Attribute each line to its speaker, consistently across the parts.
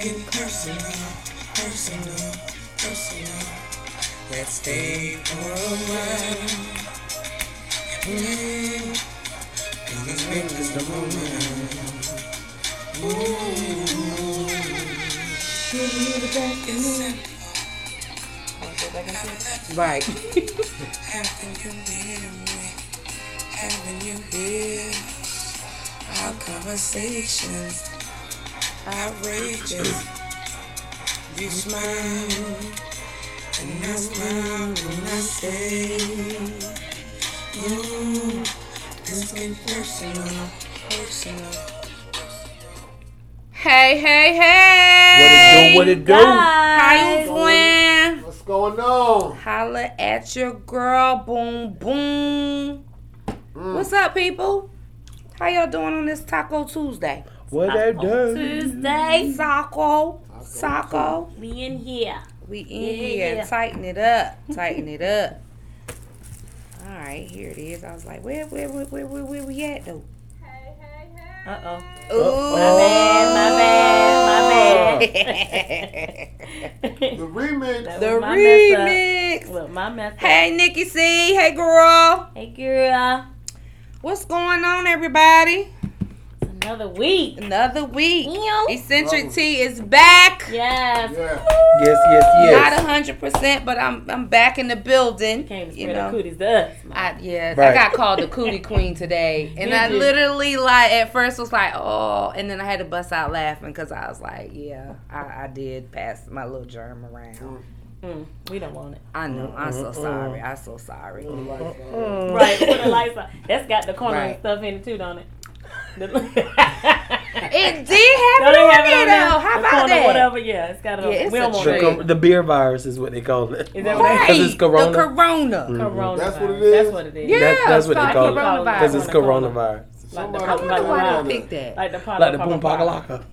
Speaker 1: getting personal, personal, personal. Let's stay for a while. Mm, Cause this big is the moment. Give me the back and then Right. Having you near me, having you here. Our conversations, outrageous. You smile, and I smile when I say, you it's getting personal, personal.
Speaker 2: Hey, hey,
Speaker 3: What it
Speaker 2: hey!
Speaker 3: do? What it do?
Speaker 2: How you doing?
Speaker 3: What's going on?
Speaker 2: Holla at your girl, boom, boom.
Speaker 4: Mm.
Speaker 2: What's up, people? How y'all doing on this Taco Tuesday?
Speaker 3: What it do?
Speaker 4: Tuesday,
Speaker 2: Taco, Taco.
Speaker 4: we in here.
Speaker 2: We in
Speaker 4: Yeah,
Speaker 2: here.
Speaker 4: yeah.
Speaker 2: Tighten it up. Tighten it up. All right, here it is. I was like, where, where, where, where, where, where we at though?
Speaker 4: Uh oh.
Speaker 2: Ooh,
Speaker 4: bad, my Oh,
Speaker 2: bad, my
Speaker 3: The remix.
Speaker 2: the
Speaker 4: My mess up.
Speaker 2: remix.
Speaker 4: Well, my mess. up.
Speaker 2: Hey, Nikki C. Hey, girl.
Speaker 4: Hey, girl.
Speaker 2: What's going on, everybody?
Speaker 4: It's another week.
Speaker 2: Another week.
Speaker 4: Meow.
Speaker 2: Eccentric T is back.
Speaker 4: Yes.
Speaker 3: Yeah.
Speaker 5: Yes, yes,
Speaker 2: Not
Speaker 5: yes.
Speaker 2: hundred percent, but I'm I'm back in the building.
Speaker 4: Came to
Speaker 2: you
Speaker 4: spread the
Speaker 2: know.
Speaker 4: cooties to us.
Speaker 2: I yes, I
Speaker 5: Right.
Speaker 2: got called the cootie queen today, and
Speaker 4: Did
Speaker 2: I
Speaker 4: you?
Speaker 2: literally like at first was like oh, and then I had to bust out laughing because I was like yeah, I, I did pass my little germ around.
Speaker 4: Mm, we don't want it.
Speaker 2: I know, I'm so sorry, I'm so sorry.
Speaker 3: uh,
Speaker 4: Mm-hmm. Right. Put the lights on. That's got the corner
Speaker 2: Mm. Right.
Speaker 4: and stuff in it too, don't it? The-
Speaker 2: It did happen
Speaker 4: Don't it
Speaker 2: on
Speaker 4: have it
Speaker 2: there
Speaker 4: on there?
Speaker 2: though. How
Speaker 4: The
Speaker 2: about
Speaker 4: corner,
Speaker 2: that?
Speaker 4: Whatever. Yeah, it's got it. on
Speaker 2: Yeah,
Speaker 4: there.
Speaker 2: it's
Speaker 4: we
Speaker 2: a
Speaker 4: don't want
Speaker 5: The,
Speaker 4: it.
Speaker 2: trick.
Speaker 5: co- the beer virus is what they call it.
Speaker 4: Is that
Speaker 2: Right,
Speaker 4: what
Speaker 5: Because it's corona.
Speaker 2: The corona.
Speaker 4: Corona.
Speaker 3: That's what it is?
Speaker 4: That's what it is.
Speaker 2: Yeah,
Speaker 5: That's- that's what they
Speaker 2: it's
Speaker 5: call it.
Speaker 2: called coronavirus.
Speaker 5: Because it's
Speaker 4: Corona.
Speaker 5: coronavirus.
Speaker 4: Like
Speaker 3: Somebody
Speaker 4: the-
Speaker 2: I
Speaker 3: put
Speaker 2: wonder
Speaker 3: that uh,
Speaker 2: why
Speaker 3: on
Speaker 2: they
Speaker 3: there.
Speaker 2: picked that.
Speaker 4: Like the pop.
Speaker 5: Like the boom pakalaka.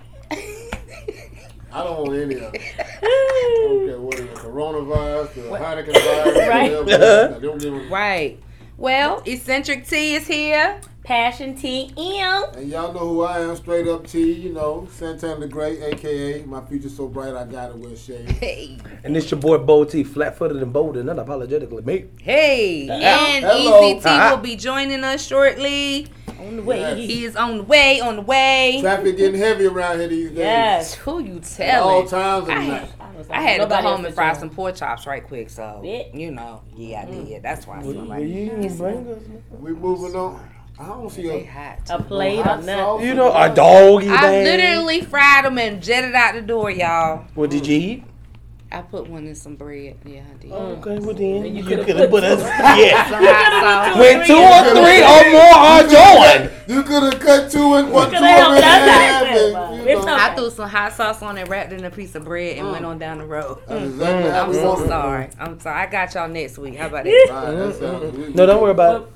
Speaker 3: I don't want any of it.
Speaker 4: Right.
Speaker 3: Okay, what is it? Coronavirus, the Heineken virus,
Speaker 4: Right.
Speaker 3: whatever. I don't give a
Speaker 2: right. Well, eccentric T is here.
Speaker 4: Passion T M.
Speaker 3: And y'all know who I am, straight up T, you know, Santana the Great, aka my future so bright I gotta wear shades.
Speaker 2: Hey,
Speaker 5: And it's your boy Bo T, flat footed and bold and unapologetically me.
Speaker 2: hey, and
Speaker 3: Hello.
Speaker 2: ECT
Speaker 5: Uh-huh.
Speaker 2: will be joining us shortly.
Speaker 4: On the way.
Speaker 3: Yes.
Speaker 2: He is on the way, on the way.
Speaker 3: Traffic getting heavy around here these days.
Speaker 4: Yes.
Speaker 2: Who you
Speaker 3: At all
Speaker 2: telling?
Speaker 3: times of the
Speaker 2: I-
Speaker 3: night.
Speaker 2: I had to go
Speaker 4: Nobody
Speaker 2: home
Speaker 4: else
Speaker 2: and fry
Speaker 4: is
Speaker 2: some pork chops right quick, so
Speaker 4: Yeah.
Speaker 2: you know, yeah, I did. That's why I feel like
Speaker 3: We moving on. I don't see
Speaker 2: they
Speaker 3: a
Speaker 2: hot.
Speaker 4: A plate
Speaker 3: hot
Speaker 4: of nothing.
Speaker 3: sauce.
Speaker 5: You know, a doggy
Speaker 2: I
Speaker 5: bag.
Speaker 2: literally fried them and jetted out the door, y'all.
Speaker 5: What did you eat?
Speaker 2: I put one in some bread. Yeah, I did.
Speaker 5: Oh, Okay, well then. You
Speaker 4: coulda
Speaker 5: could have put
Speaker 4: put
Speaker 5: us. Yes.
Speaker 2: Some hot sauce.
Speaker 5: When two or three or more are joined.
Speaker 3: You could have cut two and one two of
Speaker 4: coulda
Speaker 3: them
Speaker 4: helped
Speaker 3: in
Speaker 4: us out
Speaker 3: half
Speaker 4: there,
Speaker 3: and,
Speaker 4: but
Speaker 3: you
Speaker 4: it's
Speaker 3: know,
Speaker 4: okay.
Speaker 2: I threw some hot sauce on it, wrapped it in a piece of bread, and went on down the road.
Speaker 4: Mm.
Speaker 3: that's
Speaker 4: Mm-hmm.
Speaker 3: exactly how
Speaker 2: I'm
Speaker 3: we
Speaker 2: so
Speaker 3: want it.
Speaker 2: sorry. I'm sorry. I got y'all next week. How about that?
Speaker 3: Alright, that sounds good.
Speaker 5: Mm, No, don't worry about it.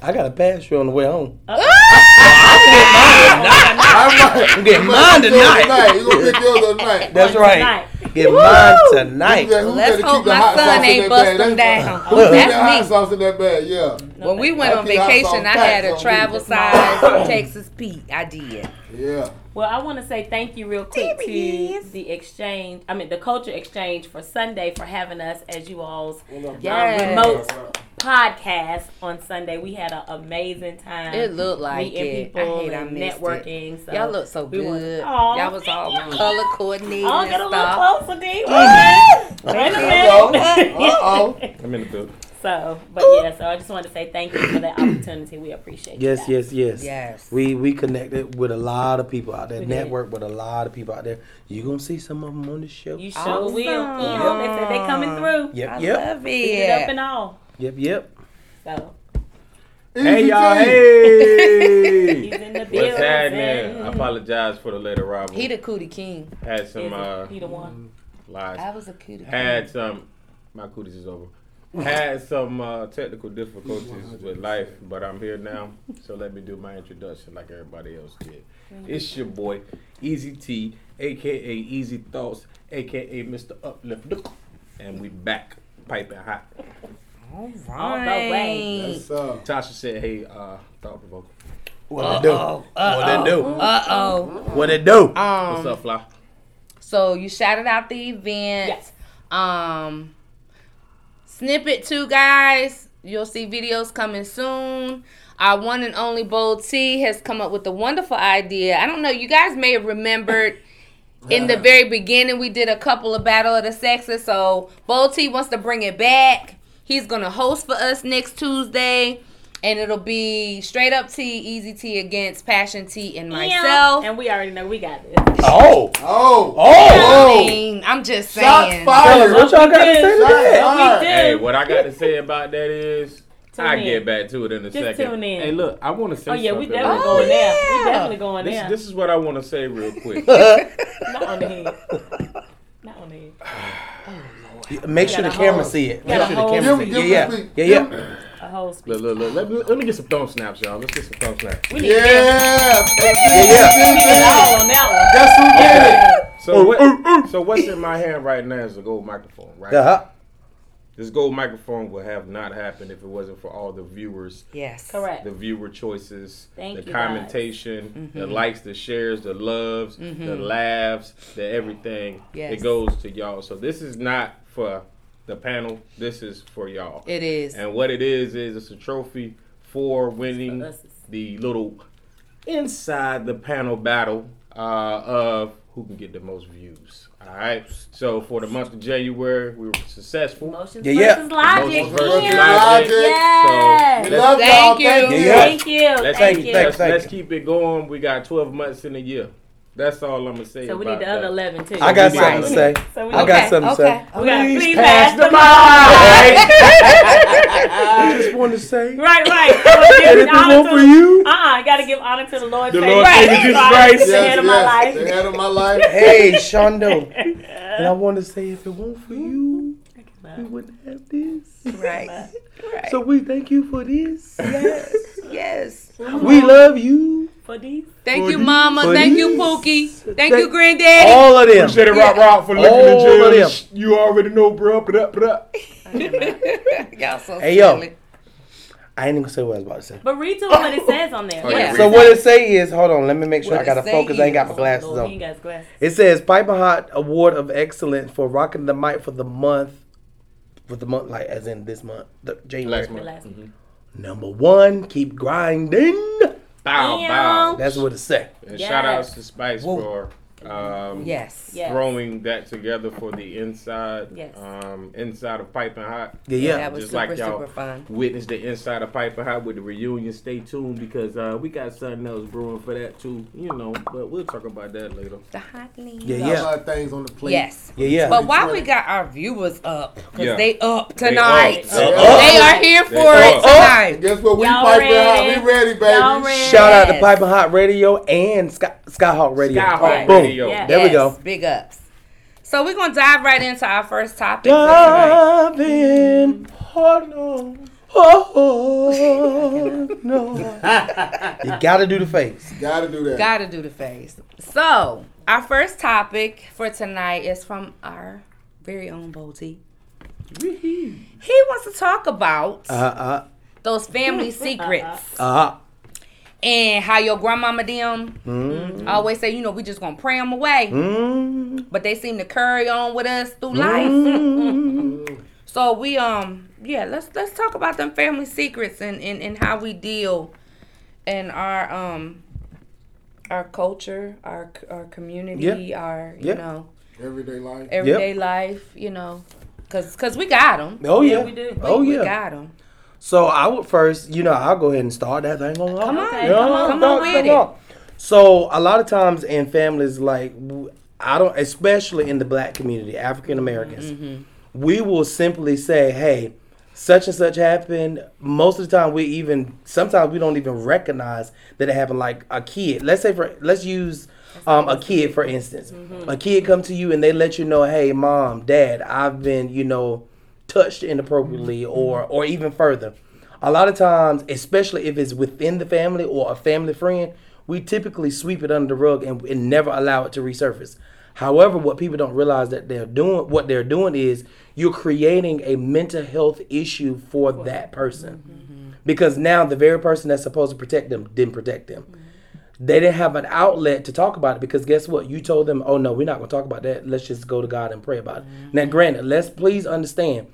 Speaker 5: I got to pass you on the way home.
Speaker 3: I'm
Speaker 5: getting mine tonight.
Speaker 3: You gonna pick yours tonight.
Speaker 5: That's right. Get mine tonight.
Speaker 3: Yeah, who better
Speaker 2: Let's
Speaker 3: keep
Speaker 2: hope
Speaker 3: the
Speaker 2: my
Speaker 3: hot
Speaker 2: son
Speaker 3: sauce in
Speaker 2: ain't
Speaker 3: that bag?
Speaker 2: bust them
Speaker 3: That's-
Speaker 2: down.
Speaker 3: Who keep that hot
Speaker 2: That's me.
Speaker 3: sauce in that bag? Yeah.
Speaker 2: When we went
Speaker 3: I
Speaker 2: on
Speaker 3: keep hot sauce
Speaker 2: vacation, I
Speaker 3: packed
Speaker 2: had a
Speaker 3: on me.
Speaker 2: travel size Texas Pete. I did.
Speaker 3: Yeah.
Speaker 4: Well, I want to say thank you real quick
Speaker 2: There it
Speaker 4: to
Speaker 2: is.
Speaker 4: the exchange. I mean, the culture exchange for Sunday for having us as you all's
Speaker 2: Yes.
Speaker 4: remote podcast on Sunday. We had an amazing time.
Speaker 2: It looked like
Speaker 4: meeting
Speaker 2: it. I
Speaker 4: people
Speaker 2: hate I
Speaker 4: and
Speaker 2: missed it.
Speaker 4: networking. So
Speaker 2: Y'all look so
Speaker 4: we
Speaker 2: good.
Speaker 4: want- Aw,
Speaker 2: Y'all was all
Speaker 4: thank you.
Speaker 2: color coordinated
Speaker 4: I'll
Speaker 2: and
Speaker 4: get a
Speaker 2: stuff.
Speaker 4: little closer, D. Wait a minute.
Speaker 3: Uh oh.
Speaker 5: I'm in the building.
Speaker 4: So, but yeah, so I just wanted to say thank you for that opportunity. We appreciate
Speaker 5: Yes,
Speaker 4: you.
Speaker 5: yes, yes.
Speaker 2: Yes.
Speaker 5: We we connected with a lot of people out there.
Speaker 4: We did.
Speaker 5: Network with a lot of people out there. You gonna see some of them on the show.
Speaker 4: You
Speaker 5: Yep,
Speaker 4: sure will.
Speaker 2: Awesome.
Speaker 4: Yeah, They said they coming through.
Speaker 2: I
Speaker 5: yep,
Speaker 2: love
Speaker 4: Beat it up
Speaker 2: it.
Speaker 4: and all.
Speaker 5: yep, yep.
Speaker 4: So
Speaker 5: Hey
Speaker 3: Easy
Speaker 5: y'all,
Speaker 3: T.
Speaker 4: he's
Speaker 5: hey.
Speaker 4: in the building.
Speaker 6: What's happening? I apologize for the late arrival.
Speaker 2: He the cootie king.
Speaker 6: had some uh,
Speaker 4: He the one.
Speaker 6: lies.
Speaker 2: I was a cootie king.
Speaker 6: Had some. My cooties is over. Had some uh, technical difficulties with life, but I'm here now. So let me do my introduction like everybody else did. It's your boy, Easy T, aka Easy Thoughts, aka Mr. Uplift, and we back piping hot.
Speaker 2: All
Speaker 4: All the Oh, way.
Speaker 2: right.
Speaker 3: That's uh.
Speaker 6: Tasha said, "Hey, uh, thought provoking.
Speaker 5: What it do? What it do?
Speaker 2: Uh oh.
Speaker 5: What it do?
Speaker 6: What's
Speaker 2: Um,
Speaker 6: up, Fly?
Speaker 2: So you shouted out the event.
Speaker 4: Yes.
Speaker 2: Um, snippet two, guys. You'll see videos coming soon. Our one and only Bold T has come up with a wonderful idea. I don't know. You guys may have remembered in the very beginning we did a couple of Battle of the Sexes. So Bold T wants to bring it back. He's gonna host for us next Tuesday. And it'll be straight up T, easy T against Passion T and myself.
Speaker 4: And we already know we got this.
Speaker 5: Oh,
Speaker 3: Oh,
Speaker 2: I
Speaker 5: oh.
Speaker 2: mean, I'm just
Speaker 3: shots
Speaker 2: saying.
Speaker 5: Fellas,
Speaker 3: fired.
Speaker 5: what y'all got to say to that?
Speaker 3: Shots
Speaker 4: We
Speaker 3: fired.
Speaker 4: did.
Speaker 6: Hey, what I got to say about that is,
Speaker 4: Tune
Speaker 6: I
Speaker 4: in.
Speaker 6: get back to it in a
Speaker 4: Just
Speaker 6: second.
Speaker 4: tune in.
Speaker 6: Hey, look, I want to say
Speaker 4: Oh yeah, we
Speaker 6: something.
Speaker 2: Oh,
Speaker 4: definitely
Speaker 6: real
Speaker 4: going
Speaker 6: quick.
Speaker 4: there.
Speaker 2: yeah.
Speaker 4: We definitely going
Speaker 6: This,
Speaker 4: there.
Speaker 6: this is what I want to say real quick.
Speaker 4: Not on the head. Not on the head.
Speaker 5: Make sure the camera see it. Make
Speaker 4: Got a
Speaker 5: sure the
Speaker 4: hole.
Speaker 5: camera
Speaker 3: Give
Speaker 5: see
Speaker 3: him-
Speaker 5: it.
Speaker 3: give
Speaker 5: Yeah, yeah,
Speaker 3: him the-
Speaker 5: yeah.
Speaker 3: give
Speaker 5: yeah.
Speaker 4: A whole speech.
Speaker 6: Look, look, look. Let me, let me get some thumb snaps, y'all. Let's get some thumb snaps.
Speaker 4: We need to
Speaker 3: Yeah.
Speaker 4: get it all on that
Speaker 3: Guess who did it?
Speaker 4: Oh,
Speaker 6: So, what, so what's in my hand right now is a gold microphone, right?
Speaker 5: Uh-huh.
Speaker 6: This gold microphone would have not happened if it wasn't for all the viewers,
Speaker 2: yes.
Speaker 4: one. Correct.
Speaker 6: the viewer choices,
Speaker 4: Thank
Speaker 6: the
Speaker 4: you, guys. Mm-hmm.
Speaker 6: commentation, the likes, the shares, the loves, the laughs, the everything.
Speaker 2: Yes.
Speaker 6: It goes to y'all. So this is not for the panel. This is for y'all.
Speaker 2: It is.
Speaker 6: And what it is is it's a trophy for winning
Speaker 4: It's for us.
Speaker 6: the little inside the panel battle uh, of who can get the most views. All right. So for the month of January, we were successful.
Speaker 4: Motions
Speaker 5: Yeah, yeah.
Speaker 4: versus logic.
Speaker 6: Motions versus
Speaker 4: yeah.
Speaker 6: logic.
Speaker 4: Yes.
Speaker 6: So
Speaker 3: We love y'all.
Speaker 2: Thank you.
Speaker 3: Thank you.
Speaker 5: Yeah.
Speaker 4: Thank you.
Speaker 6: Let's
Speaker 4: Thank
Speaker 6: keep,
Speaker 4: you.
Speaker 5: thank-
Speaker 6: let's,
Speaker 5: thank
Speaker 6: let's
Speaker 5: you.
Speaker 6: keep it going. We got 12 months in a year. That's all I'm gonna say.
Speaker 4: So we need
Speaker 6: about
Speaker 4: the other
Speaker 6: that.
Speaker 4: eleven too.
Speaker 5: I got
Speaker 6: we
Speaker 5: something to
Speaker 6: need-
Speaker 5: say.
Speaker 4: So we
Speaker 5: I
Speaker 4: need-
Speaker 5: got something to
Speaker 2: okay.
Speaker 5: say.
Speaker 4: We got please
Speaker 5: pass
Speaker 4: pass
Speaker 5: the
Speaker 4: the mic.
Speaker 5: I just want to say.
Speaker 4: Right, right. So give
Speaker 5: Anything
Speaker 4: honor
Speaker 5: more
Speaker 4: to
Speaker 5: for
Speaker 4: the-
Speaker 5: you?
Speaker 4: Uh, uh I gotta give honor to the Lord.
Speaker 6: The
Speaker 4: Savior
Speaker 6: Lord Savior Jesus Christ.
Speaker 4: the head of my
Speaker 3: yes.
Speaker 4: life.
Speaker 3: The head of my life.
Speaker 5: Hey, Shondo. and I want to say, if it weren't for you, we wouldn't have this.
Speaker 2: Right. Right.
Speaker 5: So we thank you for this.
Speaker 2: yes. Yes.
Speaker 5: We love you.
Speaker 4: For these,
Speaker 2: Thank
Speaker 5: For
Speaker 2: you,
Speaker 5: these-
Speaker 2: Mama.
Speaker 5: for
Speaker 2: Thank you,
Speaker 5: these-
Speaker 2: Pookie. Thank
Speaker 5: Thank-
Speaker 2: you, Granddaddy.
Speaker 5: All of them.
Speaker 6: Appreciate it, Rock Rock, for looking
Speaker 5: All of
Speaker 6: at
Speaker 5: them.
Speaker 6: the You already know, bro. Bruh, bruh.
Speaker 2: Y'all so
Speaker 5: Hey, yo.
Speaker 2: silly.
Speaker 5: I ain't even gonna say what I was about to say.
Speaker 4: but read to him what it says on there.
Speaker 6: Oh, yeah.
Speaker 2: Yeah.
Speaker 5: So what it say is, hold on, let me make sure
Speaker 2: What
Speaker 5: I gotta
Speaker 2: it say
Speaker 5: focus. I ain't got my
Speaker 2: is-
Speaker 5: glasses
Speaker 4: Lord, he ain't
Speaker 5: on.
Speaker 4: got his glasses.
Speaker 5: It says Piper Hot Award of Excellence for rocking the mic for the month, for the month like as in this month, the January.
Speaker 6: Last
Speaker 4: The
Speaker 6: month. Mm-hmm.
Speaker 4: last one.
Speaker 5: Number one, keep grinding.
Speaker 6: Bow,
Speaker 4: Meow.
Speaker 6: bow.
Speaker 5: That's what it say.
Speaker 6: And
Speaker 4: Yes.
Speaker 6: shout outs to Spice
Speaker 5: Whoa.
Speaker 6: for um,
Speaker 2: Yes.
Speaker 4: Yes.
Speaker 6: throwing that together for the inside,
Speaker 4: Yes.
Speaker 6: um, inside of Pipe and Hot.
Speaker 5: Yeah, yeah.
Speaker 2: That was
Speaker 6: Just
Speaker 2: super,
Speaker 6: like y'all
Speaker 2: super fun.
Speaker 6: witness the inside of Pipe and Hot with the reunion. Stay tuned because uh, we got something else brewing for that too. You know, but we'll talk about that later.
Speaker 2: The hot lead.
Speaker 5: yeah,
Speaker 3: Got A
Speaker 5: yeah,
Speaker 3: lot of things on the plate.
Speaker 2: Yes.
Speaker 5: yeah, yeah.
Speaker 2: But why we got our viewers up? Because
Speaker 6: Yeah.
Speaker 2: they up
Speaker 6: up.
Speaker 2: tonight. They,
Speaker 6: They
Speaker 5: up. Oh,
Speaker 2: are here
Speaker 6: They
Speaker 2: for it
Speaker 6: up.
Speaker 3: And
Speaker 2: tonight.
Speaker 3: guess what? We
Speaker 4: Y'all
Speaker 3: pipe
Speaker 4: ready?
Speaker 3: out. We ready, baby.
Speaker 4: Y'all ready?
Speaker 5: Shout out to
Speaker 2: Yes.
Speaker 5: Piper Hot Radio and Sky, Skyhawk Radio.
Speaker 6: Skyhawk
Speaker 5: Boom.
Speaker 6: Radio.
Speaker 4: Yeah.
Speaker 5: There we go.
Speaker 2: Big ups. So we're going to dive right into our first topic. for tonight.
Speaker 5: Dive in. Oh no. Oh no. you gotta do the face.
Speaker 3: Gotta do that.
Speaker 2: Gotta do the face. So, our first topic for tonight is from our very own Bolty. He wants to talk about
Speaker 5: Uh uh
Speaker 2: those family secrets
Speaker 5: uh.
Speaker 2: and how your grandmama them
Speaker 5: mm-hmm.
Speaker 2: always say, you know, we just gonna pray them away,
Speaker 5: Mm.
Speaker 2: but they seem to carry on with us through
Speaker 5: Mm-hmm.
Speaker 2: life. so we um yeah, let's let's talk about them family secrets and and, and how we deal in our um our culture, our our community, our you
Speaker 5: Yeah.
Speaker 2: know
Speaker 3: Everyday life.
Speaker 2: everyday life, you know, cause cause we got them.
Speaker 5: Oh yeah.
Speaker 4: we do.
Speaker 5: Oh
Speaker 2: we
Speaker 5: yeah.
Speaker 2: got them.
Speaker 5: So I would first, you know, I'll go ahead and start that thing on. Come
Speaker 2: on, come on, come on with it.
Speaker 5: So a lot of times in families, like w- I don't, especially in the black community, African Americans,
Speaker 2: Mm-hmm.
Speaker 5: we will simply say, "Hey, such and such happened." Most of the time, we even sometimes we don't even recognize that it happened. Like a kid, let's say for let's use. Um, a kid, for instance, a kid come to you and they let you know, "Hey, mom, dad, I've been, you know, touched inappropriately or or even further a lot of times especially if it's within the family or a family friend we typically sweep it under the rug and, and never allow it to resurface however what people don't realize that they're doing what they're doing is you're creating a mental health issue for that person because now the very person that's supposed to protect them didn't protect them they didn't have an outlet to talk about it because guess what? You told them, oh no, we're not going to talk about that. Let's just go to God and pray about it. Now, granted, let's please understand,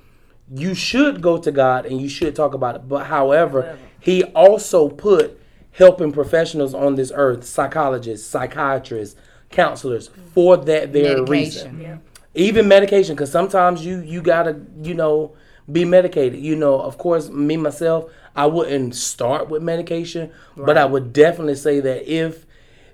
Speaker 5: you should go to God and you should talk about it. But however, He also put helping professionals on this earth, psychologists, psychiatrists, counselors, for that very reason
Speaker 2: Medication.
Speaker 5: even medication because sometimes you you gotta you know be medicated you know of course me myself i wouldn't start with medication but i would definitely say that if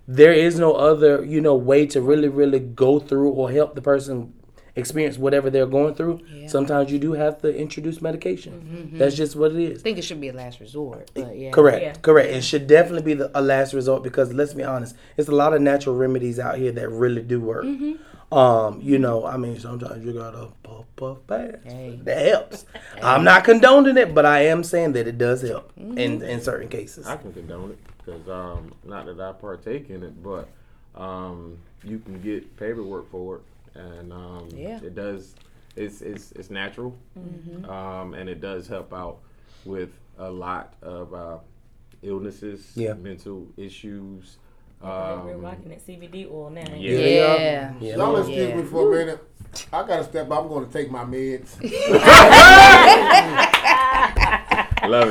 Speaker 5: there is no other you know way to really really go through or help the person experience whatever they're going through sometimes you do have to introduce medication that's just what it is
Speaker 2: I think it should be a last resort. But yeah.
Speaker 5: Correct,
Speaker 4: Yeah.
Speaker 5: correct. It should definitely be the, a last resort because let's be honest, it's a lot of natural remedies out here that really do work.
Speaker 2: Mm-hmm.
Speaker 5: Um, you know, I mean, sometimes you gotta puff puff pass. That helps. I'm not condoning it, but I am saying that it does help
Speaker 2: Mm-hmm.
Speaker 5: in in certain cases.
Speaker 6: I can condone it because um, not that I partake in it, but um, you can get paperwork for it, and um,
Speaker 2: Yeah.
Speaker 6: it does. It's it's it's natural, um, and it does help out with a lot of uh, illnesses,
Speaker 5: Yeah.
Speaker 6: mental issues.
Speaker 4: We're
Speaker 6: Um,
Speaker 4: rocking that CBD oil now.
Speaker 6: yeah.
Speaker 2: Yeah.
Speaker 5: Yeah.
Speaker 3: Y'all excuse
Speaker 2: Yeah.
Speaker 3: me for a minute. I gotta step up. I'm gonna take my meds.
Speaker 6: love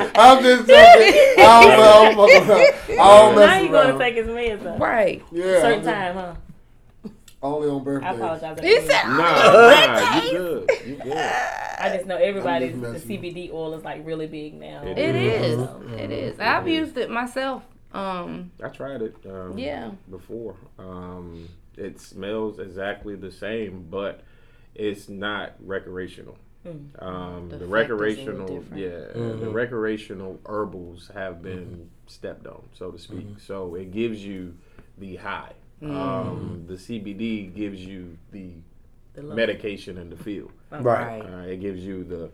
Speaker 6: it.
Speaker 3: I'm just joking. I don't, I don't, I don't
Speaker 4: Now
Speaker 3: mess
Speaker 4: you
Speaker 3: around.
Speaker 4: gonna take his meds up.
Speaker 2: Right.
Speaker 3: yeah,
Speaker 4: Certain
Speaker 3: I'm just-
Speaker 4: time, huh?
Speaker 3: Only on
Speaker 4: I
Speaker 3: birthdays.
Speaker 4: apologize.
Speaker 2: He said,
Speaker 6: Nah, nah, you good, you good.
Speaker 4: I just know everybody's
Speaker 3: I'm
Speaker 4: the
Speaker 3: just messing.
Speaker 4: CBD oil is like really big now.
Speaker 6: It
Speaker 2: It is.
Speaker 6: Mm-hmm.
Speaker 4: Mhm.
Speaker 2: It is. I've used it myself. Um,
Speaker 6: I tried it. Um,
Speaker 2: Yeah.
Speaker 6: Before, um, it smells exactly the same, but it's not recreational. Um,
Speaker 2: The effect is a
Speaker 6: the,
Speaker 2: little
Speaker 6: recreational,
Speaker 2: different.
Speaker 6: yeah, the
Speaker 5: Mm-hmm.
Speaker 6: recreational herbals have been stepped on, so to speak.
Speaker 5: Mm-hmm.
Speaker 6: So it gives you the high.
Speaker 2: Mm-hmm.
Speaker 5: Mm-hmm.
Speaker 6: Um, the CBD gives you the
Speaker 4: The love.
Speaker 6: medication and the feel.
Speaker 5: Right.
Speaker 6: Uh, it gives you the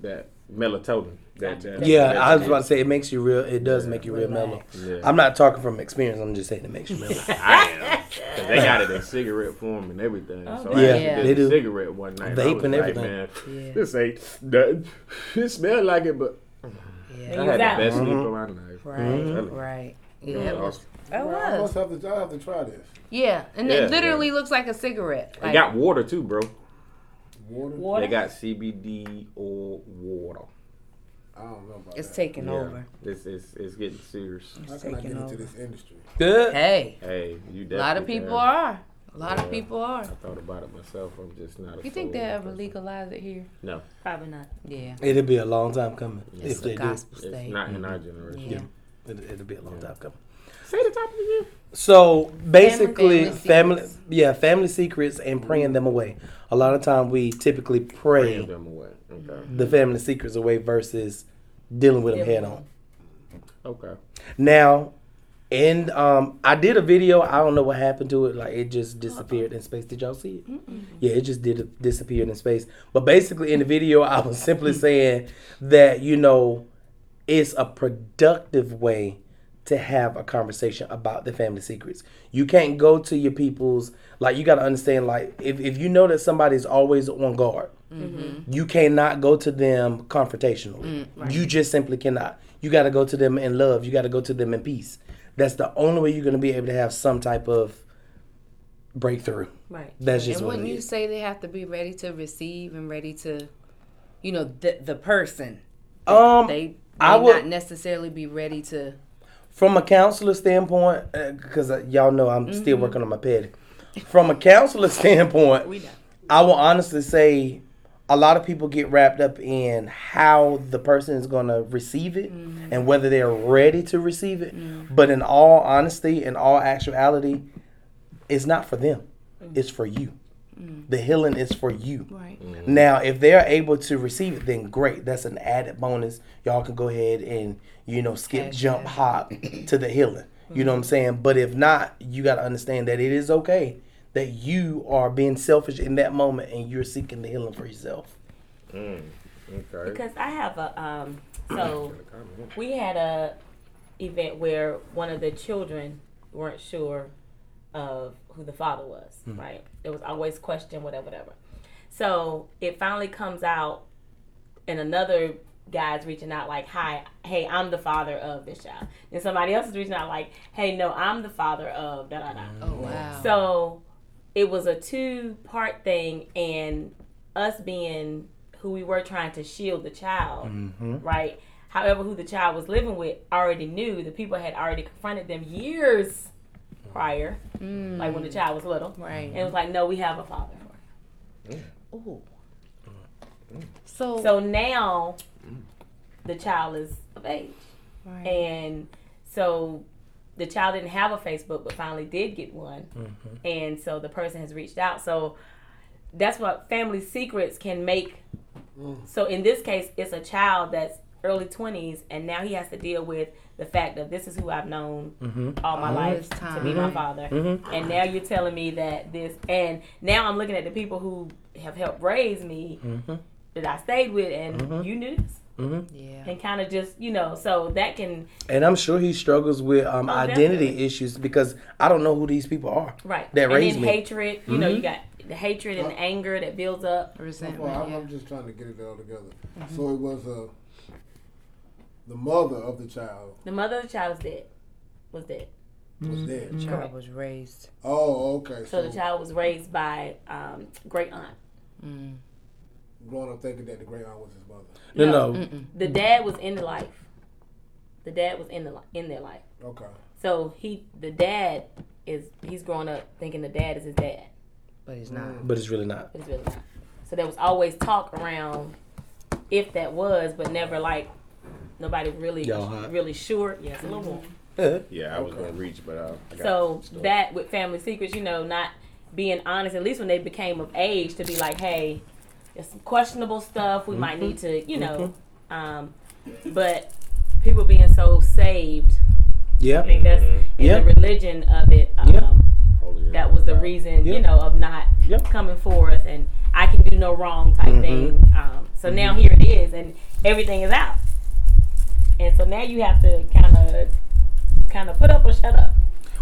Speaker 6: that melatonin. That, that
Speaker 5: Yeah,
Speaker 6: that-
Speaker 5: I was about to say it makes you real. It does make you real mellow.
Speaker 6: Yeah.
Speaker 5: I'm not talking from experience. I'm just saying it makes you mellow.
Speaker 6: I am. 'Cause they got it in cigarette form and everything.
Speaker 2: Oh,
Speaker 6: so I
Speaker 5: Yeah,
Speaker 6: actually did
Speaker 5: they
Speaker 6: a
Speaker 5: do.
Speaker 6: cigarette one night. I
Speaker 5: Vape
Speaker 6: was
Speaker 5: and
Speaker 6: like,
Speaker 5: everything.
Speaker 6: Man,
Speaker 2: Yeah.
Speaker 6: This ain't nothing. It smelled like it, but
Speaker 4: They
Speaker 6: I
Speaker 4: use
Speaker 6: had the
Speaker 4: that
Speaker 6: best
Speaker 5: Mm-hmm.
Speaker 4: one.
Speaker 6: sleep of my life.
Speaker 2: right.
Speaker 6: Mhm.
Speaker 2: Right.
Speaker 6: It
Speaker 2: Yeah.
Speaker 6: was
Speaker 2: It was.
Speaker 6: awesome.
Speaker 2: It
Speaker 3: Well, I must
Speaker 2: was.
Speaker 3: have to. I have to try this.
Speaker 2: Yeah. And
Speaker 6: Yeah,
Speaker 2: it literally looks like a cigarette.
Speaker 6: They
Speaker 2: Like,
Speaker 6: got water too, bro.
Speaker 3: Water.
Speaker 4: Water.
Speaker 6: They got CBD or water.
Speaker 3: I don't know about
Speaker 2: it's
Speaker 3: that.
Speaker 2: taking over.
Speaker 6: It's, it's, it's getting serious.
Speaker 3: How
Speaker 2: It's
Speaker 3: can I get
Speaker 2: taking
Speaker 3: into
Speaker 2: over.
Speaker 3: this industry?
Speaker 5: Good.
Speaker 2: Hey,
Speaker 6: Hey, you definitely
Speaker 2: a lot of people
Speaker 6: can.
Speaker 2: are. A lot
Speaker 6: Yeah.
Speaker 2: of people are.
Speaker 6: I thought about it myself. I'm just not. A
Speaker 2: You think
Speaker 6: full
Speaker 2: they'll ever
Speaker 6: person.
Speaker 2: legalize it here?
Speaker 6: No,
Speaker 4: Probably not.
Speaker 2: Yeah.
Speaker 5: It'll be a long time coming
Speaker 2: It's
Speaker 5: if
Speaker 2: the
Speaker 5: they do.
Speaker 2: gospel
Speaker 6: it's
Speaker 2: state.
Speaker 6: not in our generation.
Speaker 2: Yeah.
Speaker 5: It, it'll be a long time coming.
Speaker 6: Say the top of the year.
Speaker 5: So basically,
Speaker 2: family
Speaker 5: family,
Speaker 2: secrets.
Speaker 5: yeah, family secrets and praying them away. A lot of time we typically pray
Speaker 6: Give them away. Okay.
Speaker 5: the family secrets away versus dealing with them
Speaker 4: Dealing
Speaker 5: head
Speaker 4: with
Speaker 5: on.
Speaker 6: Okay.
Speaker 5: Now, and um, I did a video. I don't know what happened to it. Like it just disappeared in space. Did y'all see it? Yeah, it just did disappeared in space. But basically, in the video, I was simply saying that you know, it's a productive way to have a conversation about the family secrets. You can't go to your people's like you got to understand like if if you know that somebody's always on guard.
Speaker 2: Mm-hmm.
Speaker 5: You cannot go to them
Speaker 2: Mm,
Speaker 5: confrontationally. You just simply cannot. You got to go to them in love. You got to go to them in peace. That's the only way you're going to be able to have some type of breakthrough.
Speaker 4: Right.
Speaker 5: That's just
Speaker 2: and
Speaker 5: what
Speaker 2: wouldn't
Speaker 5: it
Speaker 2: you
Speaker 5: is.
Speaker 2: say they have to be ready to receive and ready to, you know, the the person?
Speaker 5: Um,
Speaker 2: They may
Speaker 5: I would-
Speaker 2: not necessarily be ready to.
Speaker 5: from a counselor standpoint, because y'all know I'm still working on my ped. From a counselor standpoint,
Speaker 4: Mm-hmm. We know.
Speaker 5: I will honestly say a lot of people get wrapped up in how the person is going to receive it
Speaker 4: Mm-hmm.
Speaker 5: and whether they're ready to receive it. But in all honesty, in all actuality, it's not for them,
Speaker 4: Mm-hmm.
Speaker 5: it's for you. The healing is for you.
Speaker 2: Right.
Speaker 5: Now, if they're able to receive it, then great. That's an added bonus. Y'all can go ahead and, you know, skip,
Speaker 2: Cash
Speaker 5: jump,
Speaker 2: out.
Speaker 5: hop to the healing. You know what I'm saying? But if not, you got to understand that it is okay that you are being selfish in that moment and you're seeking the healing for yourself.
Speaker 6: Mm. Okay.
Speaker 4: Because I have a um so
Speaker 6: Comment.
Speaker 4: we had a event where one of the children weren't sure of who the father was, right? There was always question, whatever, whatever. So it finally comes out in another guys reaching out like, "Hi, hey, I'm the father of this child," and somebody else is reaching out like, "Hey, no, I'm the father of da da da."
Speaker 2: Oh wow.
Speaker 4: So it was a two part thing, and us being who we were trying to shield the child, right? However, who the child was living with already knew the people had already confronted them years prior,
Speaker 2: Mm.
Speaker 4: like when the child was little,
Speaker 2: Right.
Speaker 4: and it was like, "No, we have a father."
Speaker 2: Ooh. So,
Speaker 4: So now the child is of age.
Speaker 2: right.
Speaker 4: And so the child didn't have a Facebook, but finally did get one. And so the person has reached out. So that's what family secrets can make. So in this case, it's a child that's early 20s, and now he has to deal with the fact that this is who I've known all my life
Speaker 2: this
Speaker 4: to be
Speaker 2: time.
Speaker 4: my father. And now you're telling me that this, and now I'm looking at the people who have helped raise me that I stayed with, and you knew this.
Speaker 2: yeah.
Speaker 4: And kind of just, you know, so that can
Speaker 5: And I'm sure he struggles with um,
Speaker 4: Oh,
Speaker 5: identity
Speaker 4: definitely.
Speaker 5: issues because I don't know who these people are.
Speaker 4: Right.
Speaker 5: That
Speaker 4: and
Speaker 5: raised
Speaker 4: then
Speaker 5: me. Mm-hmm.
Speaker 4: hatred. You know, you got the hatred and the anger that builds up.
Speaker 3: Well,
Speaker 2: Resentment.
Speaker 3: I'm,
Speaker 2: yeah.
Speaker 3: I'm just trying to get it all together.
Speaker 4: Mm-hmm.
Speaker 3: So it was uh, the mother of the child
Speaker 4: The mother of the child is dead. Was dead.
Speaker 3: was dead.
Speaker 4: Correct.
Speaker 7: was raised.
Speaker 3: Oh, okay.
Speaker 4: Mm-hmm. So
Speaker 3: So,
Speaker 4: the child was raised by um, great aunt.
Speaker 3: growing up thinking that the great aunt was his mother.
Speaker 5: No,
Speaker 4: No.
Speaker 5: no.
Speaker 2: Mm.
Speaker 4: The dad was in the life. The dad was in the li- in their life.
Speaker 3: Okay.
Speaker 4: So he, the dad is he's growing up thinking the dad is his dad,
Speaker 7: But it's not.
Speaker 5: But it's really not.
Speaker 4: but it's really not. So there was always talk around if that was, but never like nobody really
Speaker 5: Y'all hot?
Speaker 4: really sure. Yes, a little warm.
Speaker 5: Uh-huh.
Speaker 6: Yeah, I was gonna reach, but I, I got
Speaker 4: So
Speaker 6: stolen.
Speaker 4: that with family secrets, you know, not being honest, at least when they became of age, to be like, hey, there's some questionable stuff. We might need to, you know, um, but people being so saved, I
Speaker 5: Yeah.
Speaker 4: think that's
Speaker 6: Mm-hmm.
Speaker 4: in
Speaker 5: Yeah.
Speaker 4: the religion of it. Um,
Speaker 5: Yeah.
Speaker 6: Holy
Speaker 4: That was the reason,
Speaker 5: Yeah.
Speaker 4: you know, of not
Speaker 5: Yeah.
Speaker 4: coming forth and I can do no wrong type thing. Um, so now here it is, and everything is out. And so now you have to kind of, kind of put up or shut up.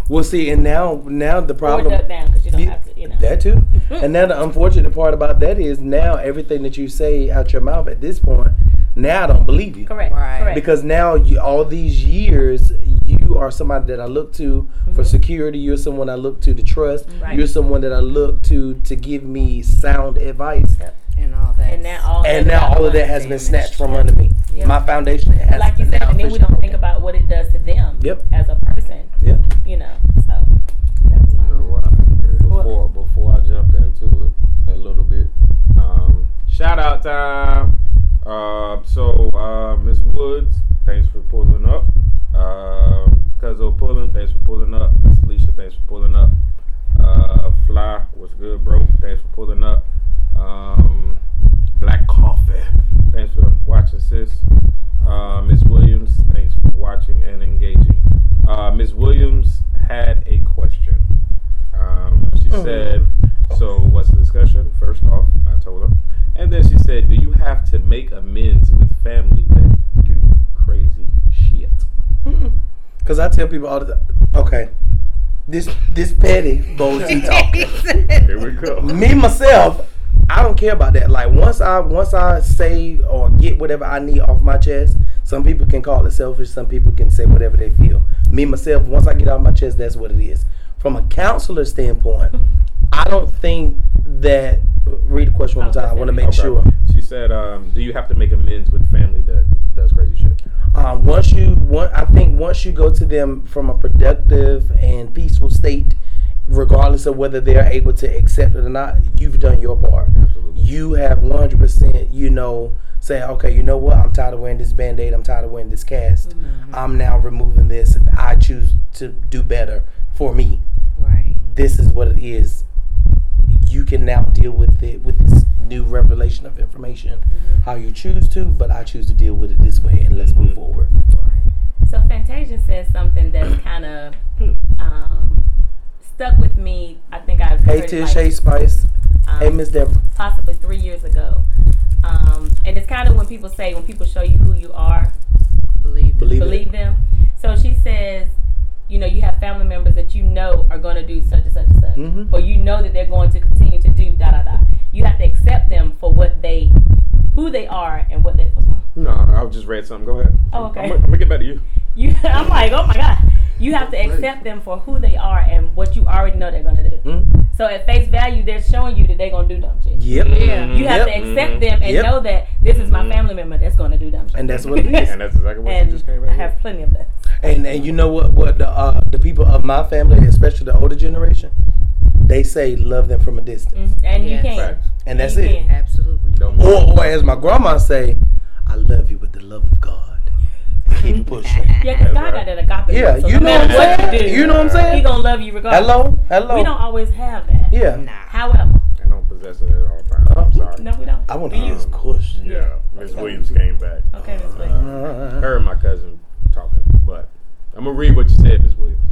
Speaker 5: Well, see, and now now the problem.
Speaker 4: Or duck down because you don't
Speaker 5: Yeah,
Speaker 4: have to, you know.
Speaker 5: That too.
Speaker 4: Mm-hmm.
Speaker 5: and now the unfortunate part about that is now everything that you say out your mouth at this point, now I don't believe you.
Speaker 4: correct.
Speaker 7: Right.
Speaker 4: Correct.
Speaker 5: Because now you, all these years, you are somebody that I look to for security. You're someone I look to to trust.
Speaker 4: Mm-hmm. Right.
Speaker 5: You're someone that I look to to give me sound advice.
Speaker 7: And all that.
Speaker 4: and now all
Speaker 5: And
Speaker 4: that
Speaker 5: now all of that has been
Speaker 7: Damaged.
Speaker 5: snatched from under me.
Speaker 4: Yeah.
Speaker 5: My foundation has
Speaker 4: like you
Speaker 5: been
Speaker 4: said,
Speaker 5: now
Speaker 4: and then we
Speaker 5: officially
Speaker 4: don't think
Speaker 5: broken.
Speaker 4: about what it does to them
Speaker 5: Yep.
Speaker 4: as a person,
Speaker 5: Yeah.
Speaker 4: you know. So that was
Speaker 6: You know
Speaker 4: my
Speaker 6: what? Before before I jump into it a little bit, um, shout out time. Uh, so uh, Miss Woods, thanks for pulling up. Um, Cuzzo pulling, thanks for pulling up. Miss Alicia, thanks for pulling up. Uh, Fly, what's good, bro? Thanks for pulling up. Um, Black Coffee, thanks for watching, sis. Uh, Ms. Williams, thanks for watching and engaging. Uh, Ms. Williams had a question. Um, she said, So, what's the discussion? First off, I told her. And then she said, Do you have to make amends with family that do crazy shit?
Speaker 5: Because I tell people all the time, okay, this this petty bullshit talk.
Speaker 6: Here we go.
Speaker 5: Me myself, I don't care about that. Like once I once I say or get whatever I need off my chest, some people can call it selfish. Some people can say whatever they feel. Me myself, once I get off my chest, that's what it is. From a counselor standpoint, I don't think that. Read the question one more time. I want to make
Speaker 6: Okay.
Speaker 5: sure.
Speaker 6: She said, um, Do you have to make amends with family that does crazy shit?
Speaker 5: um, once you want i think once you go to them from a productive and peaceful state regardless of whether they're able to accept it or not you've done your part
Speaker 6: Absolutely.
Speaker 5: you have 100% you know say okay you know what i'm tired of wearing this band-aid i'm tired of wearing this cast i'm now removing this i choose to do better for me
Speaker 7: Right.
Speaker 5: this is what it is. You can now deal with it with this new revelation of information, how you choose to, but I choose to deal with it this way, and let's move forward.
Speaker 4: So Fantasia says something that's kind of um, stuck with me. I think I've heard
Speaker 5: Hey
Speaker 4: it,
Speaker 5: Tish,
Speaker 4: like,
Speaker 5: hey Spice,
Speaker 4: um,
Speaker 5: hey Miss Deborah.
Speaker 4: possibly three years ago. Um, and it's kind of when people say when people show you who you are,
Speaker 7: Believe.
Speaker 5: Believe,
Speaker 4: believe
Speaker 5: it.
Speaker 4: them. So she says, you know, you have family members that you know are going to do such and such and such,
Speaker 5: Mhm.
Speaker 4: or you know that they're going to continue to do da da da. You have to accept them for what they, who they are, and what they. What's wrong?
Speaker 6: No, I just read something. Go ahead.
Speaker 4: Oh, okay.
Speaker 6: I'm, gonna- I'm gonna get back to you.
Speaker 4: You, I'm like, oh my god. You have to accept them for who they are and what you already know they're gonna do.
Speaker 5: Mhm.
Speaker 4: So at face value, they're showing you that they're gonna do dumb shit.
Speaker 5: Yep.
Speaker 2: Yeah.
Speaker 4: You have to
Speaker 5: Yep.
Speaker 6: Mm-hmm.
Speaker 4: accept them and
Speaker 5: Yep.
Speaker 4: know that this is my family member that's gonna do dumb shit.
Speaker 5: And that's what it is.
Speaker 6: And that's exactly what you
Speaker 4: and
Speaker 6: just came
Speaker 4: I
Speaker 6: back
Speaker 4: have plenty of that.
Speaker 5: And and you know what? What the uh, the people of my family, especially the older generation, they say love them from a distance,
Speaker 4: Mhm. And
Speaker 7: Yes.
Speaker 4: you
Speaker 6: with.
Speaker 4: can't.
Speaker 6: Facts.
Speaker 5: and that's
Speaker 4: you
Speaker 5: it.
Speaker 4: can't.
Speaker 7: Absolutely.
Speaker 6: Don't
Speaker 5: Or, or as my grandma say, I love you with the love of God. Keep it pushing.
Speaker 4: Yeah, 'cause
Speaker 6: That's
Speaker 4: God got
Speaker 6: right.
Speaker 4: that agape.
Speaker 5: Yeah,
Speaker 4: love, so
Speaker 5: you know
Speaker 4: no
Speaker 5: what
Speaker 4: matter
Speaker 5: I'm
Speaker 4: what
Speaker 5: saying?
Speaker 4: do,
Speaker 5: You know what I'm saying?
Speaker 4: He gonna love you regardless.
Speaker 5: Hello, hello.
Speaker 4: We don't always have that.
Speaker 5: yeah.
Speaker 7: Nah.
Speaker 4: However,
Speaker 6: I don't possess it at all times.
Speaker 5: Uh-huh.
Speaker 6: I'm sorry.
Speaker 4: Oh, no, we don't.
Speaker 5: I want to hear his question.
Speaker 6: Yeah, Miss Williams came back.
Speaker 4: Okay, Miss Williams.
Speaker 6: Her and my cousin talking, but I'm gonna read what you said, Miss Williams.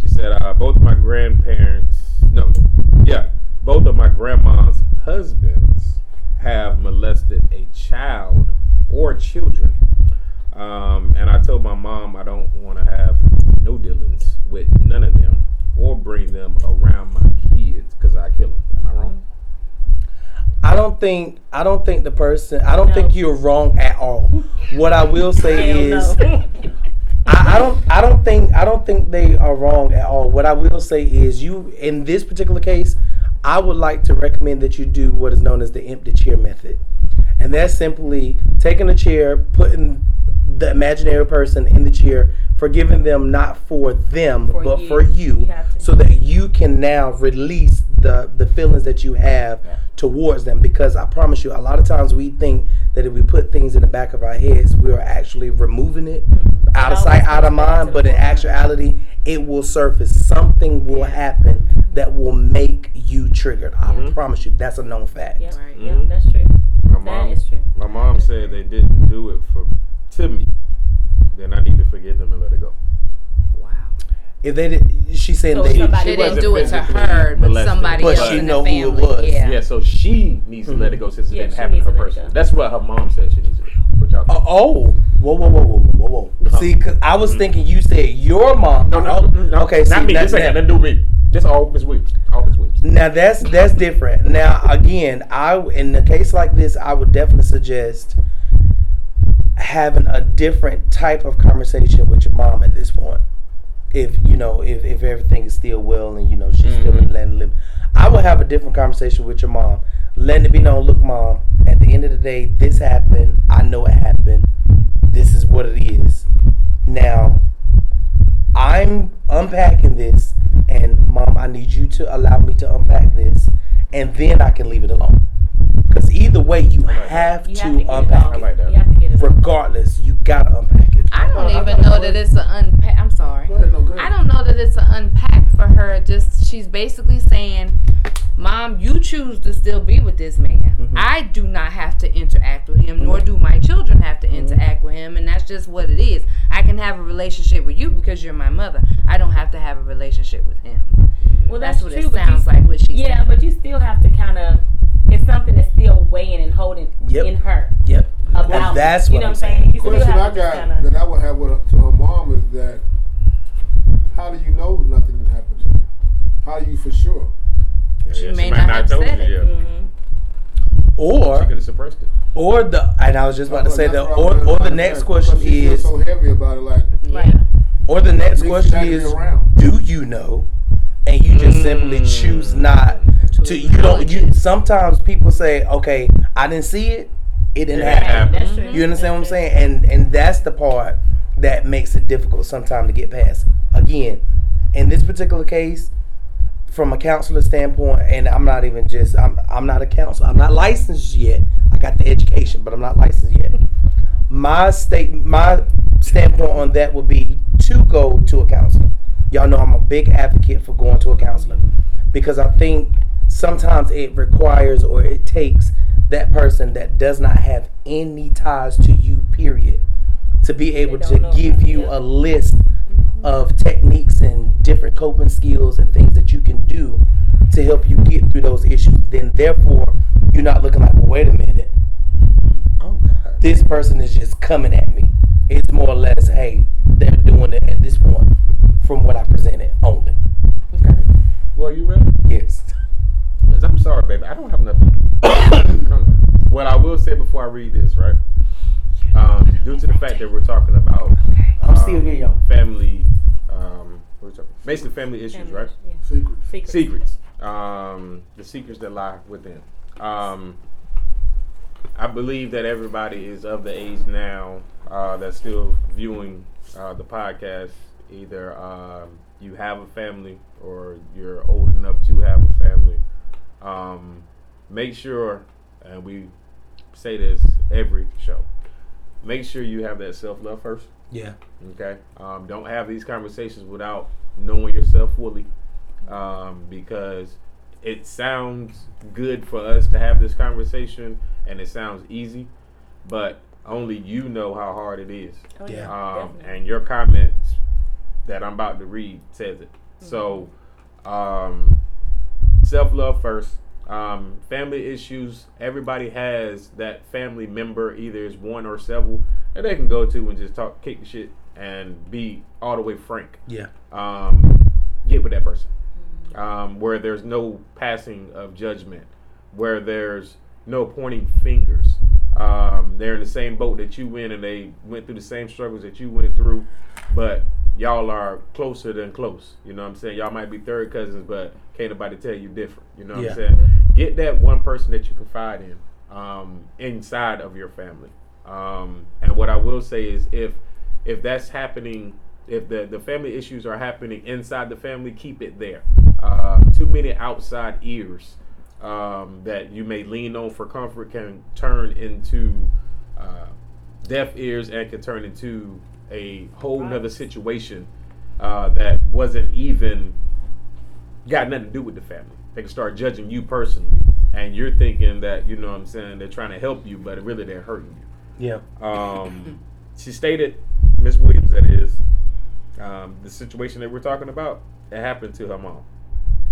Speaker 6: She said, uh, "Both my grandparents, no, yeah, both of my grandma's husbands have molested a child or children." Um, and I told my mom I don't want to have no dealings with none of them or bring them around my kids because I kill them. Am I wrong?
Speaker 5: I don't think I don't think the person I don't
Speaker 4: No.
Speaker 5: think you're wrong at all. what I will say
Speaker 4: Hell
Speaker 5: is
Speaker 4: oh, no.
Speaker 5: I, I don't I don't think I don't think they are wrong at all. What I will say is you in this particular case, I would like to recommend that you do what is known as the empty chair method. And that's simply taking a chair, putting the imaginary person in the chair, forgiving them not for them,
Speaker 4: For
Speaker 5: but
Speaker 4: you.
Speaker 5: for you,
Speaker 4: You have to.
Speaker 5: so that you can now release the, the feelings that you have towards them. Because I promise you, a lot of times we think that if we put things in the back of our heads, we are actually removing it
Speaker 4: Mm-hmm.
Speaker 5: out of
Speaker 4: It
Speaker 5: sight,
Speaker 4: always
Speaker 5: out of
Speaker 4: comes back
Speaker 5: mind,
Speaker 4: to
Speaker 5: but
Speaker 4: the
Speaker 5: in
Speaker 4: point.
Speaker 5: actuality, it will surface. Something will happen that will make you triggered. I
Speaker 6: Mm-hmm.
Speaker 5: promise you, that's a known fact.
Speaker 4: Yeah,
Speaker 7: Right.
Speaker 4: yeah, that's true.
Speaker 6: My
Speaker 4: Mm-hmm. That
Speaker 6: mom
Speaker 4: is true.
Speaker 6: My mom said they didn't do it for to me. Then I need to forgive them and let it go.
Speaker 7: Wow.
Speaker 5: If they did, she's saying
Speaker 4: So
Speaker 5: they
Speaker 4: somebody-
Speaker 2: They
Speaker 4: She
Speaker 2: didn't
Speaker 6: wasn't
Speaker 2: do it to
Speaker 6: physically
Speaker 2: her, but
Speaker 6: molested,
Speaker 2: somebody
Speaker 5: But
Speaker 2: else
Speaker 5: she
Speaker 2: in
Speaker 5: know
Speaker 2: the
Speaker 5: who it
Speaker 2: family.
Speaker 5: was.
Speaker 2: Yeah.
Speaker 6: Yeah. so she needs to let it go since it
Speaker 4: Yeah,
Speaker 6: didn't
Speaker 4: she
Speaker 6: happen to
Speaker 4: needs
Speaker 6: her
Speaker 4: to let it
Speaker 6: person.
Speaker 4: go.
Speaker 6: That's what her mom said she needs to do. Which y'all
Speaker 5: Oh, oh, whoa, whoa, whoa, whoa, whoa, whoa.
Speaker 6: Huh.
Speaker 5: See, 'cause I was thinking you said your mom.
Speaker 6: Uh-huh. no, no,
Speaker 5: Oh,
Speaker 6: no,
Speaker 5: okay,
Speaker 6: not
Speaker 5: see,
Speaker 6: me.
Speaker 5: that-
Speaker 6: this ain't got
Speaker 5: that-
Speaker 6: nothing to do with me. This all Miss Williams. All Miss Williams.
Speaker 5: now that's that's different. Now again, I in a case like this, I would definitely suggest having a different type of conversation with your mom at this point. If you know, if, if everything is still well and you know she's still in land live, I would have a different conversation with your mom, letting it be known. Look, mom, at the end of the day, this happened. I know it happened. This is what it is. Now, I'm unpacking this, and mom, I need you to allow me to unpack this, and then I can leave it alone. Because either way, you have
Speaker 4: You
Speaker 5: to
Speaker 4: have to get
Speaker 5: unpack
Speaker 4: it
Speaker 5: it
Speaker 4: off.
Speaker 6: I like that.
Speaker 4: You have to get it off.
Speaker 5: regardless, you gotta unpack it.
Speaker 2: I don't
Speaker 3: I
Speaker 2: even
Speaker 3: thought
Speaker 2: know
Speaker 3: it
Speaker 2: that
Speaker 3: was-
Speaker 2: it's an unpack. I'm sorry.
Speaker 3: Go ahead, no, go ahead.
Speaker 2: I don't know that it's an unpack for her. Just she's basically saying, "Mom, you choose to still be with this man.
Speaker 6: Mm-hmm.
Speaker 2: I do not have to interact with him, nor do my children have to
Speaker 6: Mm-hmm.
Speaker 2: interact with him, and that's just what it is. I can have a relationship with you because you're my mother. I don't have to have a relationship with him.
Speaker 4: Well,
Speaker 2: That's, what
Speaker 4: true,
Speaker 2: it
Speaker 4: but you
Speaker 2: sounds like. What she's
Speaker 4: Yeah,
Speaker 2: saying.
Speaker 4: but you still have to kind of. It's something that's still weighing and holding
Speaker 5: Yep.
Speaker 4: in her
Speaker 5: Yep.
Speaker 4: about.
Speaker 5: And that's
Speaker 4: you
Speaker 5: what
Speaker 4: know
Speaker 5: I'm
Speaker 4: what I'm saying. You still
Speaker 3: question I
Speaker 4: have to
Speaker 3: got
Speaker 4: just kind
Speaker 3: that I would have with her, to her mom is that how do you know nothing happened to her? How do you for sure?
Speaker 6: Yeah,
Speaker 2: She
Speaker 6: yeah,
Speaker 2: may not have said it.
Speaker 6: Yeah.
Speaker 4: mm-hmm.
Speaker 6: She
Speaker 5: Or
Speaker 6: could have suppressed it.
Speaker 5: or the and I was just about to say that
Speaker 3: That's what
Speaker 5: or
Speaker 3: I'm
Speaker 5: or the
Speaker 3: trying to
Speaker 5: next
Speaker 3: say,
Speaker 5: question
Speaker 3: because she feels
Speaker 5: is
Speaker 3: so heavy about it. Like
Speaker 4: Right.
Speaker 5: or the next
Speaker 3: makes you
Speaker 5: question
Speaker 3: not to be
Speaker 5: is
Speaker 3: around.
Speaker 5: do you know and you just simply choose not to you don't you sometimes people say okay I didn't see it it didn't
Speaker 6: Yeah.
Speaker 5: happen
Speaker 4: That's true.
Speaker 5: you understand what I'm saying and and that's the part that makes it difficult sometimes to get past again in this particular case from a counselor standpoint, and I'm not even just I'm I'm not a counselor. I'm not licensed yet. I got the education, but I'm not licensed yet. My state my standpoint on that would be to go to a counselor. Y'all know I'm a big advocate for going to a counselor because I think sometimes it requires or it takes that person that does not have any ties to you, period, to be able
Speaker 4: don't
Speaker 5: to
Speaker 4: know. Mm-hmm.
Speaker 5: give you
Speaker 4: Yeah.
Speaker 5: a list of techniques and different coping skills and things that you can do to help you get through those issues. Then, therefore, you're not looking like, well, wait a minute,
Speaker 6: Oh God.
Speaker 5: this person is just coming at me. It's more or less, hey, they're doing it at this point from what I presented only.
Speaker 6: Well, you ready?
Speaker 5: Yes.
Speaker 6: Because I'm sorry, baby. I don't have nothing. I don't know. What I will say before I read this, right? Um, due to the fact that we're talking about
Speaker 5: I'm still here, y'all.
Speaker 6: uh, family, um, what are we talking- basically family issues,
Speaker 4: Family,
Speaker 6: right?
Speaker 4: Yeah.
Speaker 3: Secret.
Speaker 4: Secrets.
Speaker 6: Secrets, um, the secrets that lie within. Um, I believe that everybody is of the age now uh, that's still viewing uh, the podcast. Either um, you have a family or you're old enough to have a family. Um, make sure, and we say this every show, make sure you have that self love first.
Speaker 5: Yeah.
Speaker 6: Okay. Um, don't have these conversations without knowing yourself fully, um, because it sounds good for us to have this conversation, and it sounds easy, but only you know how hard it is.
Speaker 4: Oh,
Speaker 5: Yeah.
Speaker 6: Um,
Speaker 4: definitely.
Speaker 6: and your comments that I'm about to read says it. So, um, self love first. Um, family issues. Everybody has that family member, either is one or several, that they can go to and just talk, kick the shit, and be all the way frank.
Speaker 5: Yeah.
Speaker 6: Um, get with that person. Um, where there's no passing of judgment, where there's no pointing fingers. Um, they're in the same boat that you in, and they went through the same struggles that you went through, but y'all are closer than close. You know what I'm saying? Y'all might be third cousins, but can't nobody tell you different. You know what
Speaker 5: Yeah.
Speaker 6: I'm saying? Get that one person that you confide in um, inside of your family. Um, and what I will say is, if if that's happening, if the the family issues are happening inside the family, keep it there. Uh, too many outside ears um, that you may lean on for comfort can turn into uh, deaf ears and can turn into a whole nother situation uh, that wasn't even got nothing to do with the family. They can start judging you personally, and you're thinking that you know what I'm saying they're trying to help you, but really they're hurting you.
Speaker 5: Yeah.
Speaker 6: Um, she stated, Miss Williams, that is, um, the situation that we're talking about, it happened to her mom.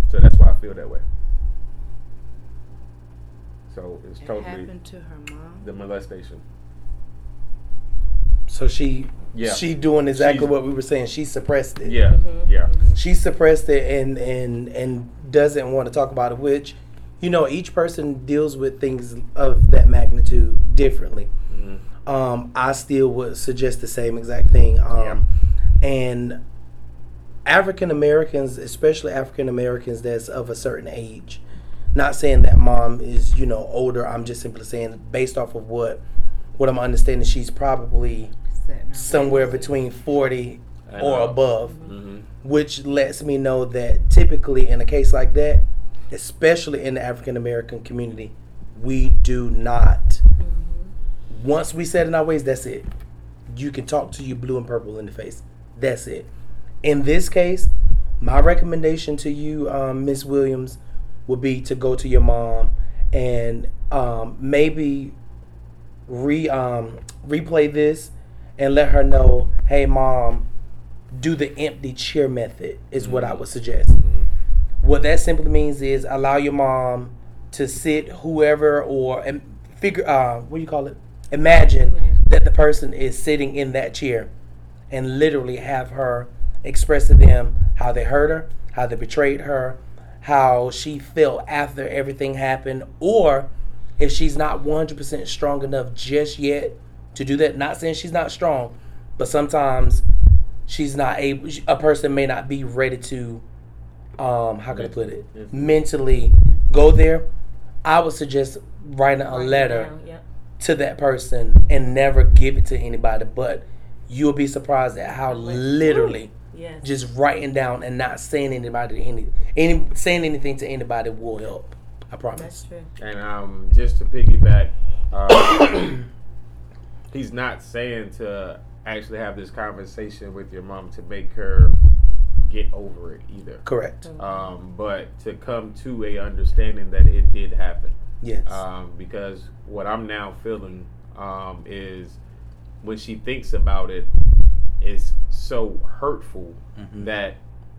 Speaker 6: So that's why I feel that way. So it's
Speaker 7: It
Speaker 6: totally
Speaker 7: happened to her mom.
Speaker 6: the molestation.
Speaker 5: So she
Speaker 6: Yeah.
Speaker 5: she doing exactly
Speaker 6: She's-
Speaker 5: what we were saying. She suppressed it. Mm-hmm.
Speaker 6: Yeah, yeah.
Speaker 5: She suppressed it and and and doesn't want to talk about it, which you know, each person deals with things of that magnitude differently.
Speaker 6: Mm-hmm.
Speaker 5: Um, I still would suggest the same exact thing. Um, and African Americans, especially African Americans that's of a certain age. Not saying that mom is, you know, older. I'm just simply saying based off of what what I'm understanding, she's probably
Speaker 7: Setting her
Speaker 5: somewhere between 40
Speaker 6: I
Speaker 5: or
Speaker 6: know.
Speaker 5: above,
Speaker 6: hmm
Speaker 5: which lets me know that typically in a case like that, especially in the African American community, we do not. Once we set in our ways, that's it. You can talk to you blue and purple in the face. That's it. In this case, my recommendation to you, um, Miss Williams, would be to go to your mom and um, maybe re um, replay this and let her know, hey mom, do the empty chair method is what I would suggest. What that simply means is allow your mom to sit whoever or and figure uh, what do you call it? Imagine,
Speaker 4: Imagine.
Speaker 5: that the person is sitting in that chair and literally have her express to them how they hurt her, how they betrayed her, how she felt after everything happened, or if she's not 100% strong enough just yet to do that. Not saying she's not strong, but sometimes she's not able, a person may not be ready to, um, how can I put it,
Speaker 6: Yes.
Speaker 5: mentally go there. I would suggest writing a letter
Speaker 4: Yep.
Speaker 5: to that person and never give it to anybody. But you'll be surprised at how literally
Speaker 4: Yes.
Speaker 5: just writing down and not saying anybody to any any saying anything to anybody will help. I
Speaker 4: That's
Speaker 5: promise.
Speaker 4: true.
Speaker 6: And um, just to piggyback, uh, he's not saying to actually have this conversation with your mom to make her get over it either.
Speaker 5: Correct.
Speaker 6: um, but to come to a understanding that it did happen
Speaker 5: Yes.
Speaker 6: um, because what i'm now feeling um, is when she thinks about it it's so hurtful that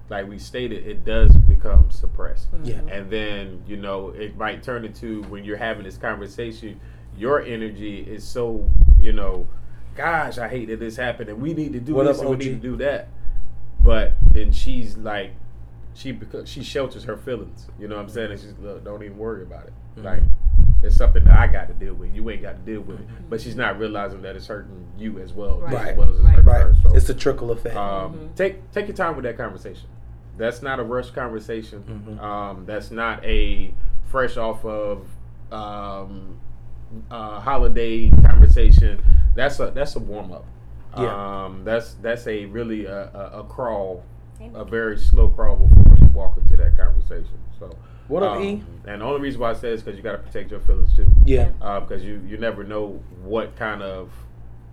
Speaker 6: like we stated it does become suppressed
Speaker 5: yeah.
Speaker 6: and then you know it might turn into when you're having this conversation your energy is so you know gosh i hate that this happened and we need to do
Speaker 5: What
Speaker 6: this
Speaker 5: up,
Speaker 6: and we
Speaker 5: OG?
Speaker 6: need to do that but then she's like
Speaker 5: Mm-hmm.
Speaker 6: she because she shelters her feelings you know what i'm saying and she's look don't even worry about it like It's something that I got to deal with. You ain't got to deal with it. But she's not realizing that it's hurting you as well,
Speaker 4: Right.
Speaker 6: as well as it's hurting
Speaker 5: Mm-hmm. Right.
Speaker 6: her. So
Speaker 5: It's a trickle effect.
Speaker 6: um, take take your time with that conversation. That's not a rush conversation.
Speaker 5: Mm-hmm.
Speaker 6: Um, that's not a fresh off of um, uh, holiday conversation. That's a that's a warm up.
Speaker 5: Yeah.
Speaker 6: Um, that's that's a really a, a, a crawl,
Speaker 4: Amen.
Speaker 6: a very slow crawl before you walk into that conversation. So
Speaker 5: What up,
Speaker 6: um,
Speaker 5: E?
Speaker 6: And the only reason why I say is because you got to protect your feelings too,
Speaker 5: yeah.
Speaker 6: because you you never know what kind of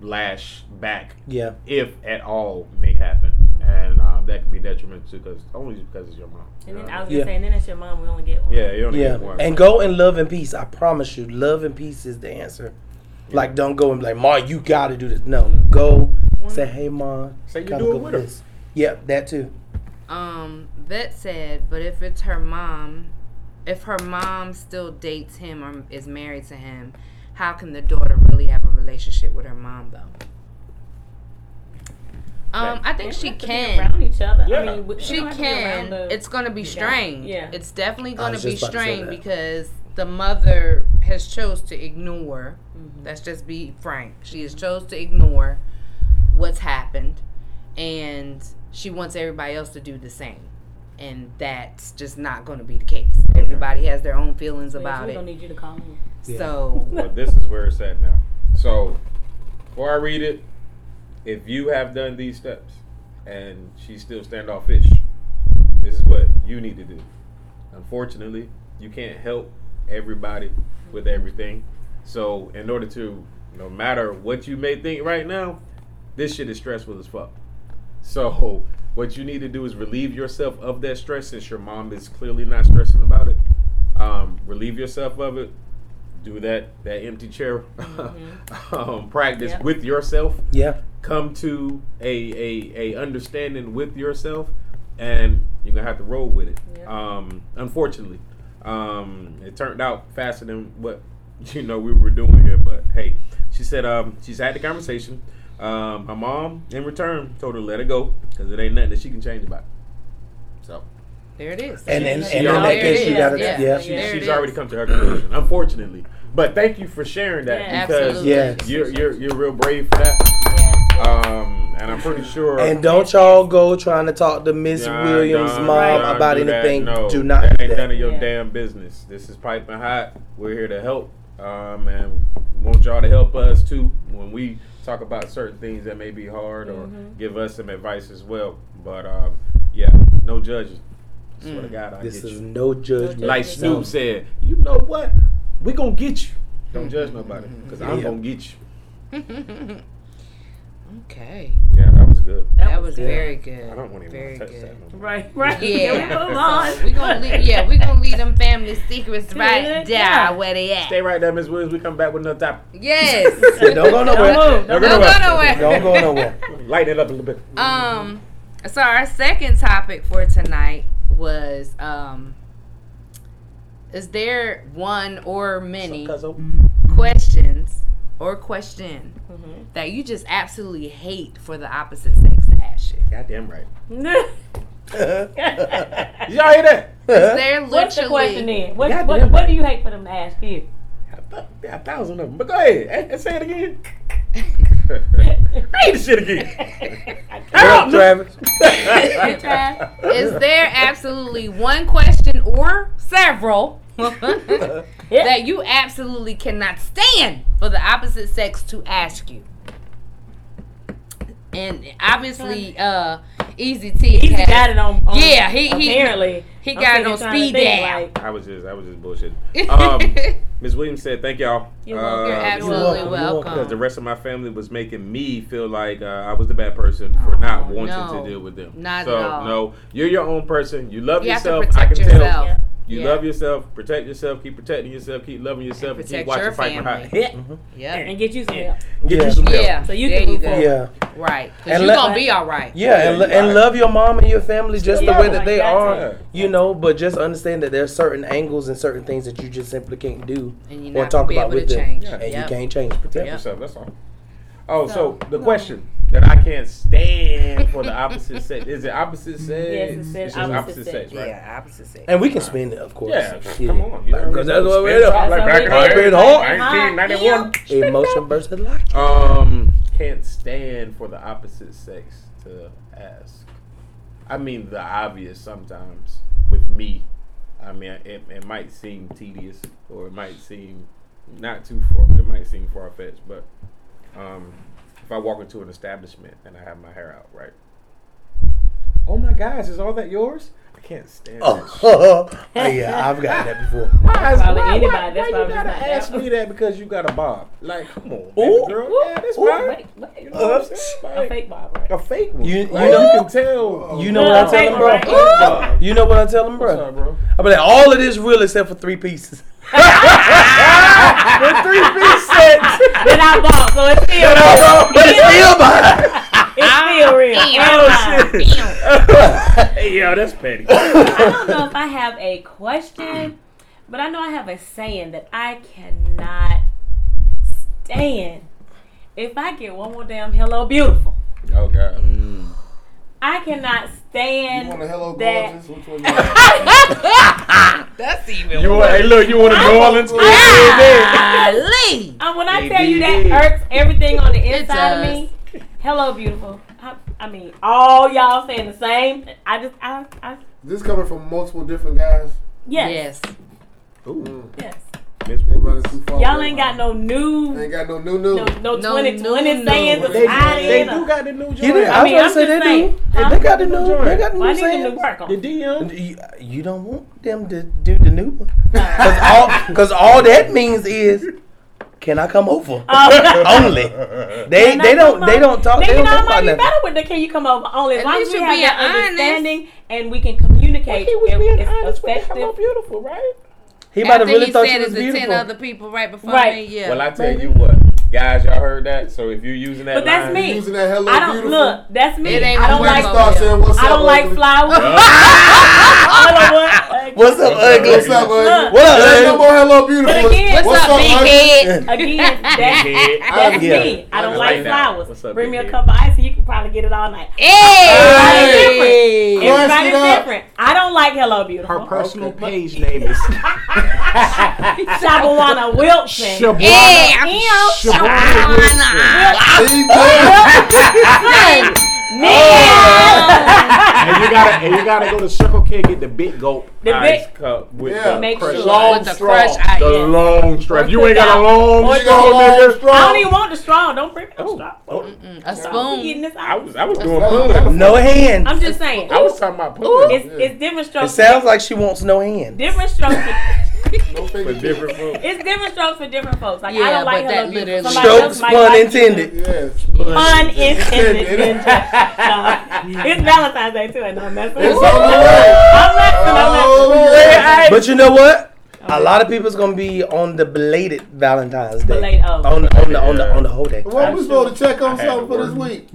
Speaker 6: lash back
Speaker 5: Yeah.
Speaker 6: if at all, may happen, and um, that could be detrimental too, because only because it's your mom.
Speaker 4: And then
Speaker 6: You know?
Speaker 4: I was
Speaker 5: Yeah.
Speaker 4: gonna say, and then it's your mom. We only get one.
Speaker 6: yeah, you only
Speaker 5: Yeah.
Speaker 6: get one.
Speaker 5: And go in love and peace. I promise you, love and peace is the answer. Like, don't go and be like, Ma, you got to do this. No. Go say, hey, Ma.
Speaker 6: Say you
Speaker 5: gotta
Speaker 6: do it
Speaker 5: go
Speaker 6: with
Speaker 5: do
Speaker 6: her.
Speaker 5: this." Yeah, that too.
Speaker 2: Um, Vet said, but if it's her mom, if her mom still dates him or is married to him, how can the daughter really have a relationship with her mom though? Um, I think
Speaker 4: We
Speaker 2: she
Speaker 4: have to be
Speaker 2: can.
Speaker 4: around each other. I
Speaker 6: Yeah.
Speaker 4: mean, we- we
Speaker 2: She
Speaker 4: don't have to be
Speaker 2: can.
Speaker 4: around the-
Speaker 2: It's gonna be strained.
Speaker 4: Yeah.
Speaker 2: It's definitely
Speaker 5: I
Speaker 2: gonna
Speaker 5: was
Speaker 2: be
Speaker 5: just about to say
Speaker 2: strained
Speaker 5: that.
Speaker 2: because the mother has chose to ignore.
Speaker 4: Mm-hmm.
Speaker 2: Let's just be frank. She has chose to ignore what's happened, and she wants everybody else to do the same. And that's just not going to be the case. Everybody has their own feelings about
Speaker 4: we gonna
Speaker 2: it.
Speaker 4: need you to call me.
Speaker 2: So
Speaker 6: But this is where it's at now. So, before I read it, if you have done these steps and she's still standoffish, this is what you need to do. Unfortunately, you can't help everybody with everything. So, in order to, no matter what you may think right now, this shit is stressful as fuck. So, what you need to do is relieve yourself of that stress since your mom is clearly not stressing about it. Um, relieve yourself of it. Do that that empty chair um, practice
Speaker 4: Yep.
Speaker 6: with yourself.
Speaker 5: Yeah.
Speaker 6: Come to a, a a understanding with yourself, and you're gonna have to roll with it.
Speaker 4: Yep.
Speaker 6: Um, unfortunately, um, it turned out faster than what you know we were doing here. But hey, she said um, she's had the conversation. Um, my mom, in return, told her to let it go because it ain't nothing that she can change about. It. So
Speaker 2: there it is.
Speaker 5: And, and,
Speaker 4: She
Speaker 5: and in
Speaker 6: already
Speaker 5: that case,
Speaker 6: did.
Speaker 5: you got to,
Speaker 2: Yeah.
Speaker 5: yeah.
Speaker 6: she,
Speaker 2: There it
Speaker 6: she's
Speaker 2: is.
Speaker 6: already come to her conclusion, unfortunately. But thank you for sharing that
Speaker 4: Yeah,
Speaker 6: because
Speaker 2: absolutely.
Speaker 5: Yes.
Speaker 6: you're, you're you're real brave for that.
Speaker 4: Oh,
Speaker 6: Um, and I'm pretty sure.
Speaker 5: And uh, don't y'all go trying to talk to Miss
Speaker 6: Nah,
Speaker 5: Williams'
Speaker 6: nah,
Speaker 5: mom
Speaker 6: nah,
Speaker 5: about
Speaker 6: do that.
Speaker 5: anything.
Speaker 6: No,
Speaker 5: do not
Speaker 6: That
Speaker 5: do
Speaker 6: ain't
Speaker 5: that.
Speaker 6: none of your
Speaker 4: Yeah.
Speaker 6: damn business. This is piping hot. We're here to help, um, and want y'all to help us too when we talk about certain things that may be hard or
Speaker 2: Mm-hmm.
Speaker 6: give us some advice as well. But um, yeah, no judging. Swear to
Speaker 2: Mm.
Speaker 6: God, I
Speaker 5: This
Speaker 6: get
Speaker 5: is
Speaker 6: you.
Speaker 5: no judgment.
Speaker 6: Like
Speaker 5: zone.
Speaker 6: Snoop said, you know what? We gonna get you. Don't
Speaker 2: Mm-hmm.
Speaker 6: judge nobody, cause I'm
Speaker 5: Yeah.
Speaker 6: gonna get you.
Speaker 2: Okay,
Speaker 6: Yeah, that was good.
Speaker 2: that was
Speaker 4: good.
Speaker 2: very good.
Speaker 6: I don't want
Speaker 2: very
Speaker 6: even touch
Speaker 2: good.
Speaker 6: that. No more.
Speaker 4: Right, right.
Speaker 2: Yeah.
Speaker 4: Can we move on?
Speaker 2: So Uh, we gonna leave, yeah, we gonna leave them family secrets right there
Speaker 4: Yeah.
Speaker 2: where they at.
Speaker 6: Stay right there, Miss Williams. We come back with another topic.
Speaker 2: Yes.
Speaker 5: Yeah, don't go nowhere.
Speaker 4: Don't move.
Speaker 6: Don't
Speaker 2: Don't go nowhere.
Speaker 5: Don't go nowhere.
Speaker 6: Lighten it up a little bit.
Speaker 2: Um, so our second topic for tonight was um, is there one or many questions or question that you just absolutely hate for the opposite sex to ask you?
Speaker 6: Goddamn right.
Speaker 4: What's
Speaker 6: Did y'all hear that?
Speaker 2: Is there literally
Speaker 4: the question then? What,
Speaker 6: Goddamn
Speaker 4: what, what
Speaker 6: right.
Speaker 4: do you hate for them to ask you?
Speaker 6: A thou- A thousand of them. But go ahead. Eh, eh, Say it again. Read the shit again. Help,
Speaker 5: Travis.
Speaker 2: is there absolutely one question or several that you absolutely cannot stand for the opposite sex to ask you? And obviously, uh, Easy T
Speaker 4: He's
Speaker 2: has-
Speaker 4: got it on. on
Speaker 2: Yeah, he- he-
Speaker 4: apparently
Speaker 2: he
Speaker 4: I'm
Speaker 2: got it
Speaker 4: sitting
Speaker 2: on
Speaker 4: trying to
Speaker 2: speed
Speaker 4: think,
Speaker 2: dial.
Speaker 4: like,
Speaker 6: I was just, I was just bullshitting. Um, Ms. Williams said, "Thank y'all." Uh,
Speaker 4: You're welcome.
Speaker 2: You're
Speaker 4: You're
Speaker 2: absolutely
Speaker 5: welcome, you're
Speaker 2: welcome.
Speaker 5: welcome.
Speaker 6: because the rest of my family was making me feel like uh, I was the bad person for not wanting
Speaker 2: Oh, no.
Speaker 6: to deal with them.
Speaker 2: Not
Speaker 6: so,
Speaker 2: at all.
Speaker 6: no, you're your own person. You love
Speaker 2: You have to
Speaker 6: yourself. I
Speaker 2: protect
Speaker 6: can
Speaker 2: yourself.
Speaker 6: tell.
Speaker 4: Yeah.
Speaker 6: You
Speaker 2: Yeah.
Speaker 6: love yourself. Protect yourself. Keep protecting yourself. Keep loving yourself. And keep
Speaker 2: protect
Speaker 6: watching
Speaker 2: your
Speaker 6: Fight Hot.
Speaker 2: family.
Speaker 6: Get
Speaker 2: Yep.
Speaker 4: and get you some help.
Speaker 5: Yeah.
Speaker 6: you some help.
Speaker 2: Yeah.
Speaker 4: So you
Speaker 2: there
Speaker 4: can move
Speaker 2: go.
Speaker 4: forward.
Speaker 5: Yeah.
Speaker 2: Right. Because
Speaker 5: And
Speaker 2: you're
Speaker 5: let-
Speaker 2: going to be all right.
Speaker 5: Yeah, and,
Speaker 6: Yeah,
Speaker 5: lo-
Speaker 6: you
Speaker 5: and
Speaker 6: are.
Speaker 5: love your mom and your family just
Speaker 4: Yeah,
Speaker 5: the way that
Speaker 4: like
Speaker 5: they
Speaker 4: that's
Speaker 5: are,
Speaker 6: it.
Speaker 5: you know. But just understand that there's certain angles and certain things that you just simply can't do
Speaker 2: And you're
Speaker 5: or
Speaker 2: not going
Speaker 5: talk
Speaker 2: to be able
Speaker 5: about
Speaker 2: to
Speaker 5: with
Speaker 2: change.
Speaker 5: them, and
Speaker 2: Yep.
Speaker 5: you can't change.
Speaker 6: Protect
Speaker 2: Yep.
Speaker 6: yourself. That's all. Oh, so, the question: that I can't stand for the opposite sex. Is it opposite sex?
Speaker 4: Yes, it said
Speaker 6: just
Speaker 4: opposite sex.
Speaker 6: right?
Speaker 2: Yeah, opposite sex.
Speaker 5: And we can spin it, of course.
Speaker 6: Yeah, come on. you know
Speaker 5: Because that's what we're
Speaker 6: Spin
Speaker 5: doing.
Speaker 6: top like
Speaker 4: That's
Speaker 6: back
Speaker 4: what
Speaker 5: we
Speaker 6: in
Speaker 5: do. Hot.
Speaker 6: 1991.
Speaker 5: Emotion versus logic.
Speaker 6: Um, can't stand for the opposite sex to ask. I mean, the obvious sometimes with me. I mean, it, it might seem tedious or it might seem not too far. It might seem far fetched, but um, if I walk into an establishment and I have my hair out, right? Oh my gosh, is all that yours? I can't stand. that shit.
Speaker 5: Oh, yeah, I've gotten that before.
Speaker 6: Why, is-
Speaker 4: Probably
Speaker 6: why,
Speaker 4: anybody,
Speaker 6: why,
Speaker 4: that's
Speaker 6: why
Speaker 4: probably
Speaker 6: you gotta
Speaker 4: not
Speaker 6: ask
Speaker 4: that
Speaker 6: me that because you got a bob? Like, come on, baby
Speaker 5: Ooh.
Speaker 6: girl.
Speaker 4: Ooh.
Speaker 6: yeah, that's
Speaker 5: Ooh.
Speaker 6: mine.
Speaker 4: Wait, wait.
Speaker 6: You know what I'm saying?
Speaker 4: A
Speaker 6: Like,
Speaker 4: fake bob, right?
Speaker 6: a fake one.
Speaker 5: You- you
Speaker 6: Like,
Speaker 5: know-
Speaker 6: can tell.
Speaker 5: You know what I tell him, bro? You know what I tell him,
Speaker 6: What's
Speaker 5: bro?
Speaker 6: up, bro?
Speaker 5: I be like, all of this real except for three pieces. the three piece set.
Speaker 4: That I bought, so it's still,
Speaker 5: But it's still mine.
Speaker 4: it's still real.
Speaker 5: Oh shit.
Speaker 6: Hey, yo, that's petty.
Speaker 4: I don't know if I have a question, but I know I have a saying that I cannot stand. If I get one more damn hello beautiful,
Speaker 6: oh god.
Speaker 4: I cannot stand
Speaker 3: You want a hello
Speaker 4: that.
Speaker 3: gorgeous? Which one you want?
Speaker 7: That's even
Speaker 6: You want? Hey, look, you want to go all into
Speaker 7: Golly.
Speaker 4: Uh, when I
Speaker 6: It
Speaker 4: tell you that
Speaker 6: did.
Speaker 4: irks everything on the
Speaker 7: It
Speaker 4: inside of me. Hello beautiful. I, I mean, all y'all saying the same. I just, I, I
Speaker 3: This coming from multiple different guys.
Speaker 4: yes,
Speaker 7: Yes.
Speaker 6: Ooh,
Speaker 4: yes.
Speaker 6: Miss
Speaker 3: They
Speaker 6: Whitney.
Speaker 3: running too far.
Speaker 4: Y'all ain't got no
Speaker 3: They
Speaker 4: new,
Speaker 3: ain't got no new new.
Speaker 4: no, no,
Speaker 7: No,
Speaker 4: 2020
Speaker 7: no, no.
Speaker 4: sayings. of
Speaker 3: They-
Speaker 4: I
Speaker 6: They
Speaker 4: did.
Speaker 6: do got the new joint.
Speaker 5: You did. I
Speaker 4: I
Speaker 5: was
Speaker 4: mean,
Speaker 5: gonna
Speaker 4: I'm
Speaker 5: say
Speaker 4: just
Speaker 5: they
Speaker 4: saying.
Speaker 5: do. They
Speaker 4: Huh?
Speaker 5: got the new. They got the
Speaker 4: Well, I
Speaker 5: new
Speaker 4: need the new
Speaker 5: sayings.
Speaker 4: work on.
Speaker 6: the DM.
Speaker 5: You, you don't want them to do the new one. Cause all, cause all that means is, can I come over?
Speaker 4: Uh,
Speaker 5: Only. They
Speaker 4: Can I
Speaker 5: they don't
Speaker 4: come
Speaker 5: they
Speaker 4: over?
Speaker 5: don't talk. They
Speaker 4: Nigga,
Speaker 5: don't
Speaker 4: no,
Speaker 5: talk about
Speaker 4: it might be
Speaker 5: nothing.
Speaker 4: better with the can you come over only as
Speaker 7: At
Speaker 4: long as
Speaker 7: least
Speaker 4: we
Speaker 7: you're
Speaker 4: have
Speaker 7: being
Speaker 4: that
Speaker 7: honest.
Speaker 4: understanding and we can communicate.
Speaker 6: He was
Speaker 4: and
Speaker 6: being
Speaker 4: it's
Speaker 6: honest with
Speaker 4: effective.
Speaker 6: Hello, beautiful, right?
Speaker 5: He might
Speaker 7: After
Speaker 5: have really
Speaker 7: he
Speaker 5: thought you
Speaker 7: said
Speaker 5: was
Speaker 7: it to ten
Speaker 5: beautiful.
Speaker 7: other people right before
Speaker 4: Right.
Speaker 7: me. Yeah.
Speaker 6: Well, I tell you what, guys, y'all heard that. So if you're using that,
Speaker 4: But that's
Speaker 6: line-
Speaker 4: me.
Speaker 3: Using that hello
Speaker 4: I don't
Speaker 3: beautiful.
Speaker 4: look. That's me.
Speaker 7: It ain't
Speaker 4: I
Speaker 7: gonna
Speaker 4: don't
Speaker 7: work
Speaker 4: like.
Speaker 7: on
Speaker 3: Start saying what's
Speaker 4: I
Speaker 3: up.
Speaker 4: don't like
Speaker 3: ugly?
Speaker 4: flowers. I don't want. uh,
Speaker 5: What's up,
Speaker 6: What's up,
Speaker 5: ugly?
Speaker 3: What's up, ugly?
Speaker 4: Look.
Speaker 5: What up,
Speaker 3: There's no
Speaker 5: ugly?
Speaker 3: more hello beautiful.
Speaker 4: But again-
Speaker 7: What's up, big head?
Speaker 4: Again, that,
Speaker 6: Big head.
Speaker 4: that's
Speaker 5: Yeah.
Speaker 4: me. I don't
Speaker 6: I
Speaker 4: like,
Speaker 6: like that.
Speaker 4: flowers.
Speaker 6: What's up,
Speaker 4: Bring me a
Speaker 6: big head?
Speaker 4: cup of ice and you can probably get it all night.
Speaker 7: Hey.
Speaker 3: Hey. Crunch
Speaker 4: Everybody's
Speaker 3: it up.
Speaker 4: different. I don't like Hello Beautiful.
Speaker 8: Her personal page name is
Speaker 4: Shabawana Wilson.
Speaker 8: Shabuana.
Speaker 7: Hey, I'm
Speaker 8: Shabuana.
Speaker 3: He does.
Speaker 8: and you gotta and you gotta go to Circle K and get the big gulp
Speaker 4: The
Speaker 6: Ice cup with
Speaker 3: Yeah.
Speaker 6: the
Speaker 4: Make
Speaker 6: crushed
Speaker 4: sure.
Speaker 6: long
Speaker 7: With the
Speaker 6: straw.
Speaker 7: crushed ice.
Speaker 6: The
Speaker 4: Yeah.
Speaker 6: long straw. If you ain't got a
Speaker 3: He
Speaker 6: long
Speaker 3: got a
Speaker 6: straw,
Speaker 3: long
Speaker 6: nigga.
Speaker 3: straw.
Speaker 4: I
Speaker 7: Um,
Speaker 4: don't even want the straw. Don't bring me the straw.
Speaker 6: Oh,
Speaker 7: A
Speaker 4: I'm eating
Speaker 7: spoon.
Speaker 4: this
Speaker 6: I
Speaker 4: out.
Speaker 6: was I was doing
Speaker 3: That's-
Speaker 6: pull-ups.
Speaker 5: No hand.
Speaker 4: I'm just saying.
Speaker 6: I was talking about pull
Speaker 4: It's, it's different
Speaker 5: It
Speaker 4: strokes.
Speaker 5: sounds like she wants no hand.
Speaker 4: different strokes. For,
Speaker 3: No
Speaker 6: for
Speaker 3: fake
Speaker 6: different food.
Speaker 4: it's different strokes for different folks. Like I
Speaker 7: Yeah,
Speaker 4: don't like
Speaker 7: but that
Speaker 4: Hello Beautiful.
Speaker 7: literally-
Speaker 4: Somebody
Speaker 5: Strokes
Speaker 4: else might
Speaker 5: pun
Speaker 4: like
Speaker 5: intended.
Speaker 3: Yes.
Speaker 4: Pun intended.
Speaker 3: Intended.
Speaker 4: bitch. No. It's Valentine's Day too, and I'm messing. I'm
Speaker 3: It's
Speaker 4: messing.
Speaker 3: on the way.
Speaker 4: I'm messing.
Speaker 3: Oh, yeah.
Speaker 5: But you know what? A lot of people's gonna be on the belated Valentine's Day.
Speaker 4: Belated, oh.
Speaker 5: On, on the on the on the whole day.
Speaker 3: What we supposed to check on
Speaker 6: I had
Speaker 3: something for
Speaker 6: to
Speaker 3: this week?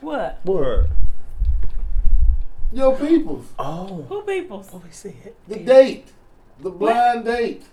Speaker 4: What?
Speaker 6: Word.
Speaker 3: Your peoples.
Speaker 5: Oh,
Speaker 4: Who people?
Speaker 5: we see it.
Speaker 3: The date. The blind date.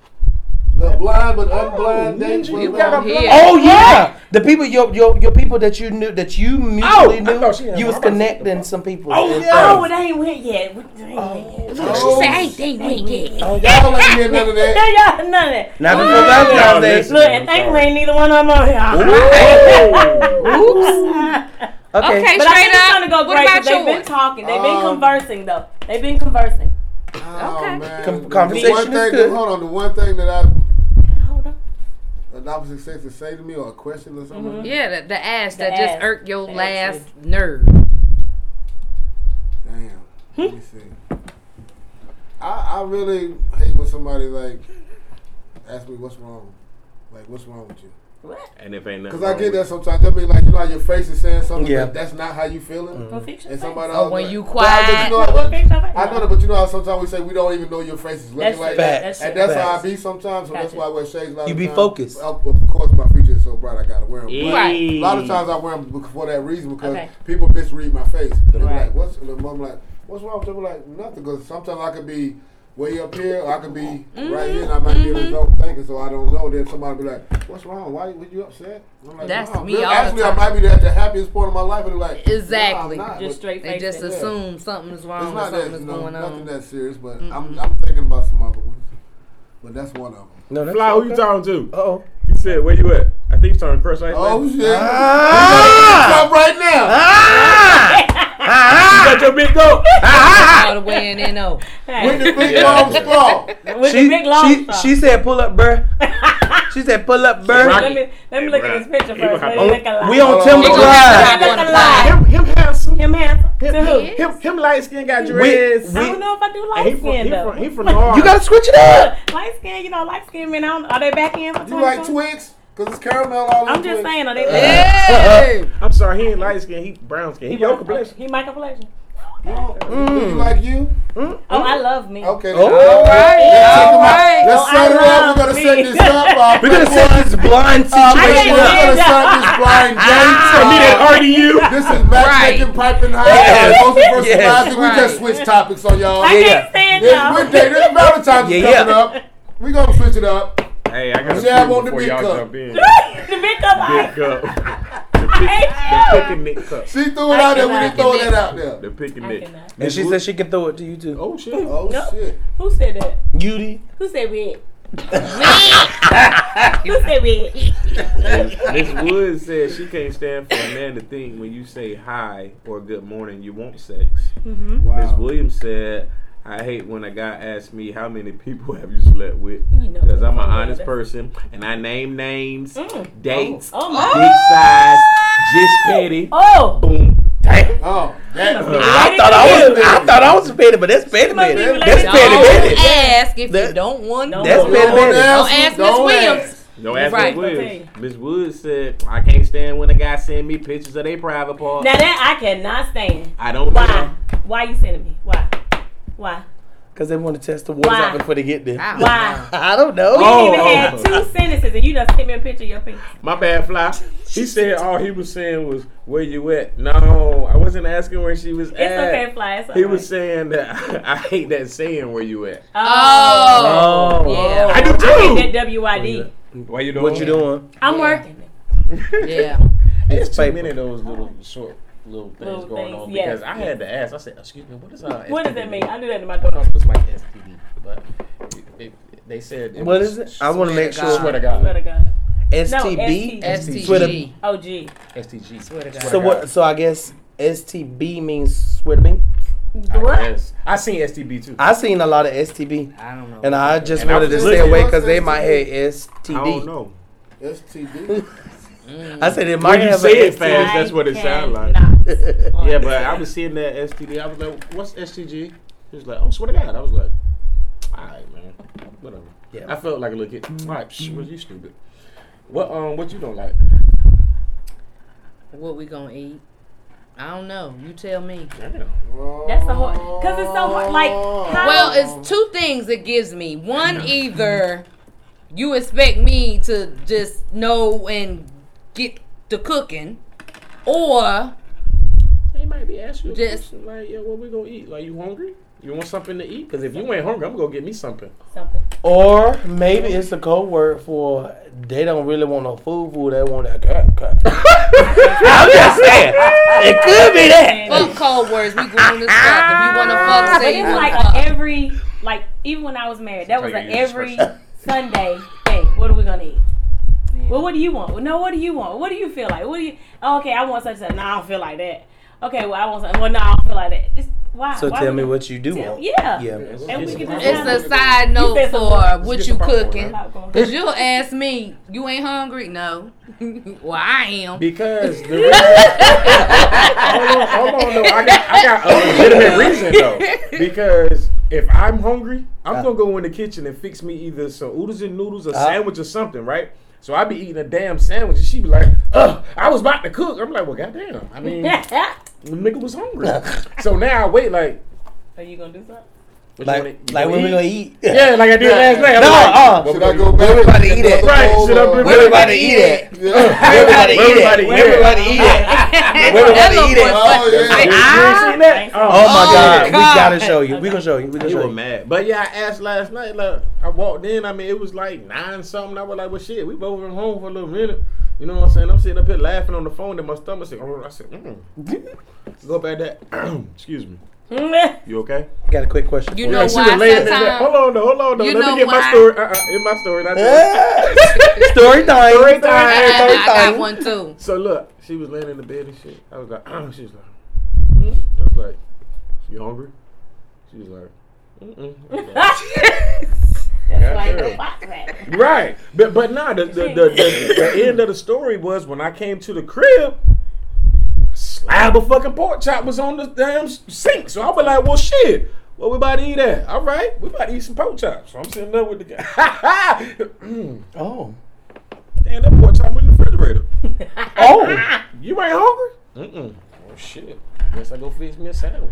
Speaker 3: The blind but unblind date.
Speaker 6: You got a
Speaker 7: Yeah.
Speaker 6: blind-
Speaker 5: Oh yeah, the people your your your people that you knew that you mutually
Speaker 6: I thought she
Speaker 5: knew
Speaker 6: had
Speaker 5: you was
Speaker 6: one. I'm about to say
Speaker 5: connecting some people.
Speaker 6: Oh,
Speaker 5: And um,
Speaker 6: yeah.
Speaker 5: stuff.
Speaker 4: Oh, it ain't went yet. It ain't
Speaker 6: Oh,
Speaker 4: went yet.
Speaker 3: Oh.
Speaker 7: Look, she said, "Hey, dang, we ain't get it."
Speaker 5: Oh, yeah.
Speaker 3: Y'all ain't hear none of that.
Speaker 4: Yeah, y'all, none of that.
Speaker 5: Not before
Speaker 6: Y'all
Speaker 5: Valentine's
Speaker 6: listen.
Speaker 5: Day.
Speaker 4: Look, and thankfully, ain't neither one of them on here.
Speaker 5: Okay.
Speaker 7: Okay.
Speaker 4: But I
Speaker 7: Straight
Speaker 4: think it's
Speaker 7: up,
Speaker 4: gonna go
Speaker 7: what
Speaker 4: great.
Speaker 7: about
Speaker 4: 'cause They've been
Speaker 7: yours?
Speaker 4: talking. They've been
Speaker 3: Um,
Speaker 4: conversing though. They've been conversing.
Speaker 3: Oh, man.
Speaker 5: Com-
Speaker 3: The
Speaker 5: conversation
Speaker 3: one
Speaker 5: is
Speaker 3: thing,
Speaker 5: good.
Speaker 3: Hold on. The one thing that I,
Speaker 4: Hold on.
Speaker 3: an opposite sex to say to me or a question or something. like
Speaker 7: Yeah, the, the ass that
Speaker 4: ass.
Speaker 7: just irked your
Speaker 4: The ass
Speaker 7: last nerve.
Speaker 3: that. Damn. Let me see. I, I really hate when somebody like asks me what's wrong. Like, what's wrong with you?
Speaker 4: What?
Speaker 6: And if ain't nothing.
Speaker 3: Because I
Speaker 6: wrong
Speaker 3: get that
Speaker 6: with
Speaker 3: sometimes. That mean like you know how your face is saying something,
Speaker 5: Yeah.
Speaker 3: but that's not how you feeling.
Speaker 4: Go fix your
Speaker 3: Mm. And
Speaker 4: face.
Speaker 3: somebody
Speaker 7: Or
Speaker 3: else
Speaker 7: when
Speaker 3: like-
Speaker 7: you
Speaker 3: Well, I just
Speaker 7: quiet.
Speaker 3: know-
Speaker 4: Go fix your face.
Speaker 3: I know that, but you know how sometimes we say we don't even know your face is looking
Speaker 4: That's
Speaker 3: like
Speaker 4: it.
Speaker 3: that.
Speaker 5: Facts.
Speaker 4: That's
Speaker 3: And
Speaker 4: it.
Speaker 3: that's how I
Speaker 5: Facts.
Speaker 3: be sometimes, so that's
Speaker 4: Gotcha.
Speaker 3: why I wear shades a lot
Speaker 5: You
Speaker 3: of
Speaker 5: be
Speaker 3: times.
Speaker 5: focused.
Speaker 3: Of, of course, my future is so bright, I gotta wear them.
Speaker 6: it.
Speaker 3: But
Speaker 7: Right.
Speaker 3: A lot of times I wear them for that reason because
Speaker 4: Okay.
Speaker 3: people misread my face. They're
Speaker 4: Right.
Speaker 3: like, what's, and I'm like, what's wrong with them? I'm like, nothing. Because sometimes I could be way up here, or I could be right here, and I might be in the
Speaker 7: Mm-hmm.
Speaker 3: zone thinking, so I don't know. Then somebody be like, "What's wrong? Why were you upset?" And I'm like,
Speaker 7: That's
Speaker 3: "No,
Speaker 7: me
Speaker 3: really,
Speaker 7: all the
Speaker 3: Actually,
Speaker 7: time.
Speaker 3: I might be at the happiest point of my life, and they're like, "No, I'm
Speaker 7: Exactly.
Speaker 3: not,"
Speaker 4: Just
Speaker 3: but
Speaker 4: straight
Speaker 7: They
Speaker 4: face.
Speaker 7: just
Speaker 4: it.
Speaker 7: assume something's
Speaker 3: It's
Speaker 7: wrong or
Speaker 3: not
Speaker 7: something's
Speaker 3: that you know,
Speaker 7: going
Speaker 3: nothing
Speaker 7: on.
Speaker 3: that serious, but I'm I'm thinking about some other ones, but that's one of them.
Speaker 5: No, that's
Speaker 6: Fly, who you talking to?
Speaker 5: Oh,
Speaker 6: He said, "Where you at?" I think you talking to Chris right
Speaker 3: Oh shit! Ah!
Speaker 5: Ah!
Speaker 3: Stop right now.
Speaker 6: You got your big goat.
Speaker 7: All the way in NO.
Speaker 3: When the big
Speaker 6: Yeah.
Speaker 3: long straw.
Speaker 4: With the
Speaker 5: she,
Speaker 4: big long
Speaker 5: she,
Speaker 4: stuff.
Speaker 5: she said, "Pull up, bruh." she said, "Pull up,
Speaker 4: let
Speaker 5: bruh."
Speaker 4: me let me look at this picture
Speaker 6: He was
Speaker 4: first. What
Speaker 6: on-
Speaker 4: he look like?
Speaker 5: We on
Speaker 3: Hold on,
Speaker 5: Timber
Speaker 3: hold
Speaker 7: on.
Speaker 5: Drive.
Speaker 4: He look
Speaker 7: Wanna
Speaker 4: like
Speaker 6: Him, him handsome.
Speaker 4: him handsome to who?
Speaker 7: He
Speaker 6: Him, him light skin got
Speaker 5: We,
Speaker 6: dreads.
Speaker 4: I
Speaker 5: we,
Speaker 4: don't know if I do
Speaker 6: And he
Speaker 4: light
Speaker 6: from,
Speaker 4: skin
Speaker 6: he
Speaker 4: though.
Speaker 6: from, he from North.
Speaker 5: you gotta switch it up.
Speaker 4: Light skin, you know, light skin men. I don't, are they back in for
Speaker 3: You like
Speaker 4: 2020?
Speaker 3: Twix? Cause it's caramel all over.
Speaker 4: I'm just
Speaker 3: Twix.
Speaker 4: saying, are they?
Speaker 7: Hey!
Speaker 6: I'm sorry, he ain't light skin. He brown skin. He your complexion.
Speaker 4: He my complexion.
Speaker 3: You don't-
Speaker 4: uh,
Speaker 3: Do you like you?
Speaker 4: Oh, I love me.
Speaker 3: Okay.
Speaker 5: Mm. Oh,
Speaker 3: all right. Let's, take 'em
Speaker 7: right.
Speaker 3: out. let's
Speaker 4: Oh,
Speaker 3: set it up. We're gonna
Speaker 4: I love
Speaker 3: set
Speaker 4: me.
Speaker 3: this up. Uh,
Speaker 5: We're gonna set this blind
Speaker 4: Oh,
Speaker 3: We're
Speaker 5: situation up. Ah,
Speaker 3: gonna set this blind
Speaker 6: Ah! I need
Speaker 3: date.
Speaker 6: that RDU.
Speaker 3: Uh, This is matchmaking piping high.
Speaker 5: Yes.
Speaker 3: Both of us
Speaker 5: Yes.
Speaker 3: rising. We just switched topics on y'all.
Speaker 4: I
Speaker 5: yeah.
Speaker 4: can't stand
Speaker 3: This
Speaker 4: y'all.
Speaker 3: Wednesday, this Valentine's
Speaker 5: Yeah,
Speaker 3: is
Speaker 5: yeah.
Speaker 3: coming up. We gonna switch it up.
Speaker 6: Hey, I got
Speaker 3: Yeah, I
Speaker 6: to
Speaker 3: want
Speaker 6: pee
Speaker 3: the
Speaker 6: before
Speaker 3: big
Speaker 6: y'all
Speaker 3: cup.
Speaker 6: jump in.
Speaker 4: the makeup
Speaker 6: Big
Speaker 4: eye.
Speaker 6: cup. The pick- the pick and nick cup.
Speaker 3: She threw it out there. We didn't throw that out there.
Speaker 6: The pick and
Speaker 4: I
Speaker 6: nick.
Speaker 4: cannot.
Speaker 5: And she said she can throw it to you too.
Speaker 6: Oh shit.
Speaker 3: Oh
Speaker 4: Nope.
Speaker 3: shit.
Speaker 4: Who said that?
Speaker 5: Beauty.
Speaker 4: Who said red? Who said red?
Speaker 6: Miss Wood said she can't stand for a man to think when you say hi or good morning you want sex. Miss
Speaker 3: Wow.
Speaker 6: Williams said, I hate when a guy asks me how many people have you slept with
Speaker 4: You know
Speaker 6: because I'm
Speaker 4: that.
Speaker 6: an honest person and I name names,
Speaker 4: Mm.
Speaker 6: dates,
Speaker 4: Oh my.
Speaker 6: big size, just petty.
Speaker 4: Oh.
Speaker 6: Boom.
Speaker 5: Damn.
Speaker 3: Oh, that.
Speaker 5: I thought I was. I thought I was a petty, but that's petty,
Speaker 4: Must be
Speaker 5: petty.
Speaker 4: related.
Speaker 5: That's
Speaker 4: Y'all
Speaker 5: petty,
Speaker 7: Don't
Speaker 5: petty.
Speaker 7: ask if you
Speaker 5: That-
Speaker 7: don't want
Speaker 4: No.
Speaker 5: That's
Speaker 4: Don't
Speaker 5: petty,
Speaker 6: Oh.
Speaker 5: petty.
Speaker 7: Don't ask Miss Williams.
Speaker 6: Don't ask
Speaker 7: Right.
Speaker 6: Miss Woods. Miss Woods said, I can't stand when a guy send me pictures of their private part.
Speaker 4: Now that I cannot stand.
Speaker 6: I don't
Speaker 4: Why?
Speaker 6: know.
Speaker 4: Why you sending me? Why? Why?
Speaker 5: Because they want to test the waters
Speaker 4: Why?
Speaker 5: out before they get there.
Speaker 7: Ow.
Speaker 4: Why?
Speaker 5: I don't know.
Speaker 4: We
Speaker 6: Oh,
Speaker 4: even
Speaker 6: oh.
Speaker 4: had two sentences and you just sent me a picture of your face.
Speaker 6: My bad, Fly. He said all he was saying was, "Where you at?" No, I wasn't asking where she was
Speaker 4: It's
Speaker 6: at.
Speaker 4: okay, fly. It's
Speaker 6: He
Speaker 4: alright.
Speaker 6: was saying that I hate that saying "Where you at."
Speaker 4: Oh.
Speaker 5: Oh.
Speaker 7: Yeah.
Speaker 6: I do
Speaker 4: I hate
Speaker 6: too. Oh,
Speaker 4: that WID.
Speaker 6: Why you doing?
Speaker 5: What you doing?
Speaker 4: I'm working.
Speaker 7: Yeah.
Speaker 6: It's too
Speaker 5: paper.
Speaker 6: many of those little short little things
Speaker 4: Little
Speaker 6: going
Speaker 4: things,
Speaker 6: on
Speaker 4: yeah.
Speaker 6: because I had to ask. I said, "Excuse me, what is uh, our?"
Speaker 4: What does
Speaker 6: STD?"
Speaker 4: that mean? I do that to my daughter.
Speaker 6: It was like STD, but it, it, they said it
Speaker 5: What is
Speaker 6: was-
Speaker 5: it? I want to make
Speaker 7: God.
Speaker 5: sure.
Speaker 6: Swear to
Speaker 4: Swear to
Speaker 6: God,
Speaker 4: God.
Speaker 5: STB.
Speaker 4: No,
Speaker 7: STG.
Speaker 5: Twitter.
Speaker 4: Oh, gee.
Speaker 6: STG.
Speaker 7: to God.
Speaker 5: So what? So I guess STB means swear to me.
Speaker 6: What? I, guess. I seen STB too.
Speaker 5: I seen a lot of STB,
Speaker 7: I don't know.
Speaker 5: and I just
Speaker 6: And I
Speaker 5: wanted to
Speaker 6: was
Speaker 5: stay
Speaker 6: looking-
Speaker 5: away because they might have STD.
Speaker 6: I don't know.
Speaker 3: STD.
Speaker 5: I said it might
Speaker 6: When you
Speaker 5: have
Speaker 6: say
Speaker 5: a
Speaker 6: it
Speaker 5: STD.
Speaker 6: fast, that's what it sounds like.
Speaker 4: like.
Speaker 6: Yeah, but I was seeing that STD. I was like, "What's STG?" He was like, "Oh, swear to God." I was like, "All right, man, whatever."
Speaker 5: Yeah.
Speaker 6: I felt like a little kid. All right, psh, was you stupid? What um, what you don't like?
Speaker 7: What we gonna eat? I don't know. You tell me.
Speaker 6: Damn.
Speaker 4: That's the hard. Because it's so hard. Like, how?
Speaker 7: Well, it's two things it gives me. One, either you expect me to just know and get the cooking, or
Speaker 6: They might be asking you a
Speaker 7: Just-
Speaker 6: question like, "Yo, what we gonna eat? Like, you hungry? You want something to eat? Because if you ain't hungry, I'm gonna go get me something."
Speaker 4: something.
Speaker 5: Or maybe it's a code word for they don't really want no food food. They want that cat cat. I'm just saying it could be that.
Speaker 7: fuck cold words. We grown as fuck. If you wanna fuck,
Speaker 4: But
Speaker 7: say you
Speaker 4: it's
Speaker 7: wanna
Speaker 4: like
Speaker 7: fuck.
Speaker 4: a every, like, even when I was married, that was
Speaker 6: Tell
Speaker 4: like
Speaker 6: you your
Speaker 4: every Sunday thing. What are we going to eat? Well, what do you want? Well, no, what do you want? What do you feel like? What do you? Oh, okay, I want such and such. No, I don't feel like that. Okay, well, I want something. Well, no, I don't feel like that. Just, why?
Speaker 5: So
Speaker 4: why
Speaker 5: tell
Speaker 4: would
Speaker 5: me
Speaker 4: you-
Speaker 5: what you do
Speaker 4: Tell-
Speaker 5: want.
Speaker 4: Yeah.
Speaker 5: Yeah.
Speaker 4: And we can just
Speaker 7: It's a side note
Speaker 4: said some-
Speaker 7: for what
Speaker 6: get
Speaker 7: you
Speaker 6: some popcorn,
Speaker 7: cooking.
Speaker 6: right?
Speaker 4: Popcorn.
Speaker 7: Cause you'll ask me, you ain't hungry? No. well, I am.
Speaker 6: Because the reason, hold on, hold on, no, I got, I got a legitimate reason though. Because if I'm hungry, I'm gonna go in the kitchen and fix me either some oodles and noodles, a
Speaker 5: Uh-huh.
Speaker 6: sandwich or something, right? So I be eating a damn sandwich, and she be like, "Ugh, I was about to cook." I'm like, "Well, goddamn, I mean, the nigga was hungry." So now I wait, like,
Speaker 4: Are you gonna do something?
Speaker 6: what you wanna-
Speaker 5: Like
Speaker 6: you
Speaker 5: like when we
Speaker 6: eat?
Speaker 5: gonna eat?
Speaker 6: Yeah, like I did last night. I'm
Speaker 5: No,
Speaker 6: like,
Speaker 5: uh,
Speaker 6: what
Speaker 3: Should
Speaker 6: we
Speaker 3: I
Speaker 6: gonna
Speaker 3: go
Speaker 6: do?
Speaker 3: back?
Speaker 5: Everybody eat it.
Speaker 6: Right, should I bring-
Speaker 5: Where everybody eat it?
Speaker 3: Yeah.
Speaker 5: Everybody eat it.
Speaker 6: Everybody eat it.
Speaker 5: Everybody eat it.
Speaker 2: That,
Speaker 5: Wait, wait,
Speaker 2: that
Speaker 5: wait,
Speaker 2: little
Speaker 5: eat
Speaker 2: boy
Speaker 5: it.
Speaker 2: fucked
Speaker 3: Oh, yeah.
Speaker 2: me.
Speaker 5: You
Speaker 2: I-
Speaker 5: ain't seen that?
Speaker 4: Oh,
Speaker 5: Oh my
Speaker 2: God.
Speaker 5: god. we gotta show you. We gonna show you. We gonna
Speaker 6: You
Speaker 5: show
Speaker 6: were
Speaker 5: you.
Speaker 6: mad. But yeah, I asked last night, like I walked in, I mean it was like nine something. I was like, Well shit, we both been home for a little minute. You know what I'm saying? I'm sitting up here laughing on the phone and my stomach said, "Oh," I said, mm. Go back that excuse me. You okay?
Speaker 5: Got a quick question.
Speaker 2: You
Speaker 5: for
Speaker 2: know
Speaker 6: she
Speaker 2: why
Speaker 6: was laying there.
Speaker 2: sometimes-
Speaker 6: Hold on though, hold on though.
Speaker 2: You
Speaker 6: Let
Speaker 2: know
Speaker 6: me get
Speaker 2: why? Eh?
Speaker 6: my story. Uh uh in my story. That's it.
Speaker 5: you. Story time.
Speaker 6: Story time.
Speaker 2: I,
Speaker 6: Hey,
Speaker 2: I- I got
Speaker 5: time.
Speaker 2: one too.
Speaker 6: So look, she was laying in the bed and shit. I was like, she was like, hmm? I was like, you hungry? She was like, mm mm. Right, but but nah, the the, the, the the end of the story was when I came to the crib, a slab of fucking pork chop was on the damn sink. So I was like, well, shit, what we about to eat at? All right, we about to eat some pork chops. So I'm sitting there with the guy. Mm.
Speaker 5: Oh.
Speaker 6: Damn, that pork chop went in the refrigerator.
Speaker 5: Oh.
Speaker 6: You ain't hungry? Mm-mm. Oh shit. Guess I go fix me a sandwich.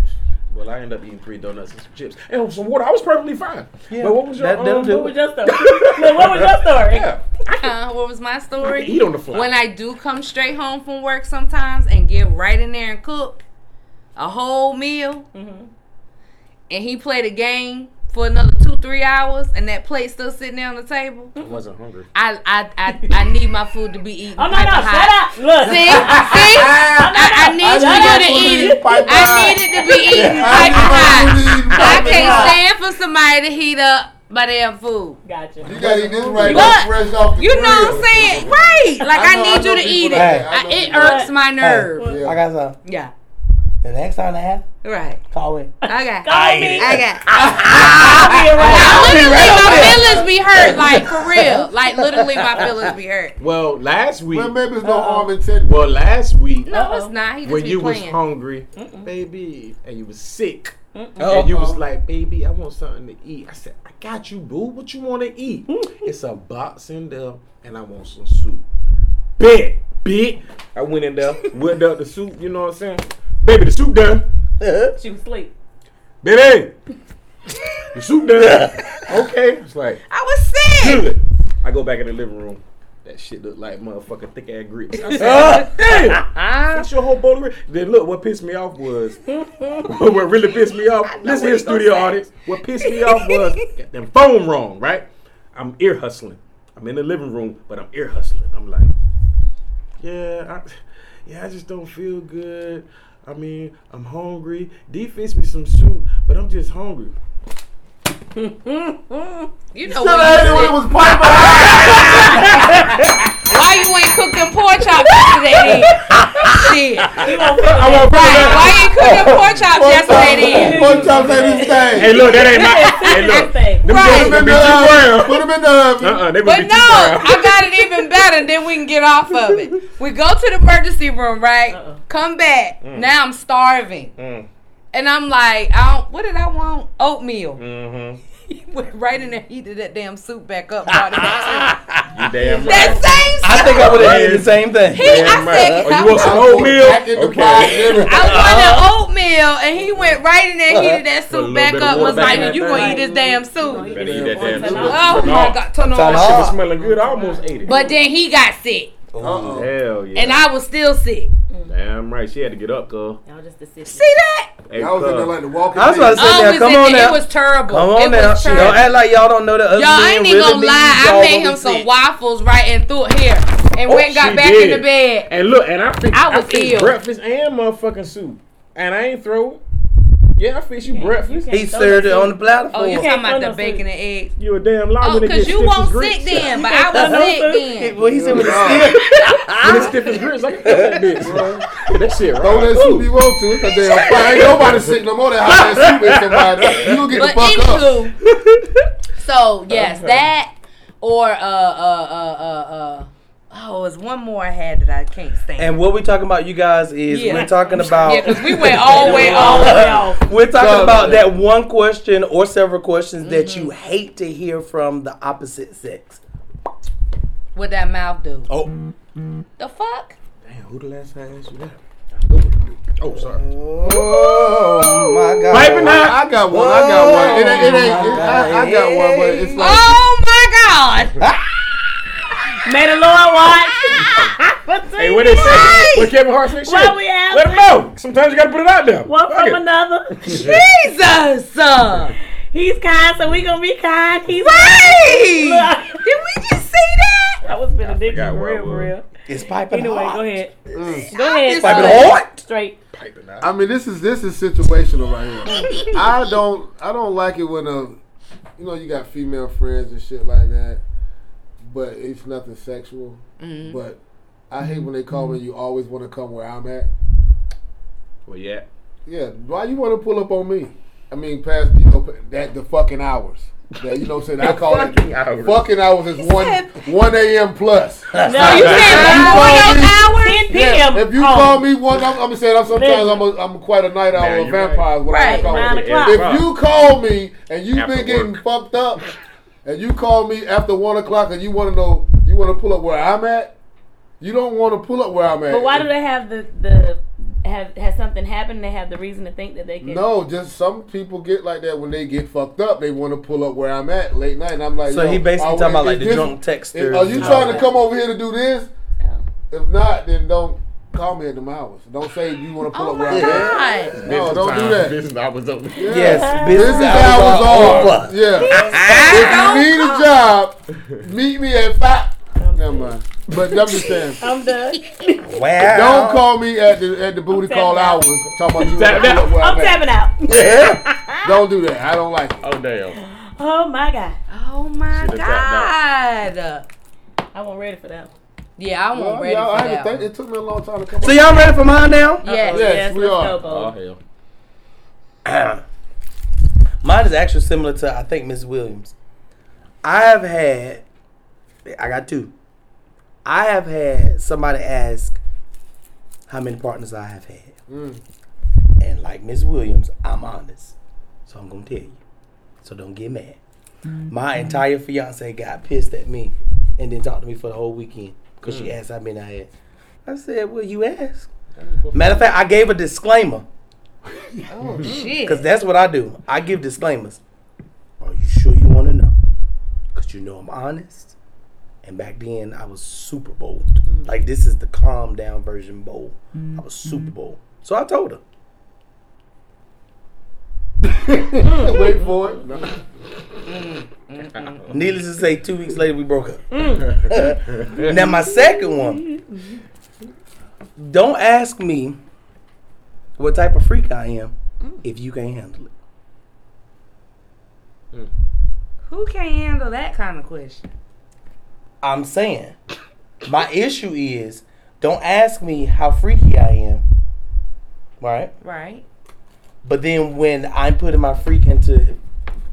Speaker 6: Well, I end up eating three donuts and some chips and some water. I was perfectly fine.
Speaker 5: Yeah,
Speaker 6: But what was your
Speaker 5: that- that'll
Speaker 6: um,
Speaker 5: do.
Speaker 4: What was your story? No, what was your story?
Speaker 6: Yeah,
Speaker 2: Uh, what was my
Speaker 6: I
Speaker 2: story?
Speaker 6: can eat on the fly.
Speaker 2: when I do come straight home from work sometimes and get right in there and cook a whole meal,
Speaker 6: Mm-hmm.
Speaker 2: and he played a game for another two three hours, and that plate still sitting there on the table.
Speaker 6: I wasn't hungry.
Speaker 2: I I I, I need my food to be eaten.
Speaker 4: Oh no, no,
Speaker 2: pipe
Speaker 4: shut
Speaker 2: hot.
Speaker 4: up. Look.
Speaker 2: See, see, I, I need
Speaker 4: I
Speaker 2: you to eat
Speaker 3: need
Speaker 2: it.
Speaker 3: my food to be
Speaker 2: I
Speaker 3: pipe
Speaker 2: need it to be eaten
Speaker 3: I
Speaker 2: pipe
Speaker 3: need my
Speaker 2: hot.
Speaker 3: food to be
Speaker 2: I
Speaker 3: pipe hot.
Speaker 2: can't stand for somebody to heat up my damn food.
Speaker 4: Gotcha.
Speaker 3: You gotta eat this right
Speaker 2: Look,
Speaker 3: up fresh off the
Speaker 2: You know what
Speaker 3: grill.
Speaker 2: I'm saying? Right. Like
Speaker 3: I
Speaker 2: I,
Speaker 3: know- I
Speaker 2: need
Speaker 3: know
Speaker 2: you to
Speaker 3: people
Speaker 2: eat it.
Speaker 5: like
Speaker 2: I,
Speaker 3: that. I know
Speaker 2: it
Speaker 3: people
Speaker 2: irks
Speaker 4: like-
Speaker 2: my nerve.
Speaker 3: Yeah.
Speaker 5: Oh, I got something.
Speaker 2: Yeah.
Speaker 5: The next time I have,
Speaker 2: Right.
Speaker 5: call in.
Speaker 2: Okay.
Speaker 4: Call me.
Speaker 2: I got.
Speaker 4: I'll be around.
Speaker 2: Literally,
Speaker 5: right over there.
Speaker 2: my feelings be hurt. Like for real. Like literally, my feelings be hurt.
Speaker 6: Well, last week.
Speaker 3: Well, maybe it's no harm intended.
Speaker 6: Well, last week
Speaker 2: No,
Speaker 4: Uh-oh.
Speaker 2: it's not. He just
Speaker 6: when
Speaker 2: be
Speaker 6: you was
Speaker 2: playing.
Speaker 6: hungry, baby, and you was sick,
Speaker 5: Oh.
Speaker 6: and you was like, "Baby, I want something to eat." I said, "I got you, boo. What you want to eat?"
Speaker 2: Mm.
Speaker 6: it's a box in there, and I want some soup. Bet, bet. I went in there, whipped up the soup. You know what I'm saying? Baby, the soup done.
Speaker 4: She was asleep.
Speaker 6: Baby, the soup done. okay. It's like
Speaker 2: I was sick.
Speaker 6: good. I go back in the living room. That shit look like motherfucking thick ass grits. I said, damn, that's your whole bowl of grits. Then look, what pissed me off was, what really pissed me off. Listen here, studio audience. What pissed me off was, got them phone wrong, right? I'm ear hustling. I'm in the living room, but I'm ear hustling. I'm like, yeah, I, yeah, I just don't feel good. I mean, I'm hungry. D fix me some soup, but I'm just hungry.
Speaker 2: You know
Speaker 3: Tell
Speaker 2: what?
Speaker 3: everyone it was pipe hot.
Speaker 2: Why you ain't cooked them pork chops yesterday? Then? Shit.
Speaker 6: I want
Speaker 2: Why you ain't cooked them pork chops yesterday? Then?
Speaker 3: One time say this
Speaker 6: Hey,
Speaker 3: thing.
Speaker 6: look, that ain't my. hey, look.
Speaker 4: Everything.
Speaker 6: Them
Speaker 2: Right.
Speaker 6: right.
Speaker 3: Put him in the
Speaker 6: gonna
Speaker 3: oven.
Speaker 6: be too
Speaker 2: But
Speaker 3: Put him in the oven.
Speaker 6: brown. Uh-uh, they gonna be
Speaker 2: no,
Speaker 6: too brown.
Speaker 2: I got it even better. Then we can get off of it. We go to the emergency room, right?
Speaker 4: Uh-uh.
Speaker 2: Come back. Now I'm starving,
Speaker 6: Mm.
Speaker 2: and I'm like, I don't, what did I want? Oatmeal.
Speaker 6: Mm-hmm.
Speaker 2: He went right in there, heated that damn soup back up. brought it back to me.
Speaker 6: You damn
Speaker 2: that
Speaker 6: right.
Speaker 2: same soup.
Speaker 5: I think I would have did the same thing.
Speaker 2: He, I
Speaker 6: Damn right.
Speaker 2: said,
Speaker 6: Oh, you want some
Speaker 3: Back in the
Speaker 6: oatmeal?
Speaker 3: pot,
Speaker 6: Okay.
Speaker 3: everything.
Speaker 2: I was wanted oatmeal, and he went right in there, heated that
Speaker 6: Uh-huh. Put a
Speaker 2: soup
Speaker 6: little
Speaker 2: back
Speaker 6: bit of
Speaker 2: up.
Speaker 6: water
Speaker 2: Was
Speaker 6: back in
Speaker 2: like,
Speaker 6: that
Speaker 2: you
Speaker 6: thing.
Speaker 2: gonna eat this damn soup?
Speaker 6: Better eat that damn
Speaker 4: Turn
Speaker 6: soup.
Speaker 4: off.
Speaker 2: Oh my god, turn
Speaker 5: Turn
Speaker 2: on.
Speaker 5: off.
Speaker 6: It smelling good. I almost ate it.
Speaker 2: But then he got sick,
Speaker 3: Uh-oh.
Speaker 6: Hell yeah.
Speaker 2: and I was still sick.
Speaker 6: damn right. She had to get up, cuz.
Speaker 4: Y'all just the city.
Speaker 2: See that?
Speaker 6: Hey,
Speaker 3: I was in there like the walking
Speaker 5: I was about to
Speaker 3: dead.
Speaker 5: say
Speaker 2: Oh,
Speaker 5: now,
Speaker 2: was
Speaker 5: come
Speaker 2: it,
Speaker 5: on
Speaker 2: it
Speaker 5: now.
Speaker 2: was terrible.
Speaker 5: Come on
Speaker 2: it
Speaker 5: now.
Speaker 2: was terrible.
Speaker 5: Don't act like y'all don't know the other
Speaker 2: Y'all I
Speaker 5: men
Speaker 2: ain't even
Speaker 5: really
Speaker 2: gonna
Speaker 5: need
Speaker 2: lie. I
Speaker 5: y'all
Speaker 2: made
Speaker 5: to
Speaker 2: him
Speaker 5: be
Speaker 2: some
Speaker 5: sick.
Speaker 2: waffles right and threw it here, and went and got
Speaker 6: she
Speaker 2: back
Speaker 6: did.
Speaker 2: in the bed.
Speaker 6: And look, and I fixed,
Speaker 2: I
Speaker 6: I
Speaker 2: was
Speaker 6: fixed
Speaker 2: ill.
Speaker 6: breakfast and motherfucking soup. And I ain't throw it. Yeah, I fixed you
Speaker 4: You
Speaker 6: breakfast.
Speaker 4: can't
Speaker 5: He
Speaker 4: throw
Speaker 5: served it
Speaker 4: soup.
Speaker 5: on the platform.
Speaker 2: Oh, you
Speaker 4: can't
Speaker 2: talking about the
Speaker 4: throw no
Speaker 2: bacon
Speaker 4: food.
Speaker 2: and eggs?
Speaker 6: You a damn liar
Speaker 2: Oh,
Speaker 6: when it gets
Speaker 2: because you
Speaker 6: stiff as
Speaker 2: won't
Speaker 6: grits.
Speaker 2: sick then, but I was sick then.
Speaker 5: Well, he said with a
Speaker 3: Yeah.
Speaker 5: stick.
Speaker 6: When it's stiff as grits, I can throw that bitch. that shit right.
Speaker 3: Throw that
Speaker 6: Ooh.
Speaker 3: soup you want to. Cause they on fire. Ain't nobody sick no more. That hot ass soup in somebody. You gonna get
Speaker 2: But
Speaker 3: the fuck up.
Speaker 2: anywho, so yes, that or uh uh uh uh uh. Oh, it was one more I had that I can't stand.
Speaker 5: And what we're talking about, you guys, is
Speaker 2: Yeah.
Speaker 5: we're talking
Speaker 2: yeah,
Speaker 5: about
Speaker 2: because we went all the way off.
Speaker 5: we're talking
Speaker 3: No,
Speaker 5: about
Speaker 3: no.
Speaker 5: that one question or several questions that you hate to hear from the opposite sex.
Speaker 2: What that mouth do?
Speaker 5: Oh,
Speaker 2: The fuck?
Speaker 6: Damn, who the last time I asked you that? Oh, sorry.
Speaker 5: Oh my God!
Speaker 6: Baby, now-
Speaker 3: I got one. I got one. It ain't. It ain't it, I, I got one, but it's like.
Speaker 2: Oh my god!
Speaker 4: May the Lord watch.
Speaker 6: Hey, what they say? What Kevin Hart say? Shit.
Speaker 4: Why we have
Speaker 6: Let him know. Sometimes you gotta put it out there.
Speaker 4: One
Speaker 6: Fuck
Speaker 4: from
Speaker 6: it.
Speaker 4: another.
Speaker 7: Jesus! uh,
Speaker 4: He's kind, so we gonna be kind. He's
Speaker 7: Right!
Speaker 4: Look,
Speaker 7: Did we just see that?
Speaker 4: that was been a dick
Speaker 6: forgot
Speaker 4: for
Speaker 6: where
Speaker 4: real,
Speaker 6: it
Speaker 4: for
Speaker 6: was.
Speaker 4: real.
Speaker 5: It's piping
Speaker 4: Anyway,
Speaker 5: hot.
Speaker 4: go ahead.
Speaker 3: Mm.
Speaker 4: Go ahead.
Speaker 5: Piping
Speaker 4: Straight.
Speaker 5: hot.
Speaker 4: Straight.
Speaker 6: Piping out.
Speaker 3: I mean, this is this is situational right here. I don't I don't like it when a you know you got female friends and shit like that, but it's nothing sexual.
Speaker 2: Mm-hmm.
Speaker 3: But I hate when they call me. You always want to come where I'm at.
Speaker 6: Well, yeah.
Speaker 3: Yeah, why you want to pull up on me? I mean, past you know that the fucking hours. That you know, what I'm saying I call
Speaker 6: Fucking
Speaker 3: it
Speaker 6: hours.
Speaker 3: fucking hours is one one a.m. plus.
Speaker 4: No, you can't.
Speaker 3: call me-
Speaker 4: Hour 10 p.m.
Speaker 3: Yeah, if you
Speaker 4: Oh,
Speaker 3: call me one, I'm, I'm saying I'm sometimes I'm, a, I'm quite a night
Speaker 6: Nah,
Speaker 3: owl, a
Speaker 6: you're
Speaker 3: vampire. is What I
Speaker 4: Right,
Speaker 3: call
Speaker 4: round
Speaker 3: it.
Speaker 4: the clock.
Speaker 3: If you call me and you've
Speaker 6: After
Speaker 3: been getting
Speaker 6: work.
Speaker 3: fucked up, and you call me after one o'clock and you want to know, you want to pull up where I'm at, you don't want to pull up where I'm at.
Speaker 4: But why do they have the the have has something happened? They have the reason to think that they can.
Speaker 3: No, just some people get like that when they get fucked up. They want to pull up where I'm at late night, and I'm like,
Speaker 5: So
Speaker 3: yo,
Speaker 5: he basically
Speaker 3: are we-
Speaker 5: talking about like
Speaker 3: is
Speaker 5: the
Speaker 3: this-
Speaker 5: drunk texters.
Speaker 3: Are you
Speaker 5: and all
Speaker 3: trying to
Speaker 5: that.
Speaker 3: come over here to do this?
Speaker 7: Oh.
Speaker 3: If not, then don't call me at them hours. Don't say you want to pull
Speaker 7: Oh
Speaker 3: up where
Speaker 7: my
Speaker 3: I'm at.
Speaker 7: god.
Speaker 3: No, don't do
Speaker 6: time.
Speaker 3: that.
Speaker 6: Business hours over.
Speaker 3: Yeah.
Speaker 5: Yes,
Speaker 3: Business hours are.
Speaker 5: over. Ah!
Speaker 3: Yeah. if you need a job, meet me at five. Never mind. But I'm just saying.
Speaker 4: I'm done.
Speaker 5: Wow.
Speaker 3: Don't call me at the at the booty
Speaker 4: tapping
Speaker 3: call
Speaker 4: out.
Speaker 3: hours. Talking about you
Speaker 6: Tapping
Speaker 3: wanna pull up where
Speaker 4: I'm
Speaker 3: I'm at.
Speaker 4: tapping out.
Speaker 3: Don't do that. I don't like it.
Speaker 6: Oh damn.
Speaker 4: Oh my god,
Speaker 7: Oh my
Speaker 6: Shoulda tapped
Speaker 7: god.
Speaker 4: I wasn't ready for that.
Speaker 7: Yeah, I
Speaker 3: Well,
Speaker 7: won't ready
Speaker 3: y'all, I
Speaker 7: for
Speaker 3: had
Speaker 7: that.
Speaker 3: to think.
Speaker 7: one.
Speaker 3: It took me a long time to come.
Speaker 5: So
Speaker 3: up.
Speaker 5: y'all ready for mine now?
Speaker 7: Yes.
Speaker 4: Uh-oh,
Speaker 3: Yes, we
Speaker 4: let's
Speaker 3: are.
Speaker 4: go,
Speaker 6: Oh
Speaker 2: Uh,
Speaker 4: Bo.
Speaker 6: hell.
Speaker 5: Mine is actually similar to I think Miss Williams. I have had, I got two. I have had somebody ask how many partners I have had,
Speaker 3: Mm.
Speaker 5: and like Miss Williams, I'm honest, so I'm gonna tell you. So don't get mad. My entire fiance got pissed at me and then talked to me for the whole weekend because she asked how many I had. I said, "Well, you asked." Matter of fact, I gave a disclaimer.
Speaker 7: Oh shit.
Speaker 5: Because that's what I do. I give disclaimers. Are you sure you want to know? Because you know I'm honest. And back then, I was super bold. Like, this is the calm down version bold. I was super bold. So I told her.
Speaker 3: Wait for it. No.
Speaker 5: Needless to say, two weeks later, we broke up. now, my second one don't ask me what type of freak I am if you can't handle it.
Speaker 7: Who can't handle that kind of question?
Speaker 5: I'm saying my issue is don't ask me how freaky I am. Right?
Speaker 7: Right?
Speaker 5: But then when I'm putting my freak into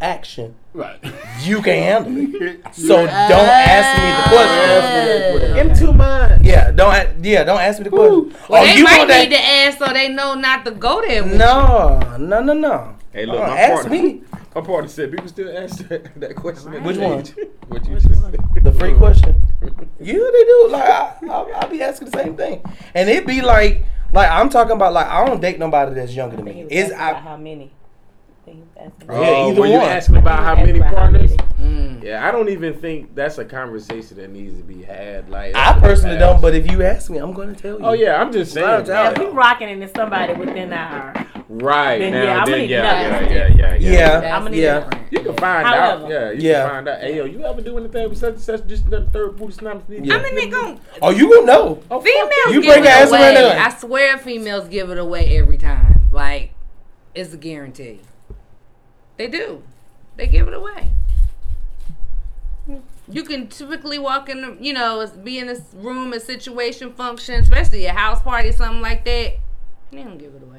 Speaker 5: action,
Speaker 3: Right.
Speaker 5: you can handle it. So don't ask me the question.
Speaker 3: Him too much.
Speaker 5: Yeah, don't a- yeah, don't ask me the question. oh,
Speaker 7: they
Speaker 5: you
Speaker 7: might
Speaker 5: want that?
Speaker 7: need to ask so they know not to go there with
Speaker 5: no, no, no, no.
Speaker 6: Hey,
Speaker 5: Don't
Speaker 6: look, my
Speaker 5: Uh, ask
Speaker 6: partner.
Speaker 5: me
Speaker 6: My partner said people still ask that, that question. at
Speaker 5: Which
Speaker 6: the
Speaker 5: one?
Speaker 6: age. What you just said.
Speaker 5: the freak question. Yeah, they do. Like I, I, I be asking the same thing, and it be like, like I'm talking about like I don't date nobody that's younger than
Speaker 4: I think he
Speaker 5: me.
Speaker 4: was
Speaker 5: It's
Speaker 4: asking about
Speaker 5: I,
Speaker 4: how many? I think he was asking
Speaker 5: Yeah,
Speaker 6: Oh,
Speaker 5: either
Speaker 6: were you
Speaker 5: one.
Speaker 6: asking about how
Speaker 4: Asked
Speaker 6: many
Speaker 4: about how
Speaker 6: partners?
Speaker 4: many.
Speaker 6: Yeah, I don't even think that's a conversation that needs to be had. Like
Speaker 5: I personally don't, but if you ask me, I'm gonna tell you.
Speaker 6: Oh yeah, I'm just saying.
Speaker 5: Without a doubt.
Speaker 6: like,
Speaker 4: If we rocking into somebody within our
Speaker 6: Right
Speaker 4: Then,
Speaker 6: now,
Speaker 4: yeah, I'm
Speaker 6: then,
Speaker 4: gonna
Speaker 6: yeah,
Speaker 4: need
Speaker 6: yeah, yeah, yeah, yeah,
Speaker 5: Yeah.
Speaker 7: That's
Speaker 4: gonna need
Speaker 5: yeah.
Speaker 7: different.
Speaker 6: You can find out.
Speaker 4: However.
Speaker 6: Yeah, you
Speaker 5: Yeah.
Speaker 6: can find out. Hey, yo, you ever do anything with such and such? Just another third booty snap.
Speaker 5: Yeah.
Speaker 7: I mean, they gon'
Speaker 5: Oh, you gonna know?
Speaker 6: oh, fuck
Speaker 7: females
Speaker 5: You
Speaker 7: give it
Speaker 5: bring your ass around
Speaker 7: away.
Speaker 5: there like-
Speaker 7: I swear, females give it away every time. Like it's a guarantee. They do. They give it away. You can typically walk in, the, you know, it's- be in this room, a situation, function, especially a house party, something like that. They don't give it away.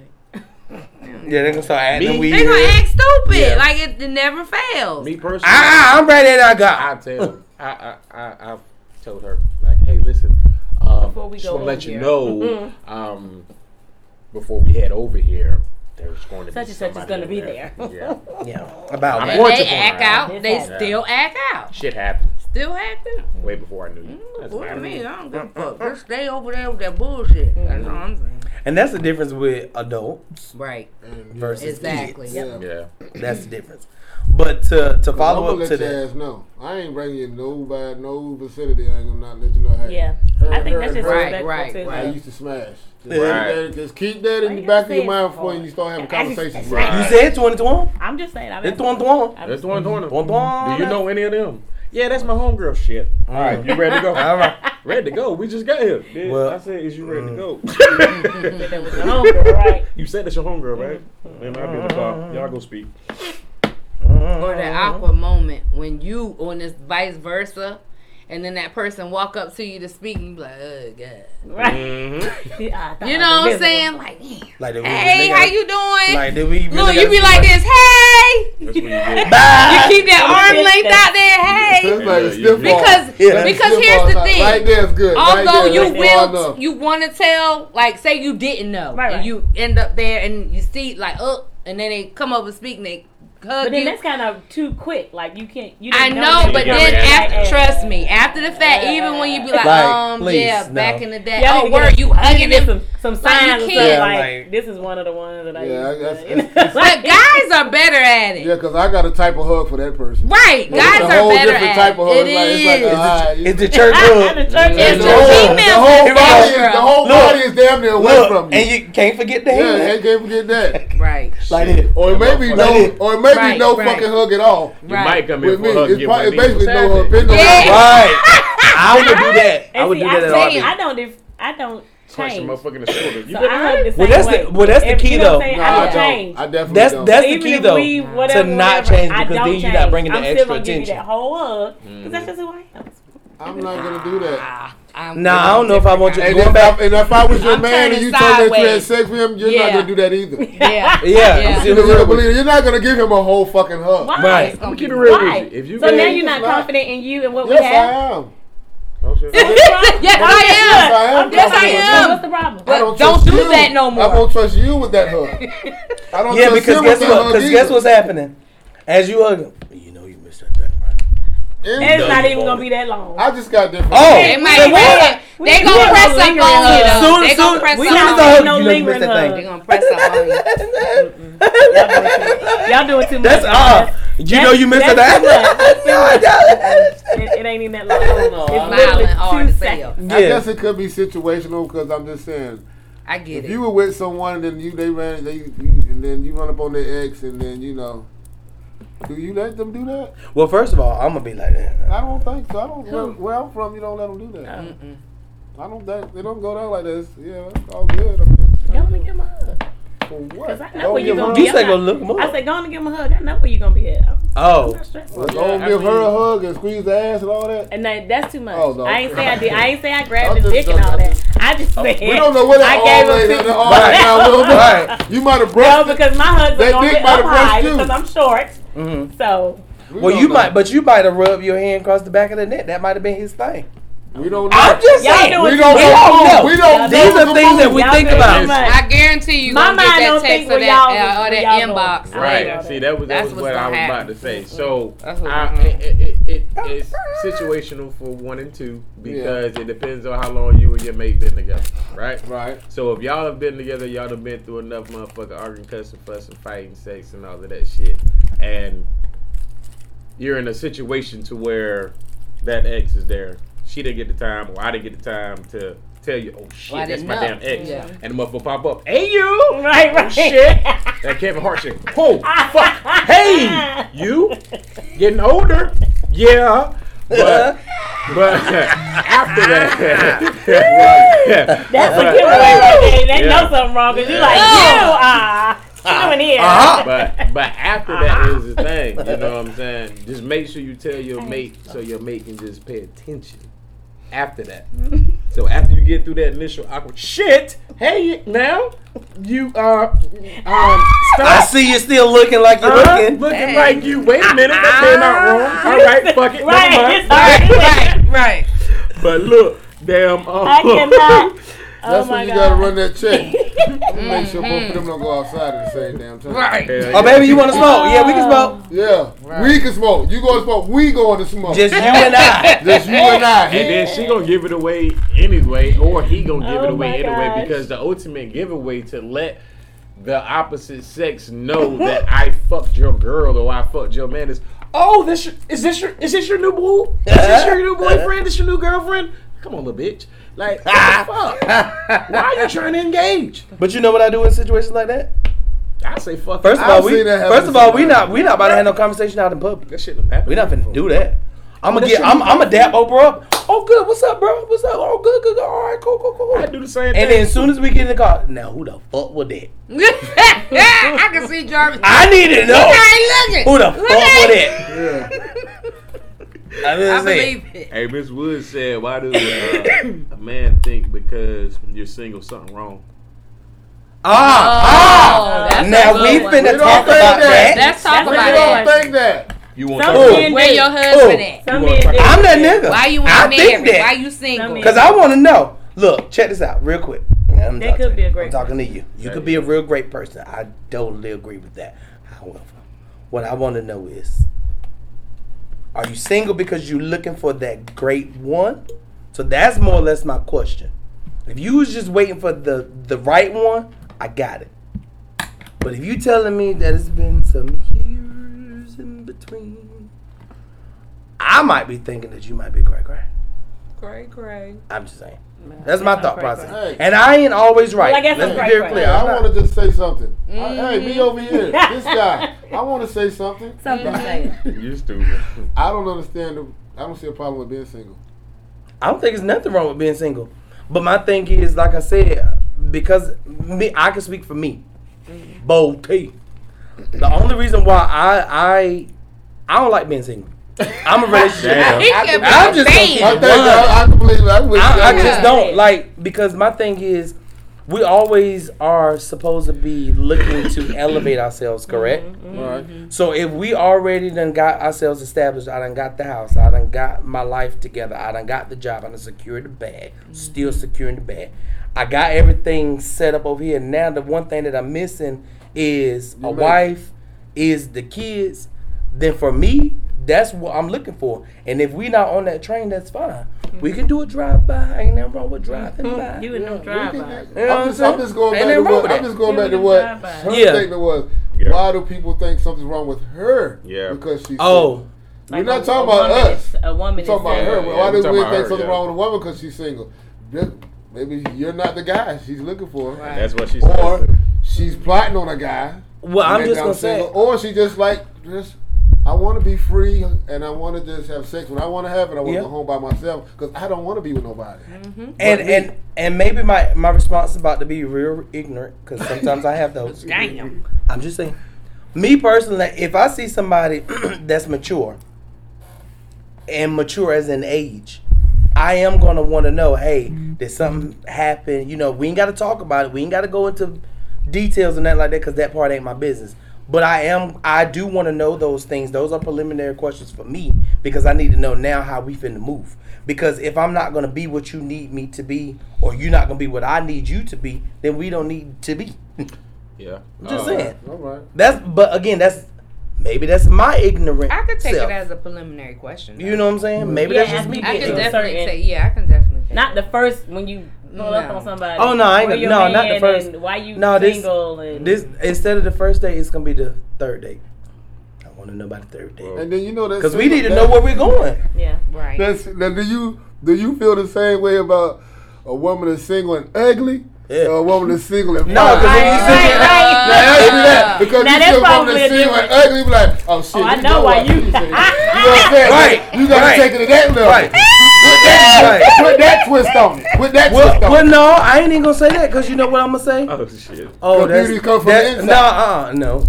Speaker 5: Yeah, they gonna start
Speaker 6: Me?
Speaker 5: acting
Speaker 6: They
Speaker 5: weird.
Speaker 7: They gonna act stupid.
Speaker 6: Yeah.
Speaker 7: Like it, it never fails.
Speaker 6: Me personally,
Speaker 5: ah, I'm ready that I
Speaker 6: I
Speaker 5: got.
Speaker 6: tell, I, I, I, I told her like, hey, listen, um,
Speaker 4: Before we
Speaker 6: just
Speaker 4: go
Speaker 6: want to let
Speaker 4: over
Speaker 6: you
Speaker 4: here.
Speaker 6: know, um, before we head over here, there's going to
Speaker 4: Such
Speaker 6: be
Speaker 4: and such is
Speaker 6: somebody
Speaker 4: gonna
Speaker 6: in
Speaker 4: be
Speaker 6: Yeah,
Speaker 5: Yeah, about
Speaker 6: I'm
Speaker 5: it.
Speaker 7: and
Speaker 6: going
Speaker 7: they
Speaker 6: to
Speaker 7: act
Speaker 6: one.
Speaker 7: out. They
Speaker 4: Yeah.
Speaker 7: still act out.
Speaker 6: shit happened
Speaker 7: Still act out.
Speaker 6: way
Speaker 4: Mm,
Speaker 6: before I knew you. That's
Speaker 7: What
Speaker 6: about
Speaker 7: do
Speaker 6: it.
Speaker 7: me? I don't give a fuck. Just stay over there with that bullshit. That's all I'm saying.
Speaker 5: and And that's the difference with adults
Speaker 2: Right.
Speaker 3: And,
Speaker 5: versus
Speaker 2: Exactly.
Speaker 5: kids.
Speaker 3: Yeah.
Speaker 6: Yeah.
Speaker 5: That's the difference. But to to
Speaker 3: I'm
Speaker 5: follow
Speaker 3: gonna
Speaker 5: up
Speaker 3: let
Speaker 5: to
Speaker 3: your
Speaker 5: that,
Speaker 3: ass know. I ain't bringing you no by no vicinity. I ain't gonna not let you know how.
Speaker 4: Yeah.
Speaker 3: Her,
Speaker 4: I think
Speaker 3: her,
Speaker 4: that's just
Speaker 3: her,
Speaker 2: Right,
Speaker 4: respectful
Speaker 2: right,
Speaker 4: too.
Speaker 3: I
Speaker 2: right.
Speaker 3: used to smash. Just,
Speaker 5: Right.
Speaker 3: keep that- just keep that
Speaker 4: Why
Speaker 3: in the
Speaker 4: you
Speaker 3: back of
Speaker 4: gotta
Speaker 3: your
Speaker 4: say
Speaker 3: mind
Speaker 4: it's
Speaker 3: before you start having
Speaker 4: hard? I just-
Speaker 3: conversations.
Speaker 4: Right.
Speaker 5: you said twenty twenty.
Speaker 4: I'm just saying. I'm
Speaker 5: It's twenty twenty.
Speaker 6: That's the one doing it.
Speaker 5: Twenty twenty.
Speaker 6: Do you know any of them? Yeah, that's my homegirl shit. All right, you ready to go?
Speaker 5: All right.
Speaker 6: Ready to go. We just got here. Then
Speaker 5: Well,
Speaker 6: I said, is you ready to go?
Speaker 4: that was wrong, right?
Speaker 6: you said that's your homegirl,
Speaker 4: Mm.
Speaker 6: right? They might be in the car. Y'all go speak.
Speaker 3: Uh-huh.
Speaker 2: Or that awkward moment when you on this vice versa, and then that person walk up to you to speak, and you be like, oh god.
Speaker 4: Right.
Speaker 2: You know what I'm saying? Like, yeah.
Speaker 5: Like the
Speaker 2: hey, how you doing?
Speaker 5: Like did we? Really
Speaker 2: Look,
Speaker 5: gotta
Speaker 2: you be
Speaker 5: do
Speaker 2: like this, hey.
Speaker 6: That's when you get.
Speaker 5: Bye.
Speaker 2: Keep that arm length out there, hey.
Speaker 3: It's like a
Speaker 6: Yeah, you-
Speaker 3: stiff ball.
Speaker 2: Because
Speaker 5: Yeah.
Speaker 2: because
Speaker 3: Stiff
Speaker 2: here's
Speaker 3: ball's
Speaker 2: the
Speaker 3: like, Right
Speaker 2: thing.
Speaker 3: there's good. right
Speaker 2: Although
Speaker 3: there,
Speaker 2: you
Speaker 3: that's far
Speaker 2: will,
Speaker 3: enough.
Speaker 2: you want to tell, like, say you didn't know,
Speaker 4: Right,
Speaker 2: and
Speaker 4: right.
Speaker 2: you end up there and you see, like, oh, and then they come over and speak and they hug
Speaker 4: But then
Speaker 2: you.
Speaker 4: that's kind of too quick. Like you can't. You
Speaker 2: I
Speaker 4: didn't
Speaker 2: know,
Speaker 4: that.
Speaker 2: but
Speaker 6: Yeah,
Speaker 2: then
Speaker 6: yeah,
Speaker 2: after,
Speaker 4: yeah.
Speaker 2: trust me, after the fact,
Speaker 4: Yeah.
Speaker 2: even when you be like,
Speaker 5: Like,
Speaker 2: um,
Speaker 5: please,
Speaker 2: yeah,
Speaker 5: no.
Speaker 2: back in the day,
Speaker 4: Yeah,
Speaker 2: oh,
Speaker 4: I need to get
Speaker 2: were
Speaker 4: a-
Speaker 2: you
Speaker 4: I need to
Speaker 2: hugging
Speaker 4: get
Speaker 2: them?
Speaker 4: Some, some
Speaker 2: Like, you
Speaker 4: signs. or
Speaker 2: can't-
Speaker 4: something, like,
Speaker 5: like-
Speaker 4: this is one of the ones that I.
Speaker 3: Yeah,
Speaker 4: use.
Speaker 3: that's-
Speaker 4: Yeah.
Speaker 3: that's-
Speaker 2: But guys are better at it.
Speaker 3: Yeah, because I got a type of hug for that person.
Speaker 2: Right,
Speaker 3: It's
Speaker 2: guys
Speaker 3: a
Speaker 2: are
Speaker 3: whole
Speaker 2: better
Speaker 3: different
Speaker 2: at
Speaker 3: type of hug.
Speaker 2: it.
Speaker 3: It's like, it's like,
Speaker 2: is.
Speaker 3: alright, you-
Speaker 5: It's the church
Speaker 4: I, I, the
Speaker 5: hood.
Speaker 4: church
Speaker 2: It's
Speaker 4: is-
Speaker 2: the
Speaker 3: whole-
Speaker 2: female's
Speaker 3: the whole body,
Speaker 2: testosterone.
Speaker 3: is, the whole
Speaker 5: Look.
Speaker 3: body is damn near away
Speaker 5: Look,
Speaker 3: from you.
Speaker 5: and you can't forget the
Speaker 3: yeah,
Speaker 5: hand.
Speaker 3: they can't forget that.
Speaker 2: Right,
Speaker 5: Like that.
Speaker 3: Or maybe
Speaker 5: Like
Speaker 3: no,
Speaker 5: it.
Speaker 3: or maybe
Speaker 2: Right,
Speaker 3: no
Speaker 2: right.
Speaker 3: fucking hug at all.
Speaker 6: You
Speaker 2: Right.
Speaker 6: might come in
Speaker 3: With
Speaker 6: for
Speaker 3: me,
Speaker 6: a hug.
Speaker 3: it's,
Speaker 6: get
Speaker 3: probably,
Speaker 6: one
Speaker 3: it's basically
Speaker 6: knee. What's
Speaker 3: no hug.
Speaker 6: happening?
Speaker 3: Bend over.
Speaker 2: Yeah.
Speaker 5: Right. I would do that. I
Speaker 4: and
Speaker 5: would
Speaker 4: see,
Speaker 5: do that
Speaker 4: I
Speaker 5: at all.
Speaker 4: tell you,
Speaker 5: day.
Speaker 4: I don't. Dif- I don't
Speaker 6: Punch the
Speaker 4: change.
Speaker 6: motherfucker in the shoulder. You
Speaker 4: So
Speaker 6: better-
Speaker 4: I hug the same
Speaker 5: Well, that's
Speaker 4: way.
Speaker 5: the- well, that's the
Speaker 4: Every-
Speaker 5: key,
Speaker 4: you know
Speaker 5: though.
Speaker 4: what I'm saying?
Speaker 3: No,
Speaker 4: I
Speaker 3: I
Speaker 4: don't change.
Speaker 3: don't. I definitely
Speaker 5: That's
Speaker 3: don't.
Speaker 5: that's the
Speaker 4: Even
Speaker 5: key
Speaker 4: if
Speaker 5: though.
Speaker 4: we- whatever,
Speaker 5: to not
Speaker 4: whatever,
Speaker 5: change
Speaker 4: I
Speaker 5: because
Speaker 4: don't
Speaker 5: then you're
Speaker 4: change.
Speaker 5: not bringing the
Speaker 4: I'm still
Speaker 5: extra
Speaker 4: gonna give you
Speaker 5: attention.
Speaker 4: that whole hug because that's just who I am.
Speaker 3: I'm not gonna do that.
Speaker 2: Ah, I'm
Speaker 5: Nah, I don't know if I want you
Speaker 3: And
Speaker 5: going
Speaker 3: if,
Speaker 5: back.
Speaker 3: I, and if I was your
Speaker 2: I'm
Speaker 3: man and
Speaker 2: turning
Speaker 3: you told me that you had
Speaker 2: sideways.
Speaker 3: sex with him, you're
Speaker 2: Yeah.
Speaker 3: not gonna do that either.
Speaker 2: Yeah, Yeah.
Speaker 5: Yeah,
Speaker 3: You
Speaker 5: it's
Speaker 3: know, you don't
Speaker 5: real.
Speaker 3: believe it. You're not gonna give him a whole fucking hug.
Speaker 4: Why?
Speaker 5: Right.
Speaker 6: I'm gonna keep it real
Speaker 4: Why?
Speaker 6: with you. If you
Speaker 4: so
Speaker 6: get-
Speaker 4: now you're not
Speaker 3: Why?
Speaker 4: confident in you and what
Speaker 3: Yes,
Speaker 4: we have.
Speaker 3: I am.
Speaker 6: Oh, shit.
Speaker 2: yes, I am.
Speaker 3: Yes, I am.
Speaker 2: Yes, I
Speaker 3: confident.
Speaker 2: am.
Speaker 4: What's the problem?
Speaker 3: I
Speaker 2: But don't
Speaker 3: trust
Speaker 2: do
Speaker 3: you.
Speaker 2: that no more.
Speaker 3: I don't trust you with that hug. I don't
Speaker 5: Yeah, because
Speaker 3: trust you
Speaker 5: guess
Speaker 3: with that
Speaker 5: what?
Speaker 3: hug
Speaker 5: Because guess
Speaker 3: either.
Speaker 5: what's happening? As you hug him, you know you missed that thing, right?
Speaker 4: It's
Speaker 3: And
Speaker 4: not even gonna be that long.
Speaker 3: I just got different.
Speaker 5: Oh,
Speaker 2: They might
Speaker 5: so what?
Speaker 2: press it. They
Speaker 4: we-
Speaker 2: gonna
Speaker 4: we
Speaker 2: press
Speaker 4: have
Speaker 2: up on
Speaker 4: a
Speaker 2: you
Speaker 4: lingering hug.
Speaker 2: though.
Speaker 5: Soon,
Speaker 2: They
Speaker 5: soon,
Speaker 2: gonna press
Speaker 5: we
Speaker 2: up
Speaker 5: not
Speaker 2: on you.
Speaker 5: hug
Speaker 4: No
Speaker 5: you know you missed
Speaker 4: lingering
Speaker 5: that
Speaker 2: They
Speaker 5: thing.
Speaker 2: gonna press up on you.
Speaker 4: Y'all doing too much.
Speaker 5: That's uh, you know you missed
Speaker 4: that's
Speaker 5: that. thing.
Speaker 4: It, it ain't even that long.
Speaker 2: Smiling
Speaker 4: it's literally
Speaker 2: hard
Speaker 4: two
Speaker 2: as hell.
Speaker 4: seconds.
Speaker 3: I guess
Speaker 5: Yeah,
Speaker 3: it could be situational because I'm just saying,
Speaker 2: I get
Speaker 3: if
Speaker 2: it.
Speaker 3: you were with someone and then you they ran, they you, and then you run up on their ex, and then you know, do you let them do that?
Speaker 5: Well, first of all, I'm gonna be like that.
Speaker 3: I don't think so. I don't. Where, where I'm from, you don't let them do that. I don't think they don't go down like this. Yeah, it's all good.
Speaker 4: Y'all wanna give him a hug?
Speaker 3: For what?
Speaker 4: I know
Speaker 3: Go
Speaker 4: where you
Speaker 3: give
Speaker 4: gonna
Speaker 3: her-
Speaker 4: be.
Speaker 5: You say go look him
Speaker 4: I
Speaker 5: up.
Speaker 4: said, go on and give him a hug. I know where you're gonna be at. I'm
Speaker 5: Oh,
Speaker 4: not stressed.
Speaker 3: Go give her a hug and squeeze the ass and all that.
Speaker 4: And that, that's too much.
Speaker 3: Oh, no.
Speaker 4: I ain't say I did. I ain't say I
Speaker 3: I'm
Speaker 4: grabbed his
Speaker 3: just
Speaker 4: dick and all
Speaker 3: joking.
Speaker 4: that. I just said
Speaker 3: We don't know what
Speaker 4: I
Speaker 3: that
Speaker 4: gave
Speaker 3: all
Speaker 4: him
Speaker 3: that
Speaker 4: to-
Speaker 3: all right now. we don't know.
Speaker 5: Right.
Speaker 3: You might have
Speaker 4: No,
Speaker 3: brushed it.
Speaker 4: because my hugs
Speaker 3: That
Speaker 4: are gonna
Speaker 3: dick
Speaker 4: be
Speaker 3: might
Speaker 4: up
Speaker 3: have brushed
Speaker 4: high
Speaker 3: you. Mm-hmm.
Speaker 4: because I'm short.
Speaker 5: Mhm.
Speaker 4: So
Speaker 3: We
Speaker 5: well,
Speaker 3: don't
Speaker 5: you
Speaker 3: know.
Speaker 5: might, but you might have rubbed your hand across the back of the neck. That might have been his thing.
Speaker 3: We don't know.
Speaker 5: I'm just
Speaker 4: Y'all
Speaker 5: saying.
Speaker 4: doing
Speaker 3: we don't
Speaker 5: We
Speaker 3: know.
Speaker 5: don't know.
Speaker 3: We don't
Speaker 5: These
Speaker 3: know
Speaker 5: are
Speaker 3: the
Speaker 5: things that
Speaker 3: move.
Speaker 5: we
Speaker 4: Y'all
Speaker 5: think
Speaker 4: doing
Speaker 5: about.
Speaker 4: too much.
Speaker 2: I guarantee you
Speaker 4: My
Speaker 2: gonna
Speaker 4: mind
Speaker 2: get
Speaker 4: don't
Speaker 2: that text
Speaker 4: think
Speaker 2: or
Speaker 4: where
Speaker 2: that,
Speaker 4: y'all
Speaker 2: uh,
Speaker 4: was-
Speaker 2: or
Speaker 4: where
Speaker 2: that
Speaker 4: y'all
Speaker 2: inbox.
Speaker 6: Right.
Speaker 4: Later.
Speaker 6: See, that was that
Speaker 2: That's
Speaker 6: was
Speaker 2: what's
Speaker 6: what I
Speaker 2: gonna
Speaker 6: was about
Speaker 2: happen.
Speaker 6: to say. So
Speaker 2: That's what's
Speaker 6: I,
Speaker 2: gonna
Speaker 6: it, it, it,
Speaker 3: Oh,
Speaker 6: it's situational for one and two because it depends on how long you and your mate been together, right?
Speaker 3: Right.
Speaker 6: So if y'all have been together, y'all have been through enough motherfucking arguing, cussing, fussing, fighting, sex, and all of that shit, and you're in a situation to where that ex is there. She didn't get the time, or I didn't get the time to tell you. Oh shit,
Speaker 2: Well, I
Speaker 6: that's
Speaker 2: didn't
Speaker 6: my
Speaker 2: know.
Speaker 6: damn ex,
Speaker 2: Yeah.
Speaker 6: and the motherfucker pop up. Hey you,
Speaker 5: Oh,
Speaker 4: right, right.
Speaker 6: shit. That Kevin Hart shit. Oh, fuck. Hey, you getting older? Yeah. But, but after that,
Speaker 4: That's a
Speaker 6: But-
Speaker 4: giveaway right there. They
Speaker 6: Yeah.
Speaker 4: know something wrong because you're like, you ah, uh, doing here.
Speaker 3: Uh-huh.
Speaker 6: but but after that is the thing. You know what I'm saying? Just make sure you tell your mate so your mate can just pay attention. After that, so after you get through that initial awkward shit, hey now you uh um
Speaker 5: I
Speaker 6: stop
Speaker 5: see you still looking like you're
Speaker 6: Uh,
Speaker 5: looking.
Speaker 6: looking like you. Wait a minute, that came out wrong. All right, fuck it.
Speaker 4: Right,
Speaker 6: Never mind.
Speaker 4: it's already
Speaker 2: Right, right.
Speaker 6: But look, damn. Um,
Speaker 4: I cannot. Oh
Speaker 3: That's
Speaker 4: my
Speaker 3: when you gotta
Speaker 4: god.
Speaker 3: run that check. Make sure both of them don't go outside at the same damn time.
Speaker 2: Right.
Speaker 6: Hell
Speaker 5: Oh,
Speaker 6: yeah.
Speaker 5: baby, you want to smoke? Yeah, we can smoke.
Speaker 3: Yeah. We can smoke. You going to smoke. We going to smoke.
Speaker 5: Just you and I.
Speaker 3: Just you and I.
Speaker 6: And then she gonna give it away anyway, or he gonna give
Speaker 4: Oh
Speaker 6: it away
Speaker 4: my
Speaker 6: anyway
Speaker 4: gosh.
Speaker 6: because the ultimate giveaway to let the opposite sex know that I fucked your girl or I fucked your man is oh this your- is this your is this your new boo is this your new boyfriend this your new girlfriend come on little bitch like what the fuck why are you trying to engage
Speaker 5: But you know what I do in situations like that?
Speaker 6: I say fuck
Speaker 5: First
Speaker 6: it.
Speaker 5: of
Speaker 3: I've
Speaker 5: all, we
Speaker 3: seen that happen
Speaker 5: first of all we
Speaker 3: to
Speaker 5: not we not about to have no conversation out in public.
Speaker 6: that shit don't happen
Speaker 5: We not finna do that. I'm
Speaker 3: Oh,
Speaker 5: gonna
Speaker 6: That
Speaker 5: get
Speaker 6: shit
Speaker 5: I'm
Speaker 6: be
Speaker 5: I'm gonna dap Oprah up. Oh good, what's up, bro? What's up? Oh good, good, good. All right, cool, cool, cool.
Speaker 6: I
Speaker 5: cool.
Speaker 6: do the same
Speaker 5: And then
Speaker 6: thing
Speaker 5: as soon as we get in the car, now who the fuck was that?
Speaker 2: I can see Jarvis.
Speaker 5: I need to know
Speaker 2: I ain't looking.
Speaker 5: Oh. who the fuck was that.
Speaker 3: Yeah.
Speaker 5: I'm just
Speaker 2: I
Speaker 5: saying.
Speaker 2: believe it.
Speaker 6: hey Miss Woods said why does uh, a man think because you're single something wrong
Speaker 5: Ah,
Speaker 2: Oh,
Speaker 5: ah.
Speaker 2: that's
Speaker 5: Now
Speaker 2: a good
Speaker 5: we
Speaker 2: one.
Speaker 5: finna
Speaker 3: We don't
Speaker 5: talk
Speaker 3: say
Speaker 5: about
Speaker 3: that.
Speaker 5: that.
Speaker 2: Let's talk
Speaker 4: That's
Speaker 2: about
Speaker 4: a
Speaker 2: it.
Speaker 4: good
Speaker 3: I think that.
Speaker 6: you want
Speaker 4: Some
Speaker 5: Ooh.
Speaker 4: men
Speaker 2: Where
Speaker 4: did.
Speaker 2: your husband
Speaker 5: Ooh.
Speaker 2: at?
Speaker 4: Some
Speaker 6: You
Speaker 4: men
Speaker 6: wanna
Speaker 4: did.
Speaker 5: I'm that nigga.
Speaker 2: Why you
Speaker 5: I
Speaker 2: ain't
Speaker 5: think
Speaker 2: married?
Speaker 5: that.
Speaker 2: Why you single?
Speaker 4: Some
Speaker 5: Because I want to know. Look, check this out real quick. I'm
Speaker 4: They could
Speaker 5: talking-
Speaker 4: be a great
Speaker 5: I'm talking to you. You could be a real great person. I totally agree with that. However, what I want to know is are you single because you're looking for that great one? So that's more or less my question. If you was just waiting for the the right one, I got it. But if you telling me that it's been some years in between, I might be thinking that you might be great, great.
Speaker 2: Great, great.
Speaker 5: I'm just saying. That's my
Speaker 4: not
Speaker 5: thought
Speaker 4: great,
Speaker 5: process.
Speaker 3: right.
Speaker 5: And I ain't always right.
Speaker 4: Well, I guess
Speaker 5: Let's be
Speaker 4: that's right,
Speaker 5: very
Speaker 4: right.
Speaker 5: clear.
Speaker 3: Hey, I
Speaker 5: I'm not-
Speaker 3: want to just say something. I- hey, me over here. This guy. I want to say something.
Speaker 4: Something
Speaker 2: Mm-hmm.
Speaker 4: like that.
Speaker 6: you stupid
Speaker 3: I don't understand. The, I don't see a problem with being single.
Speaker 5: I don't think there's nothing wrong with being single. But my thing is, like I said, because me, I can speak for me.
Speaker 4: Mm-hmm.
Speaker 5: Bold T. The only reason why I I I don't like being single. I'm a
Speaker 6: Damn.
Speaker 5: relationship.
Speaker 2: He kept
Speaker 5: I'm just
Speaker 2: saying,
Speaker 3: I
Speaker 5: confused.
Speaker 3: think I, I completely. I'm with you.
Speaker 5: I, I
Speaker 3: I'm with
Speaker 5: just
Speaker 3: you.
Speaker 5: don't like because my thing is we always are supposed to be looking to elevate ourselves, correct?
Speaker 4: Mm-hmm.
Speaker 3: All right.
Speaker 5: So if we already done got ourselves established, I done got the house, I done got my life together, I done got the job, I done secured the bag, still securing the bag. I got everything set up over here. Now the one thing that I'm missing is a
Speaker 3: made it.
Speaker 5: wife, is the kids. Then for me, that's what I'm looking for. And if we not on that train, that's fine. We can do a drive by. Ain't nothing wrong with driving by.
Speaker 4: You and them
Speaker 3: We can-
Speaker 4: drive-bys.
Speaker 5: You know what
Speaker 3: I'm
Speaker 5: I'm
Speaker 3: just, I'm
Speaker 5: saying?
Speaker 3: just going
Speaker 5: Ain't
Speaker 3: back to
Speaker 5: nothing wrong
Speaker 3: what
Speaker 5: with
Speaker 3: I'm
Speaker 5: that.
Speaker 3: just going
Speaker 4: Yeah,
Speaker 3: back to
Speaker 4: we can
Speaker 3: what
Speaker 4: drive by.
Speaker 3: her
Speaker 5: Yeah.
Speaker 3: statement was.
Speaker 6: Yeah.
Speaker 3: Why do people think something's wrong with her?
Speaker 6: Yeah.
Speaker 3: Because she's
Speaker 5: Oh,
Speaker 4: Like
Speaker 3: We're not
Speaker 4: a-
Speaker 3: talking
Speaker 4: a
Speaker 3: about
Speaker 4: woman
Speaker 3: us.
Speaker 4: is- A woman
Speaker 3: We're talking about
Speaker 4: is
Speaker 3: her.
Speaker 4: saying-
Speaker 6: Yeah,
Speaker 3: Why
Speaker 6: we're
Speaker 3: do
Speaker 6: talking
Speaker 3: we
Speaker 6: about
Speaker 3: think
Speaker 6: her,
Speaker 3: something
Speaker 6: yeah.
Speaker 3: wrong with a woman because she's single? Just- Maybe you're not the guy she's looking for,
Speaker 6: that's what she said
Speaker 3: or she's plotting on a guy.
Speaker 5: well, I'm
Speaker 3: Maybe
Speaker 5: just gonna
Speaker 3: single.
Speaker 5: say.
Speaker 3: or she just like just. I want to be free and I want to just have sex when I want to have it. I want to
Speaker 5: Yeah. Mm-hmm.
Speaker 3: go home by myself because I don't want to be with nobody.
Speaker 5: and and and maybe my my response is about to be real ignorant because sometimes I have those.
Speaker 2: Damn.
Speaker 5: I'm just saying, me personally, if I see somebody that's mature and mature as an age, I am gonna want to know, hey, did something happen? You know, we ain't got to talk about it. We ain't got to go into details and that like that because that part ain't my business. But I am, I do want to know those things. Those are preliminary questions for me because I need to know now how we finna move. Because if I'm not gonna be what you need me to be, or you're not gonna be what I need you to be, then we don't need to be.
Speaker 6: yeah
Speaker 5: Just
Speaker 6: Uh,
Speaker 5: saying.
Speaker 3: All right.
Speaker 5: That's but again, that's maybe that's my ignorant.
Speaker 2: I could take
Speaker 5: self.
Speaker 2: it as a preliminary question. though.
Speaker 5: you know what I'm saying. Maybe
Speaker 4: Yeah,
Speaker 5: that's just me.
Speaker 4: I
Speaker 2: I
Speaker 5: being
Speaker 2: can
Speaker 5: ignorant.
Speaker 2: definitely
Speaker 4: Certain-
Speaker 2: take. Yeah, I can definitely. Take
Speaker 4: Not
Speaker 2: it.
Speaker 4: the first when you pull up
Speaker 2: No.
Speaker 4: on somebody.
Speaker 5: Oh, no, I ain't
Speaker 4: Where
Speaker 5: gonna-
Speaker 4: your
Speaker 5: no, not the
Speaker 4: man
Speaker 5: first.
Speaker 4: and Why you
Speaker 5: No, this-
Speaker 4: single and
Speaker 5: this instead of the first day, it's gonna be the third day. I want to know about the third day
Speaker 3: And then you know that
Speaker 5: because we need to know where we're going.
Speaker 4: yeah.
Speaker 2: right.
Speaker 3: That's now. Do you do you feel the same way about a woman that's single and ugly,
Speaker 5: Yeah.
Speaker 3: or a woman that's single and
Speaker 5: No,
Speaker 3: fine?
Speaker 5: because if you
Speaker 4: Right,
Speaker 5: single,
Speaker 4: right.
Speaker 3: Now, ask me that, because
Speaker 4: Now,
Speaker 3: you see
Speaker 4: that's
Speaker 3: a woman
Speaker 4: probably a
Speaker 3: that's single and
Speaker 4: difference.
Speaker 3: ugly, you be like, oh shit.
Speaker 4: Oh, I
Speaker 3: you
Speaker 4: know why you-
Speaker 3: she's single. you know what I'm saying?
Speaker 5: Right,
Speaker 3: You gotta
Speaker 5: right.
Speaker 3: take it to that level.
Speaker 5: right? right.
Speaker 3: Put that twist on it. Put that
Speaker 5: Well,
Speaker 3: twist on
Speaker 5: well,
Speaker 3: it.
Speaker 5: no, I ain't even gonna say that because you know what I'm gonna say.
Speaker 6: oh shit
Speaker 5: Oh,
Speaker 3: Uh, Your
Speaker 5: that's
Speaker 3: beauty come from
Speaker 5: that-
Speaker 3: the
Speaker 5: No,
Speaker 3: inside.
Speaker 5: uh, no,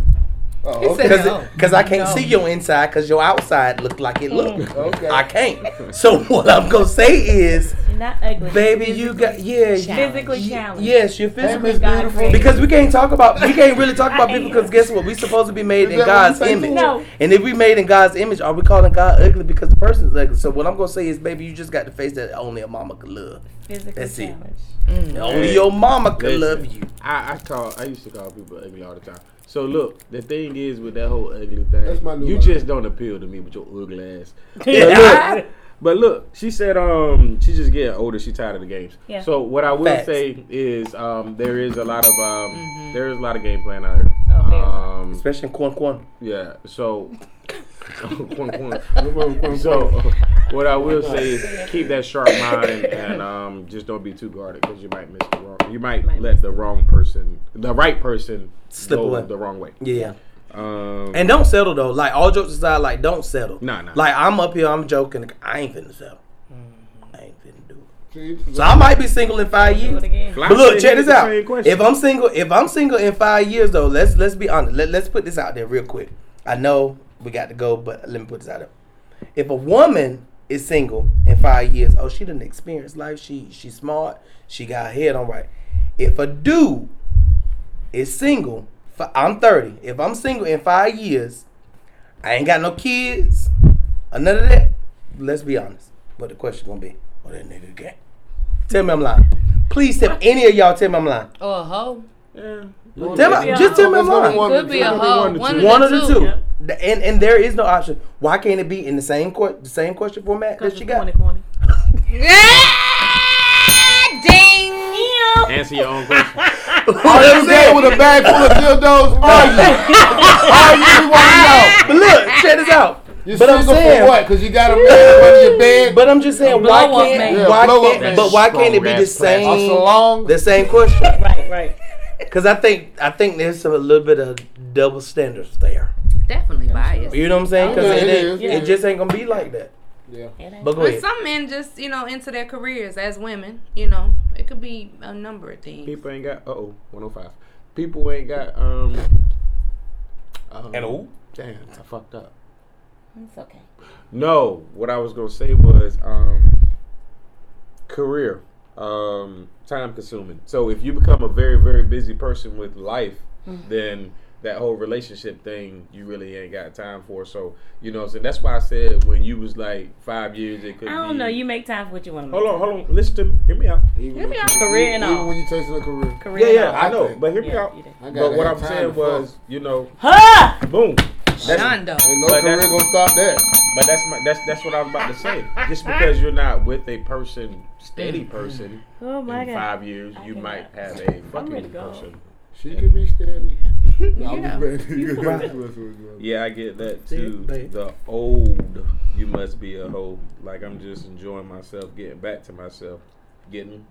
Speaker 3: Oh, okay.
Speaker 5: because because I can't see your inside because your outside look like it look.
Speaker 4: Mm.
Speaker 3: Okay.
Speaker 5: I can't. So what I'm gonna say is,
Speaker 4: You're not ugly.
Speaker 5: baby, you got yeah, you-
Speaker 4: physically challenged.
Speaker 5: Yes, you're
Speaker 3: Hey,
Speaker 5: physically
Speaker 3: Miss Beautiful.
Speaker 5: Because we can't talk about we can't really talk about people because guess what? We supposed to be made
Speaker 3: Is
Speaker 5: in
Speaker 3: that what you
Speaker 5: God's
Speaker 3: say,
Speaker 5: image.
Speaker 4: No.
Speaker 5: And if we made in God's image, are we calling God ugly because the person's ugly? So what I'm gonna say is, baby, you just got the face that only a mama could love.
Speaker 4: Physically
Speaker 5: That's it.
Speaker 4: challenged.
Speaker 5: Only your mama could
Speaker 6: Listen,
Speaker 5: love you.
Speaker 6: I, I call I used to call people ugly all the time. So look, the thing is with that whole ugly thing,
Speaker 3: That's my new
Speaker 6: you
Speaker 3: line.
Speaker 6: just don't appeal to me with your ugly ass. But look, but look, she said um she's just getting older. She tired of the games.
Speaker 4: Yeah.
Speaker 6: So what I will
Speaker 5: Facts.
Speaker 6: say is um there is a lot of um
Speaker 3: Mm-hmm.
Speaker 6: there is a lot of game plan out here.
Speaker 4: Oh, there.
Speaker 6: Um,
Speaker 5: Especially in Quan Quan.
Speaker 6: yeah. So.
Speaker 3: So,
Speaker 6: So, what I will say is keep that sharp mind and um, just don't be too guarded because you might miss the wrong. You might,
Speaker 4: Might
Speaker 6: let the wrong person, the right person,
Speaker 5: Slip
Speaker 6: go
Speaker 5: away.
Speaker 6: the wrong way.
Speaker 5: Yeah.
Speaker 6: Um,
Speaker 5: And don't settle though. Like all jokes aside, like don't settle.
Speaker 6: Nah, nah.
Speaker 5: Like I'm up here, I'm joking. I ain't finna settle. I ain't finna do it. So
Speaker 3: so
Speaker 5: I might be single in five
Speaker 4: Do
Speaker 5: years.
Speaker 4: it again.
Speaker 6: Fly
Speaker 5: But look,
Speaker 6: said
Speaker 5: check
Speaker 6: he
Speaker 5: this
Speaker 6: the
Speaker 5: out.
Speaker 6: same question.
Speaker 5: If I'm single, if I'm single in five years though, let's let's be honest. Let, let's put this out there real quick. I know we got to go, but let me put this out there. If a woman is single in five years, oh she didn't experience life. She she's smart. She got her head on right. If a dude is single, fi- I'm 30. If I'm single in five years, I ain't got no kids, or none of that. Let's be honest. What the question gonna be? What that nigga got? Tell me I'm lying. Please tell any of y'all. Tell me I'm lying.
Speaker 2: Or Oh, a hoe.
Speaker 5: Tell me,
Speaker 4: Yeah.
Speaker 5: just tell me I'm lying. One,
Speaker 2: Could be a hoe. One of the,
Speaker 5: of the
Speaker 2: two.
Speaker 5: two.
Speaker 4: Yep.
Speaker 5: The- And and there is no option. Why can't it be in the same court, the same question format that she got?
Speaker 4: Corny, corny.
Speaker 2: Yeah! Ah, Ding!
Speaker 6: Answer your own question.
Speaker 3: Are
Speaker 5: Oh,
Speaker 3: you there with a bag full of dildos? Are you? Are you? We wanna know.
Speaker 5: But look, check this out.
Speaker 3: You're
Speaker 5: But I'm
Speaker 3: single
Speaker 5: saying-
Speaker 3: for what? Because you got a man under your bed.
Speaker 5: But I'm just saying, why
Speaker 4: blow-up
Speaker 5: can't?
Speaker 4: man.
Speaker 3: Yeah,
Speaker 5: why
Speaker 3: blow-up
Speaker 5: can't?
Speaker 3: man.
Speaker 5: But why can't it be the
Speaker 6: That's
Speaker 5: same?
Speaker 3: a salon.
Speaker 5: The same question.
Speaker 4: Right, right.
Speaker 5: Because I think I think there's some, a little bit of double standards there.
Speaker 2: Definitely biased.
Speaker 5: You know what I'm saying? Because
Speaker 3: Yeah,
Speaker 5: it,
Speaker 3: it
Speaker 5: ain't-
Speaker 3: is.
Speaker 5: it just ain't gonna be like that.
Speaker 3: Yeah.
Speaker 5: But go
Speaker 2: But
Speaker 5: ahead.
Speaker 2: some men just, you know, into their careers as women, you know. It could be a number of things.
Speaker 6: People ain't got. Uh oh, 105. People ain't got. Um, um,
Speaker 5: And who?
Speaker 6: Damn, I fucked up.
Speaker 4: It's okay.
Speaker 6: No, what I was gonna say was um, career, um, time consuming. So if you become a very very busy person with life,
Speaker 4: Mm-hmm.
Speaker 6: then that whole relationship thing you really ain't got time for. So you know, so that's why I said when you was like five years, it could.
Speaker 4: I don't
Speaker 6: be-
Speaker 4: know. You make time for what you want to make.
Speaker 6: Hold on, hold on. Listen to me. Hear me out.
Speaker 3: Even when-
Speaker 4: Career and
Speaker 3: Even
Speaker 4: all.
Speaker 3: when you're chasing a career.
Speaker 4: Career
Speaker 6: Yeah,
Speaker 4: and
Speaker 6: yeah,
Speaker 4: all.
Speaker 6: I know,
Speaker 3: think.
Speaker 6: but hear me
Speaker 4: Yeah,
Speaker 6: out.
Speaker 4: you did.
Speaker 3: I gotta
Speaker 6: But what
Speaker 3: have
Speaker 6: I'm
Speaker 3: time
Speaker 6: saying
Speaker 3: to
Speaker 6: was,
Speaker 3: fuck.
Speaker 6: you know,
Speaker 4: Huh!
Speaker 6: boom. That's-
Speaker 2: Shondo.
Speaker 3: Ain't no
Speaker 6: But
Speaker 3: career
Speaker 6: that's-
Speaker 3: gonna stop that.
Speaker 6: But that's my that's that's what I was about to say. Just because you're not with a person, steady person,
Speaker 4: Oh my
Speaker 6: in
Speaker 4: god.
Speaker 6: five years, you
Speaker 4: can-
Speaker 6: might have a
Speaker 4: ready to
Speaker 6: fucking
Speaker 4: go.
Speaker 6: person.
Speaker 3: She could be steady. No, I'm just ready. That's what's going on.
Speaker 6: Yeah, I get that
Speaker 5: See,
Speaker 6: too.
Speaker 5: babe.
Speaker 6: The old, you must be a hoe. Like I'm just enjoying myself, getting back to myself, getting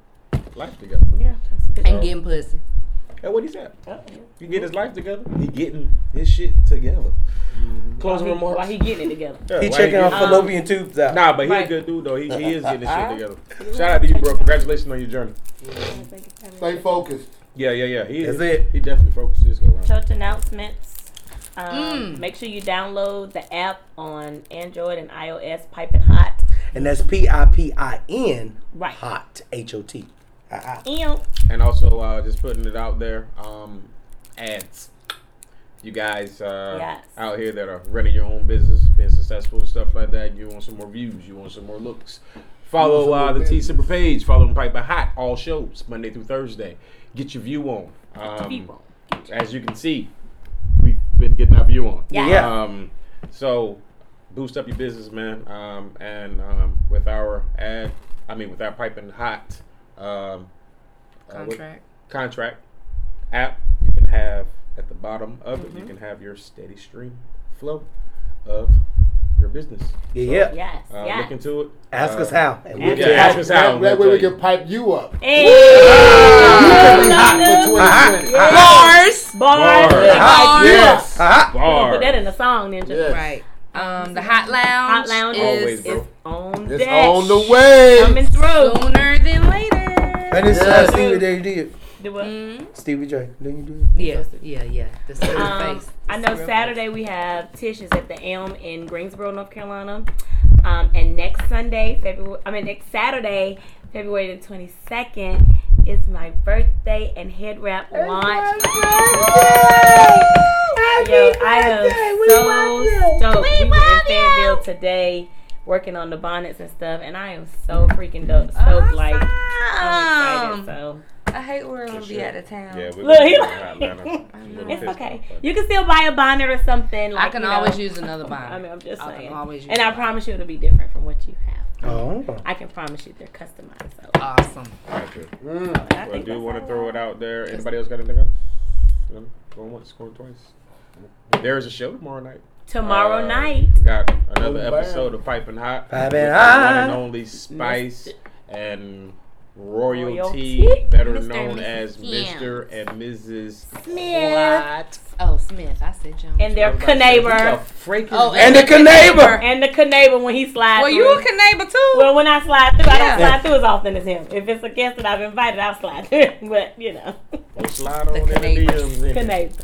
Speaker 6: life together.
Speaker 4: Yeah, that's good.
Speaker 2: And getting pussy.
Speaker 6: That's what he said.
Speaker 4: Oh, yeah.
Speaker 6: You get his life together. He getting his shit together. Closing
Speaker 4: While he-
Speaker 6: remarks.
Speaker 4: While he Um, getting it together.
Speaker 6: Yeah,
Speaker 5: He
Speaker 6: why
Speaker 5: checking
Speaker 6: getting-
Speaker 5: our fallopian tubes out.
Speaker 6: Nah, but he a
Speaker 4: Right.
Speaker 6: good dude though. He, he is getting his shit together. Shout out to you, bro. Congratulations on your journey.
Speaker 3: Stay focused.
Speaker 6: Yeah, yeah, yeah. He
Speaker 5: That's
Speaker 6: is.
Speaker 5: it.
Speaker 6: He definitely focused this go around.
Speaker 4: Church announcements. Um, Make sure you download the app on Android and iOS. Piping hot.
Speaker 5: And that's P I P I N
Speaker 4: Right.
Speaker 5: hot H O T. Ah, ah.
Speaker 4: Ew.
Speaker 6: And also, uh, just putting it out there. Um, ads. You guys uh,
Speaker 4: Yes.
Speaker 6: out here that are running your own business, being successful and stuff like that. You want some more views. You want some more looks. Follow
Speaker 3: You want
Speaker 6: uh,
Speaker 3: some
Speaker 6: the
Speaker 3: more
Speaker 6: T
Speaker 3: business.
Speaker 6: Super page. Follow them Piper Hot. All shows Monday through Thursday. Get your view on. Um,
Speaker 4: People.
Speaker 6: as you can see, we've been getting our view on.
Speaker 4: Yeah.
Speaker 5: Yeah.
Speaker 6: Um, so boost up your business, man. Um, and um, with our ad, I mean, with our piping hot um, uh, what-
Speaker 2: Contract.
Speaker 6: contract app, you can have at the bottom of
Speaker 4: Mm-hmm.
Speaker 6: it, you can have your steady stream flow of your business.
Speaker 5: Yeah, yeah.
Speaker 4: Yes.
Speaker 6: Uh,
Speaker 4: yes.
Speaker 6: Look into it.
Speaker 5: Ask
Speaker 6: Uh,
Speaker 5: us how. And we'll
Speaker 6: Yeah,
Speaker 5: tell you.
Speaker 6: ask us
Speaker 3: That,
Speaker 6: how.
Speaker 3: that way
Speaker 6: We'll
Speaker 3: we
Speaker 6: tell you.
Speaker 3: can pipe you up.
Speaker 4: Hey!
Speaker 3: You can be
Speaker 4: no,
Speaker 3: hot
Speaker 4: no.
Speaker 3: for 2020.
Speaker 2: Bars.
Speaker 4: Bars.
Speaker 6: Bars.
Speaker 4: Bars.
Speaker 3: Yes.
Speaker 5: Ah, ah.
Speaker 4: We're gonna Put that
Speaker 6: Bars.
Speaker 4: in a song, Ninja.
Speaker 3: Yes.
Speaker 2: Right. Um, the hot lounge,
Speaker 4: Hot Lounge
Speaker 6: Always,
Speaker 2: is
Speaker 6: bro.
Speaker 4: is on
Speaker 3: It's
Speaker 4: deck.
Speaker 3: on the way.
Speaker 4: Coming through.
Speaker 2: sooner than later.
Speaker 5: And it's
Speaker 3: Yeah.
Speaker 5: uh, Stevie J did.
Speaker 4: Do what?
Speaker 2: Mm-hmm.
Speaker 5: Stevie J. Then you do it.
Speaker 2: Yeah, yeah, yeah. The same
Speaker 4: Um,
Speaker 2: face.
Speaker 4: I know Saturday we have Tish is at the Elm in Greensboro, North Carolina. Um, and next Sunday, February, I mean, next Saturday, February the 22nd, is my birthday and head wrap launch. Yo, I am so stoked. We, were in Fayetteville today working on the bonnets and stuff, and I am so freaking dope, stoked. Like, I'm excited. So,
Speaker 2: I hate where I'm gonna be
Speaker 6: sure.
Speaker 2: out of town.
Speaker 6: Yeah, we're
Speaker 4: Look, he
Speaker 6: gonna
Speaker 4: like-
Speaker 6: go to Atlanta. I'm a little
Speaker 4: It's
Speaker 6: pissed
Speaker 4: okay.
Speaker 6: off, but-
Speaker 4: You can still buy a bonnet or something. Like,
Speaker 2: I can
Speaker 4: you know.
Speaker 2: always use another
Speaker 4: I mean,
Speaker 2: bond.
Speaker 4: I'm just
Speaker 2: I can
Speaker 4: saying.
Speaker 2: always use
Speaker 4: and I
Speaker 2: that.
Speaker 4: promise you, it'll be different from what you have.
Speaker 5: Oh.
Speaker 4: I can promise you, they're customized. So
Speaker 2: Awesome.
Speaker 6: Thank you.
Speaker 3: Mm.
Speaker 4: I
Speaker 6: Well, I
Speaker 4: think
Speaker 6: do
Speaker 4: that's
Speaker 6: want to
Speaker 4: all.
Speaker 6: throw it out there. Anybody else got anything else? No? Going once, going twice. There's a show tomorrow night.
Speaker 4: tomorrow
Speaker 6: Uh,
Speaker 4: night.
Speaker 6: Got another
Speaker 3: Oh, bam.
Speaker 6: episode of Piping Hot.
Speaker 5: Piping
Speaker 6: with the
Speaker 5: Hot.
Speaker 6: One and only Spice and Royalty,
Speaker 4: Royalty.
Speaker 6: better
Speaker 4: Mr. and
Speaker 6: known
Speaker 4: Mrs.
Speaker 6: as
Speaker 2: Yams.
Speaker 6: Mr. and Mrs.
Speaker 4: Smith
Speaker 2: Oh, Smith. I said Jones.
Speaker 4: and their
Speaker 6: Everybody
Speaker 4: neighbor
Speaker 6: says, "Who the freak is
Speaker 2: oh,
Speaker 5: And the neighbor.
Speaker 4: and the neighbor when he slides.
Speaker 2: Well, you
Speaker 4: through.
Speaker 2: a neighbor too.
Speaker 4: Well, when I slide through, I
Speaker 2: Yeah.
Speaker 4: don't slide through as often as him. If it's a guest that I've invited, I'll slide through. But you know,
Speaker 6: Go slide on in the
Speaker 2: neighbor.
Speaker 6: DMs. in
Speaker 4: the
Speaker 6: there.
Speaker 4: neighbor.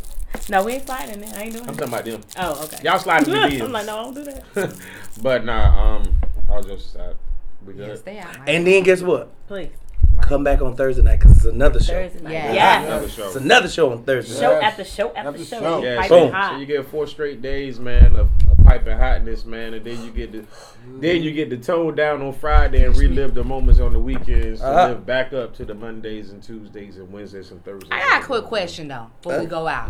Speaker 4: No, we ain't sliding. There. I ain't doing.
Speaker 6: I'm
Speaker 4: It.
Speaker 6: talking about them.
Speaker 4: Oh, okay.
Speaker 6: Y'all slide in the DMs.
Speaker 4: I'm like, no, I don't do that.
Speaker 6: but nah, um, I'll just uh, we good.
Speaker 2: Yes, they out.
Speaker 5: And then guess what?
Speaker 4: Please,
Speaker 5: Come back on Thursday night because it's another show.
Speaker 4: Thursday night.
Speaker 2: Yeah.
Speaker 4: Yeah.
Speaker 6: Another show.
Speaker 5: It's another show on Thursday.
Speaker 4: Show
Speaker 3: Yes.
Speaker 4: after show after,
Speaker 3: After
Speaker 4: show.
Speaker 3: show.
Speaker 4: Piping
Speaker 6: Yeah,
Speaker 5: Boom.
Speaker 6: so, so you
Speaker 4: hot.
Speaker 6: get four straight days, man, of, of piping hotness, man, and then you get the then you get the toe down on Friday and relive the moments on the weekends to
Speaker 5: Uh-huh.
Speaker 6: live back up to the Mondays and Tuesdays and Wednesdays and Thursdays.
Speaker 7: I got a quick question though before we go out.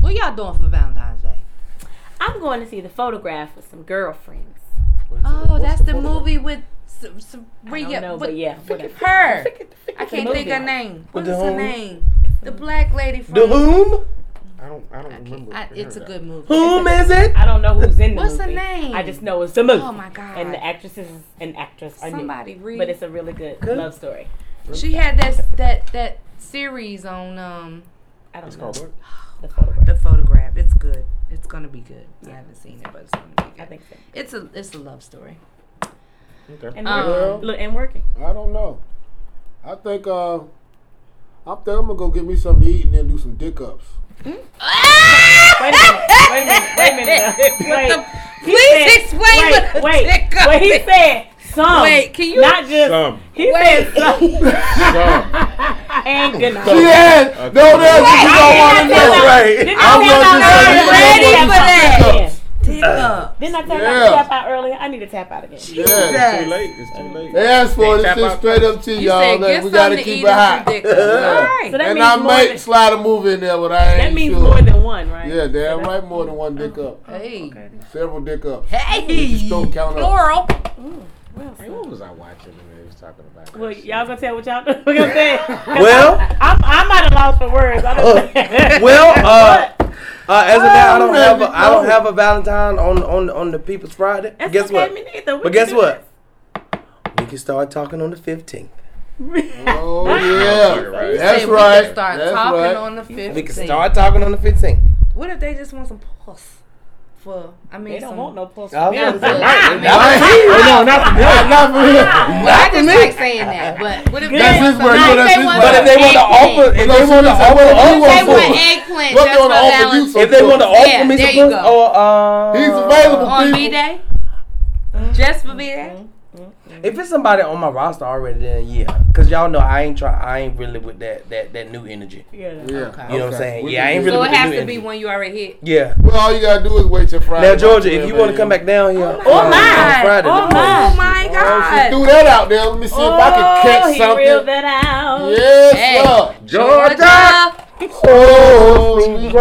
Speaker 7: What y'all doing for Valentine's Day?
Speaker 4: I'm going to see the photograph with some girlfriends.
Speaker 7: Oh, that's the,
Speaker 5: photograph?
Speaker 7: movie with S-
Speaker 4: I don't
Speaker 7: Sabrina.
Speaker 4: know,
Speaker 7: with
Speaker 4: but yeah, whatever.
Speaker 7: her. I can't
Speaker 4: the
Speaker 7: think
Speaker 4: movie.
Speaker 7: her name.
Speaker 5: With
Speaker 7: What's
Speaker 5: the
Speaker 7: her
Speaker 5: whom?
Speaker 7: name? The black lady from.
Speaker 5: The whom?
Speaker 6: I don't I don't remember.
Speaker 7: I,
Speaker 6: if I
Speaker 7: it's a
Speaker 6: heard
Speaker 7: good movie.
Speaker 5: Whom is it?
Speaker 4: I don't know who's in the
Speaker 7: What's her
Speaker 4: movie.
Speaker 7: name?
Speaker 4: I just know it's the movie.
Speaker 7: Oh my god!
Speaker 4: And the actress is an actress. I knew.
Speaker 7: Somebody read.
Speaker 4: But it's a really good,
Speaker 5: Good.
Speaker 4: love story.
Speaker 7: she had that that that series on um
Speaker 4: I don't
Speaker 6: that. It's
Speaker 4: know.
Speaker 6: called what?
Speaker 4: The photograph.
Speaker 7: the photograph. It's good. It's gonna be good. I haven't seen it, but it's gonna be good.
Speaker 4: I think so.
Speaker 7: it's a it's a love story.
Speaker 6: Okay.
Speaker 4: And
Speaker 7: Um,
Speaker 4: working. Look, and working.
Speaker 3: I don't know. I think uh, I think I'm gonna go get me something to eat and then do some dick ups.
Speaker 4: Wait a minute. Wait a minute. Wait a minute. Wait.
Speaker 7: Please
Speaker 4: said-
Speaker 7: explain
Speaker 4: Wait,
Speaker 7: what a
Speaker 4: wait,
Speaker 7: dick up
Speaker 4: wait, he
Speaker 7: is.
Speaker 4: said some.
Speaker 7: Wait, can you-
Speaker 4: Not just.
Speaker 6: Some.
Speaker 4: He said some
Speaker 6: Some.
Speaker 4: and good night.
Speaker 3: Yes. No, that's what you don't want to know.
Speaker 5: Right.
Speaker 4: I
Speaker 3: was just saying,
Speaker 4: ready
Speaker 3: you
Speaker 4: for
Speaker 3: don't
Speaker 4: that.
Speaker 7: Dick up.
Speaker 4: Didn't I tell you
Speaker 3: Yeah.
Speaker 4: I tap out earlier? I need to tap out again.
Speaker 3: Yeah.
Speaker 6: It's too late. It's too late.
Speaker 3: They asked for
Speaker 6: Hey,
Speaker 3: this
Speaker 6: tap
Speaker 3: shit
Speaker 6: out.
Speaker 3: straight up to
Speaker 2: You
Speaker 3: y'all.
Speaker 2: said
Speaker 3: like,
Speaker 2: get
Speaker 3: we
Speaker 2: something
Speaker 3: gotta
Speaker 2: to
Speaker 3: keep
Speaker 2: eat
Speaker 3: it hot.
Speaker 2: and some dick. All
Speaker 3: Yeah.
Speaker 4: So
Speaker 2: right.
Speaker 4: that
Speaker 3: and
Speaker 4: means
Speaker 3: I
Speaker 4: more
Speaker 3: might
Speaker 4: than-
Speaker 3: slide a movie in there, but I ain't
Speaker 4: That means
Speaker 3: sure.
Speaker 4: more than one, right?
Speaker 3: yeah, damn
Speaker 4: So
Speaker 3: right, more than one dick up.
Speaker 7: Hey,
Speaker 3: Several dick ups.
Speaker 7: hey,
Speaker 3: Don't count up.
Speaker 7: Laurel.
Speaker 4: that's-
Speaker 6: Hey, what was I watching when they was talking about that
Speaker 4: Well,
Speaker 6: shit?
Speaker 4: y'all gonna tell what y'all doing? What I'm saying?
Speaker 5: Well,
Speaker 4: I'm, I'm at a loss for words. I don't
Speaker 5: Oh. well, uh, uh, as of now, I don't
Speaker 3: I
Speaker 5: have a,
Speaker 4: Oh,
Speaker 3: really
Speaker 5: I don't
Speaker 3: know.
Speaker 5: have a Valentine on on on the People's Friday.
Speaker 4: That's
Speaker 5: guess
Speaker 4: okay,
Speaker 5: what?
Speaker 4: me neither. We
Speaker 5: But
Speaker 4: can
Speaker 5: guess
Speaker 4: do
Speaker 5: what? We can start talking on the fifteenth.
Speaker 3: Oh
Speaker 6: Motherfucker,
Speaker 3: yeah,
Speaker 6: right?
Speaker 3: that's
Speaker 7: Said we
Speaker 3: right.
Speaker 7: Can start
Speaker 3: that's
Speaker 7: talking
Speaker 3: right.
Speaker 7: on the 15th.
Speaker 5: We can start talking on the fifteenth.
Speaker 7: What if they just want some pulse? For I mean,
Speaker 4: They don't
Speaker 7: some,
Speaker 4: want no pulse.
Speaker 5: I was
Speaker 4: Yeah.
Speaker 5: gonna say,
Speaker 3: no, not for him. Not for him.
Speaker 7: Well, I just like saying that, but what if they,
Speaker 3: That's his word.
Speaker 7: Like,
Speaker 3: No, that's
Speaker 7: they
Speaker 3: his
Speaker 7: want-
Speaker 3: word.
Speaker 5: But if they want to offer, if they want to
Speaker 3: What
Speaker 7: they
Speaker 5: offer,
Speaker 3: they
Speaker 5: us-
Speaker 3: want
Speaker 7: want eggplant just
Speaker 3: What
Speaker 7: for
Speaker 3: they want to offer you
Speaker 7: Valentine's.
Speaker 3: some
Speaker 5: if they want to offer
Speaker 7: Yeah,
Speaker 5: me
Speaker 7: there
Speaker 5: some
Speaker 7: you
Speaker 5: pussy,
Speaker 7: go.
Speaker 5: or uh,
Speaker 3: He's available.
Speaker 7: on
Speaker 3: people.
Speaker 7: B Day, just for B Day.
Speaker 5: If it's somebody on my roster already, then yeah, cause y'all know I ain't try, I ain't really with that that that new energy. You
Speaker 4: Yeah.
Speaker 3: Yeah.
Speaker 7: Okay.
Speaker 5: know what I'm
Speaker 3: Okay.
Speaker 5: saying?
Speaker 3: We
Speaker 5: Yeah,
Speaker 3: can
Speaker 5: I ain't
Speaker 3: do
Speaker 5: really
Speaker 7: So
Speaker 5: with
Speaker 7: it
Speaker 5: the
Speaker 7: has to be
Speaker 5: new energy.
Speaker 7: when you already hit.
Speaker 5: Yeah.
Speaker 3: Well, all you gotta do is wait till Friday.
Speaker 5: Now Georgia, if you want to come back down here,
Speaker 7: Oh
Speaker 5: on
Speaker 7: my
Speaker 5: Friday,
Speaker 4: Oh
Speaker 5: the
Speaker 4: my.
Speaker 7: Oh my
Speaker 3: She
Speaker 7: God!
Speaker 3: threw that out there. Let me see if I can
Speaker 4: Oh,
Speaker 3: catch
Speaker 4: he reeled
Speaker 3: something.
Speaker 4: that out.
Speaker 3: Yes,
Speaker 7: Hey.
Speaker 3: sir.
Speaker 5: Georgia.
Speaker 3: Oh, sweet
Speaker 5: Ah,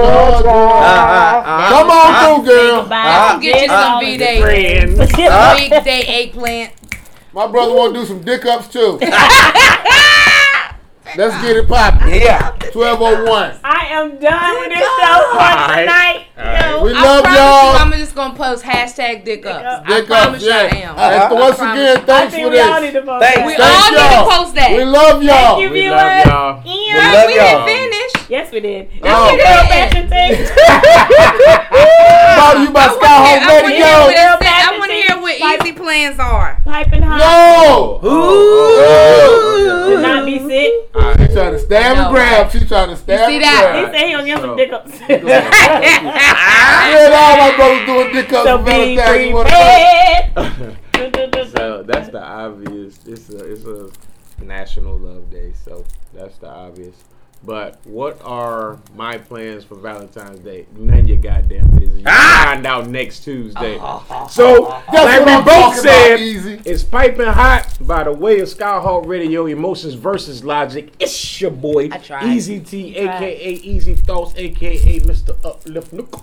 Speaker 3: Georgia. Come on through, girl.
Speaker 4: Bye.
Speaker 5: I'll
Speaker 7: get you some V-Day. Big day eggplant.
Speaker 3: My brother want to do some dick ups too. Let's get it oh popping.
Speaker 5: Yeah.
Speaker 3: 1201.
Speaker 4: I am done with this show for
Speaker 5: Ah.
Speaker 4: tonight. Yo.
Speaker 3: We
Speaker 7: I
Speaker 3: love
Speaker 7: promise you,
Speaker 3: y'all.
Speaker 7: I'm just gonna post hashtag dick ups. I
Speaker 3: Dick
Speaker 7: promise you,
Speaker 3: ups,
Speaker 7: I
Speaker 3: yeah.
Speaker 7: am.
Speaker 3: And
Speaker 5: I
Speaker 3: once
Speaker 7: promise.
Speaker 3: again,
Speaker 4: Uh-huh. I
Speaker 3: thanks
Speaker 4: think
Speaker 3: for
Speaker 4: we all need
Speaker 3: this.
Speaker 4: to vote.
Speaker 5: Thanks.
Speaker 7: We
Speaker 3: Uh, Thank
Speaker 7: all need to
Speaker 3: y'all.
Speaker 7: post that.
Speaker 3: We love y'all.
Speaker 4: you,
Speaker 6: We love
Speaker 4: viewers.
Speaker 6: y'all.
Speaker 4: And-
Speaker 5: We love
Speaker 7: we
Speaker 5: y'all.
Speaker 7: didn't finish.
Speaker 4: Yes, we did.
Speaker 3: Oh.
Speaker 4: That's a fashion thing.
Speaker 3: Brought to you by
Speaker 7: I
Speaker 3: Sky Home
Speaker 7: want to hear
Speaker 3: Radio.
Speaker 4: go.
Speaker 7: what it said. I
Speaker 4: Yo.
Speaker 7: want to hear what easy plans are.
Speaker 4: Piping hot.
Speaker 3: No.
Speaker 4: Do not be sick.
Speaker 3: Uh, She trying to stab
Speaker 7: No.
Speaker 3: and grab. She trying to stab
Speaker 7: see
Speaker 3: and
Speaker 7: that?
Speaker 4: He
Speaker 3: grab.
Speaker 4: said he gonna get some
Speaker 6: So-
Speaker 4: dick ups.
Speaker 3: Me and all my brothers doing dick ups.
Speaker 4: so
Speaker 3: for
Speaker 4: be
Speaker 3: Valentine's. You wanna
Speaker 4: prepared.
Speaker 6: So that's the obvious. It's a it's a national love day. So that's the obvious. But what are my plans for Valentine's Day? None of your goddamn business. You find out next Tuesday. So, like
Speaker 3: Ah! what I'm
Speaker 6: we both
Speaker 3: talking
Speaker 6: said,
Speaker 3: about, Easy.
Speaker 6: it's piping hot by the way of Skyhawk Radio, Emotions versus Logic. It's your boy,
Speaker 2: I tried.
Speaker 6: Easy T, aka Easy Thoughts, aka Mr. Uplift. Nook.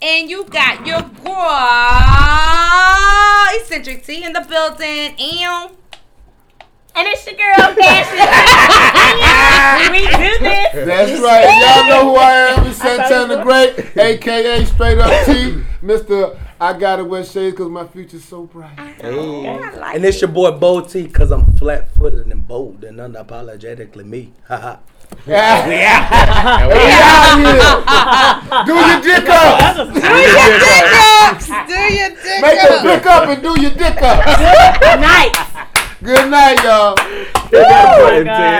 Speaker 2: And you got your girl, Eccentric T, in the building. And
Speaker 4: And it's your girl, Ashley. we do this.
Speaker 3: That's right. Y'all know who I am. It's Santana the Great, aka Straight Up T. Mister, I gotta wear shades because my future's so bright.
Speaker 5: and it's your boy Bo T, cause I'm flat footed and bold and unapologetically me. Haha.
Speaker 3: Yeah.
Speaker 6: And we-
Speaker 3: Out here. Do your dick up.
Speaker 2: do your dick
Speaker 3: Make your dick up and do your dick up.
Speaker 4: Nice.
Speaker 3: Good night, y'all.
Speaker 2: Oh
Speaker 6: That's
Speaker 4: God.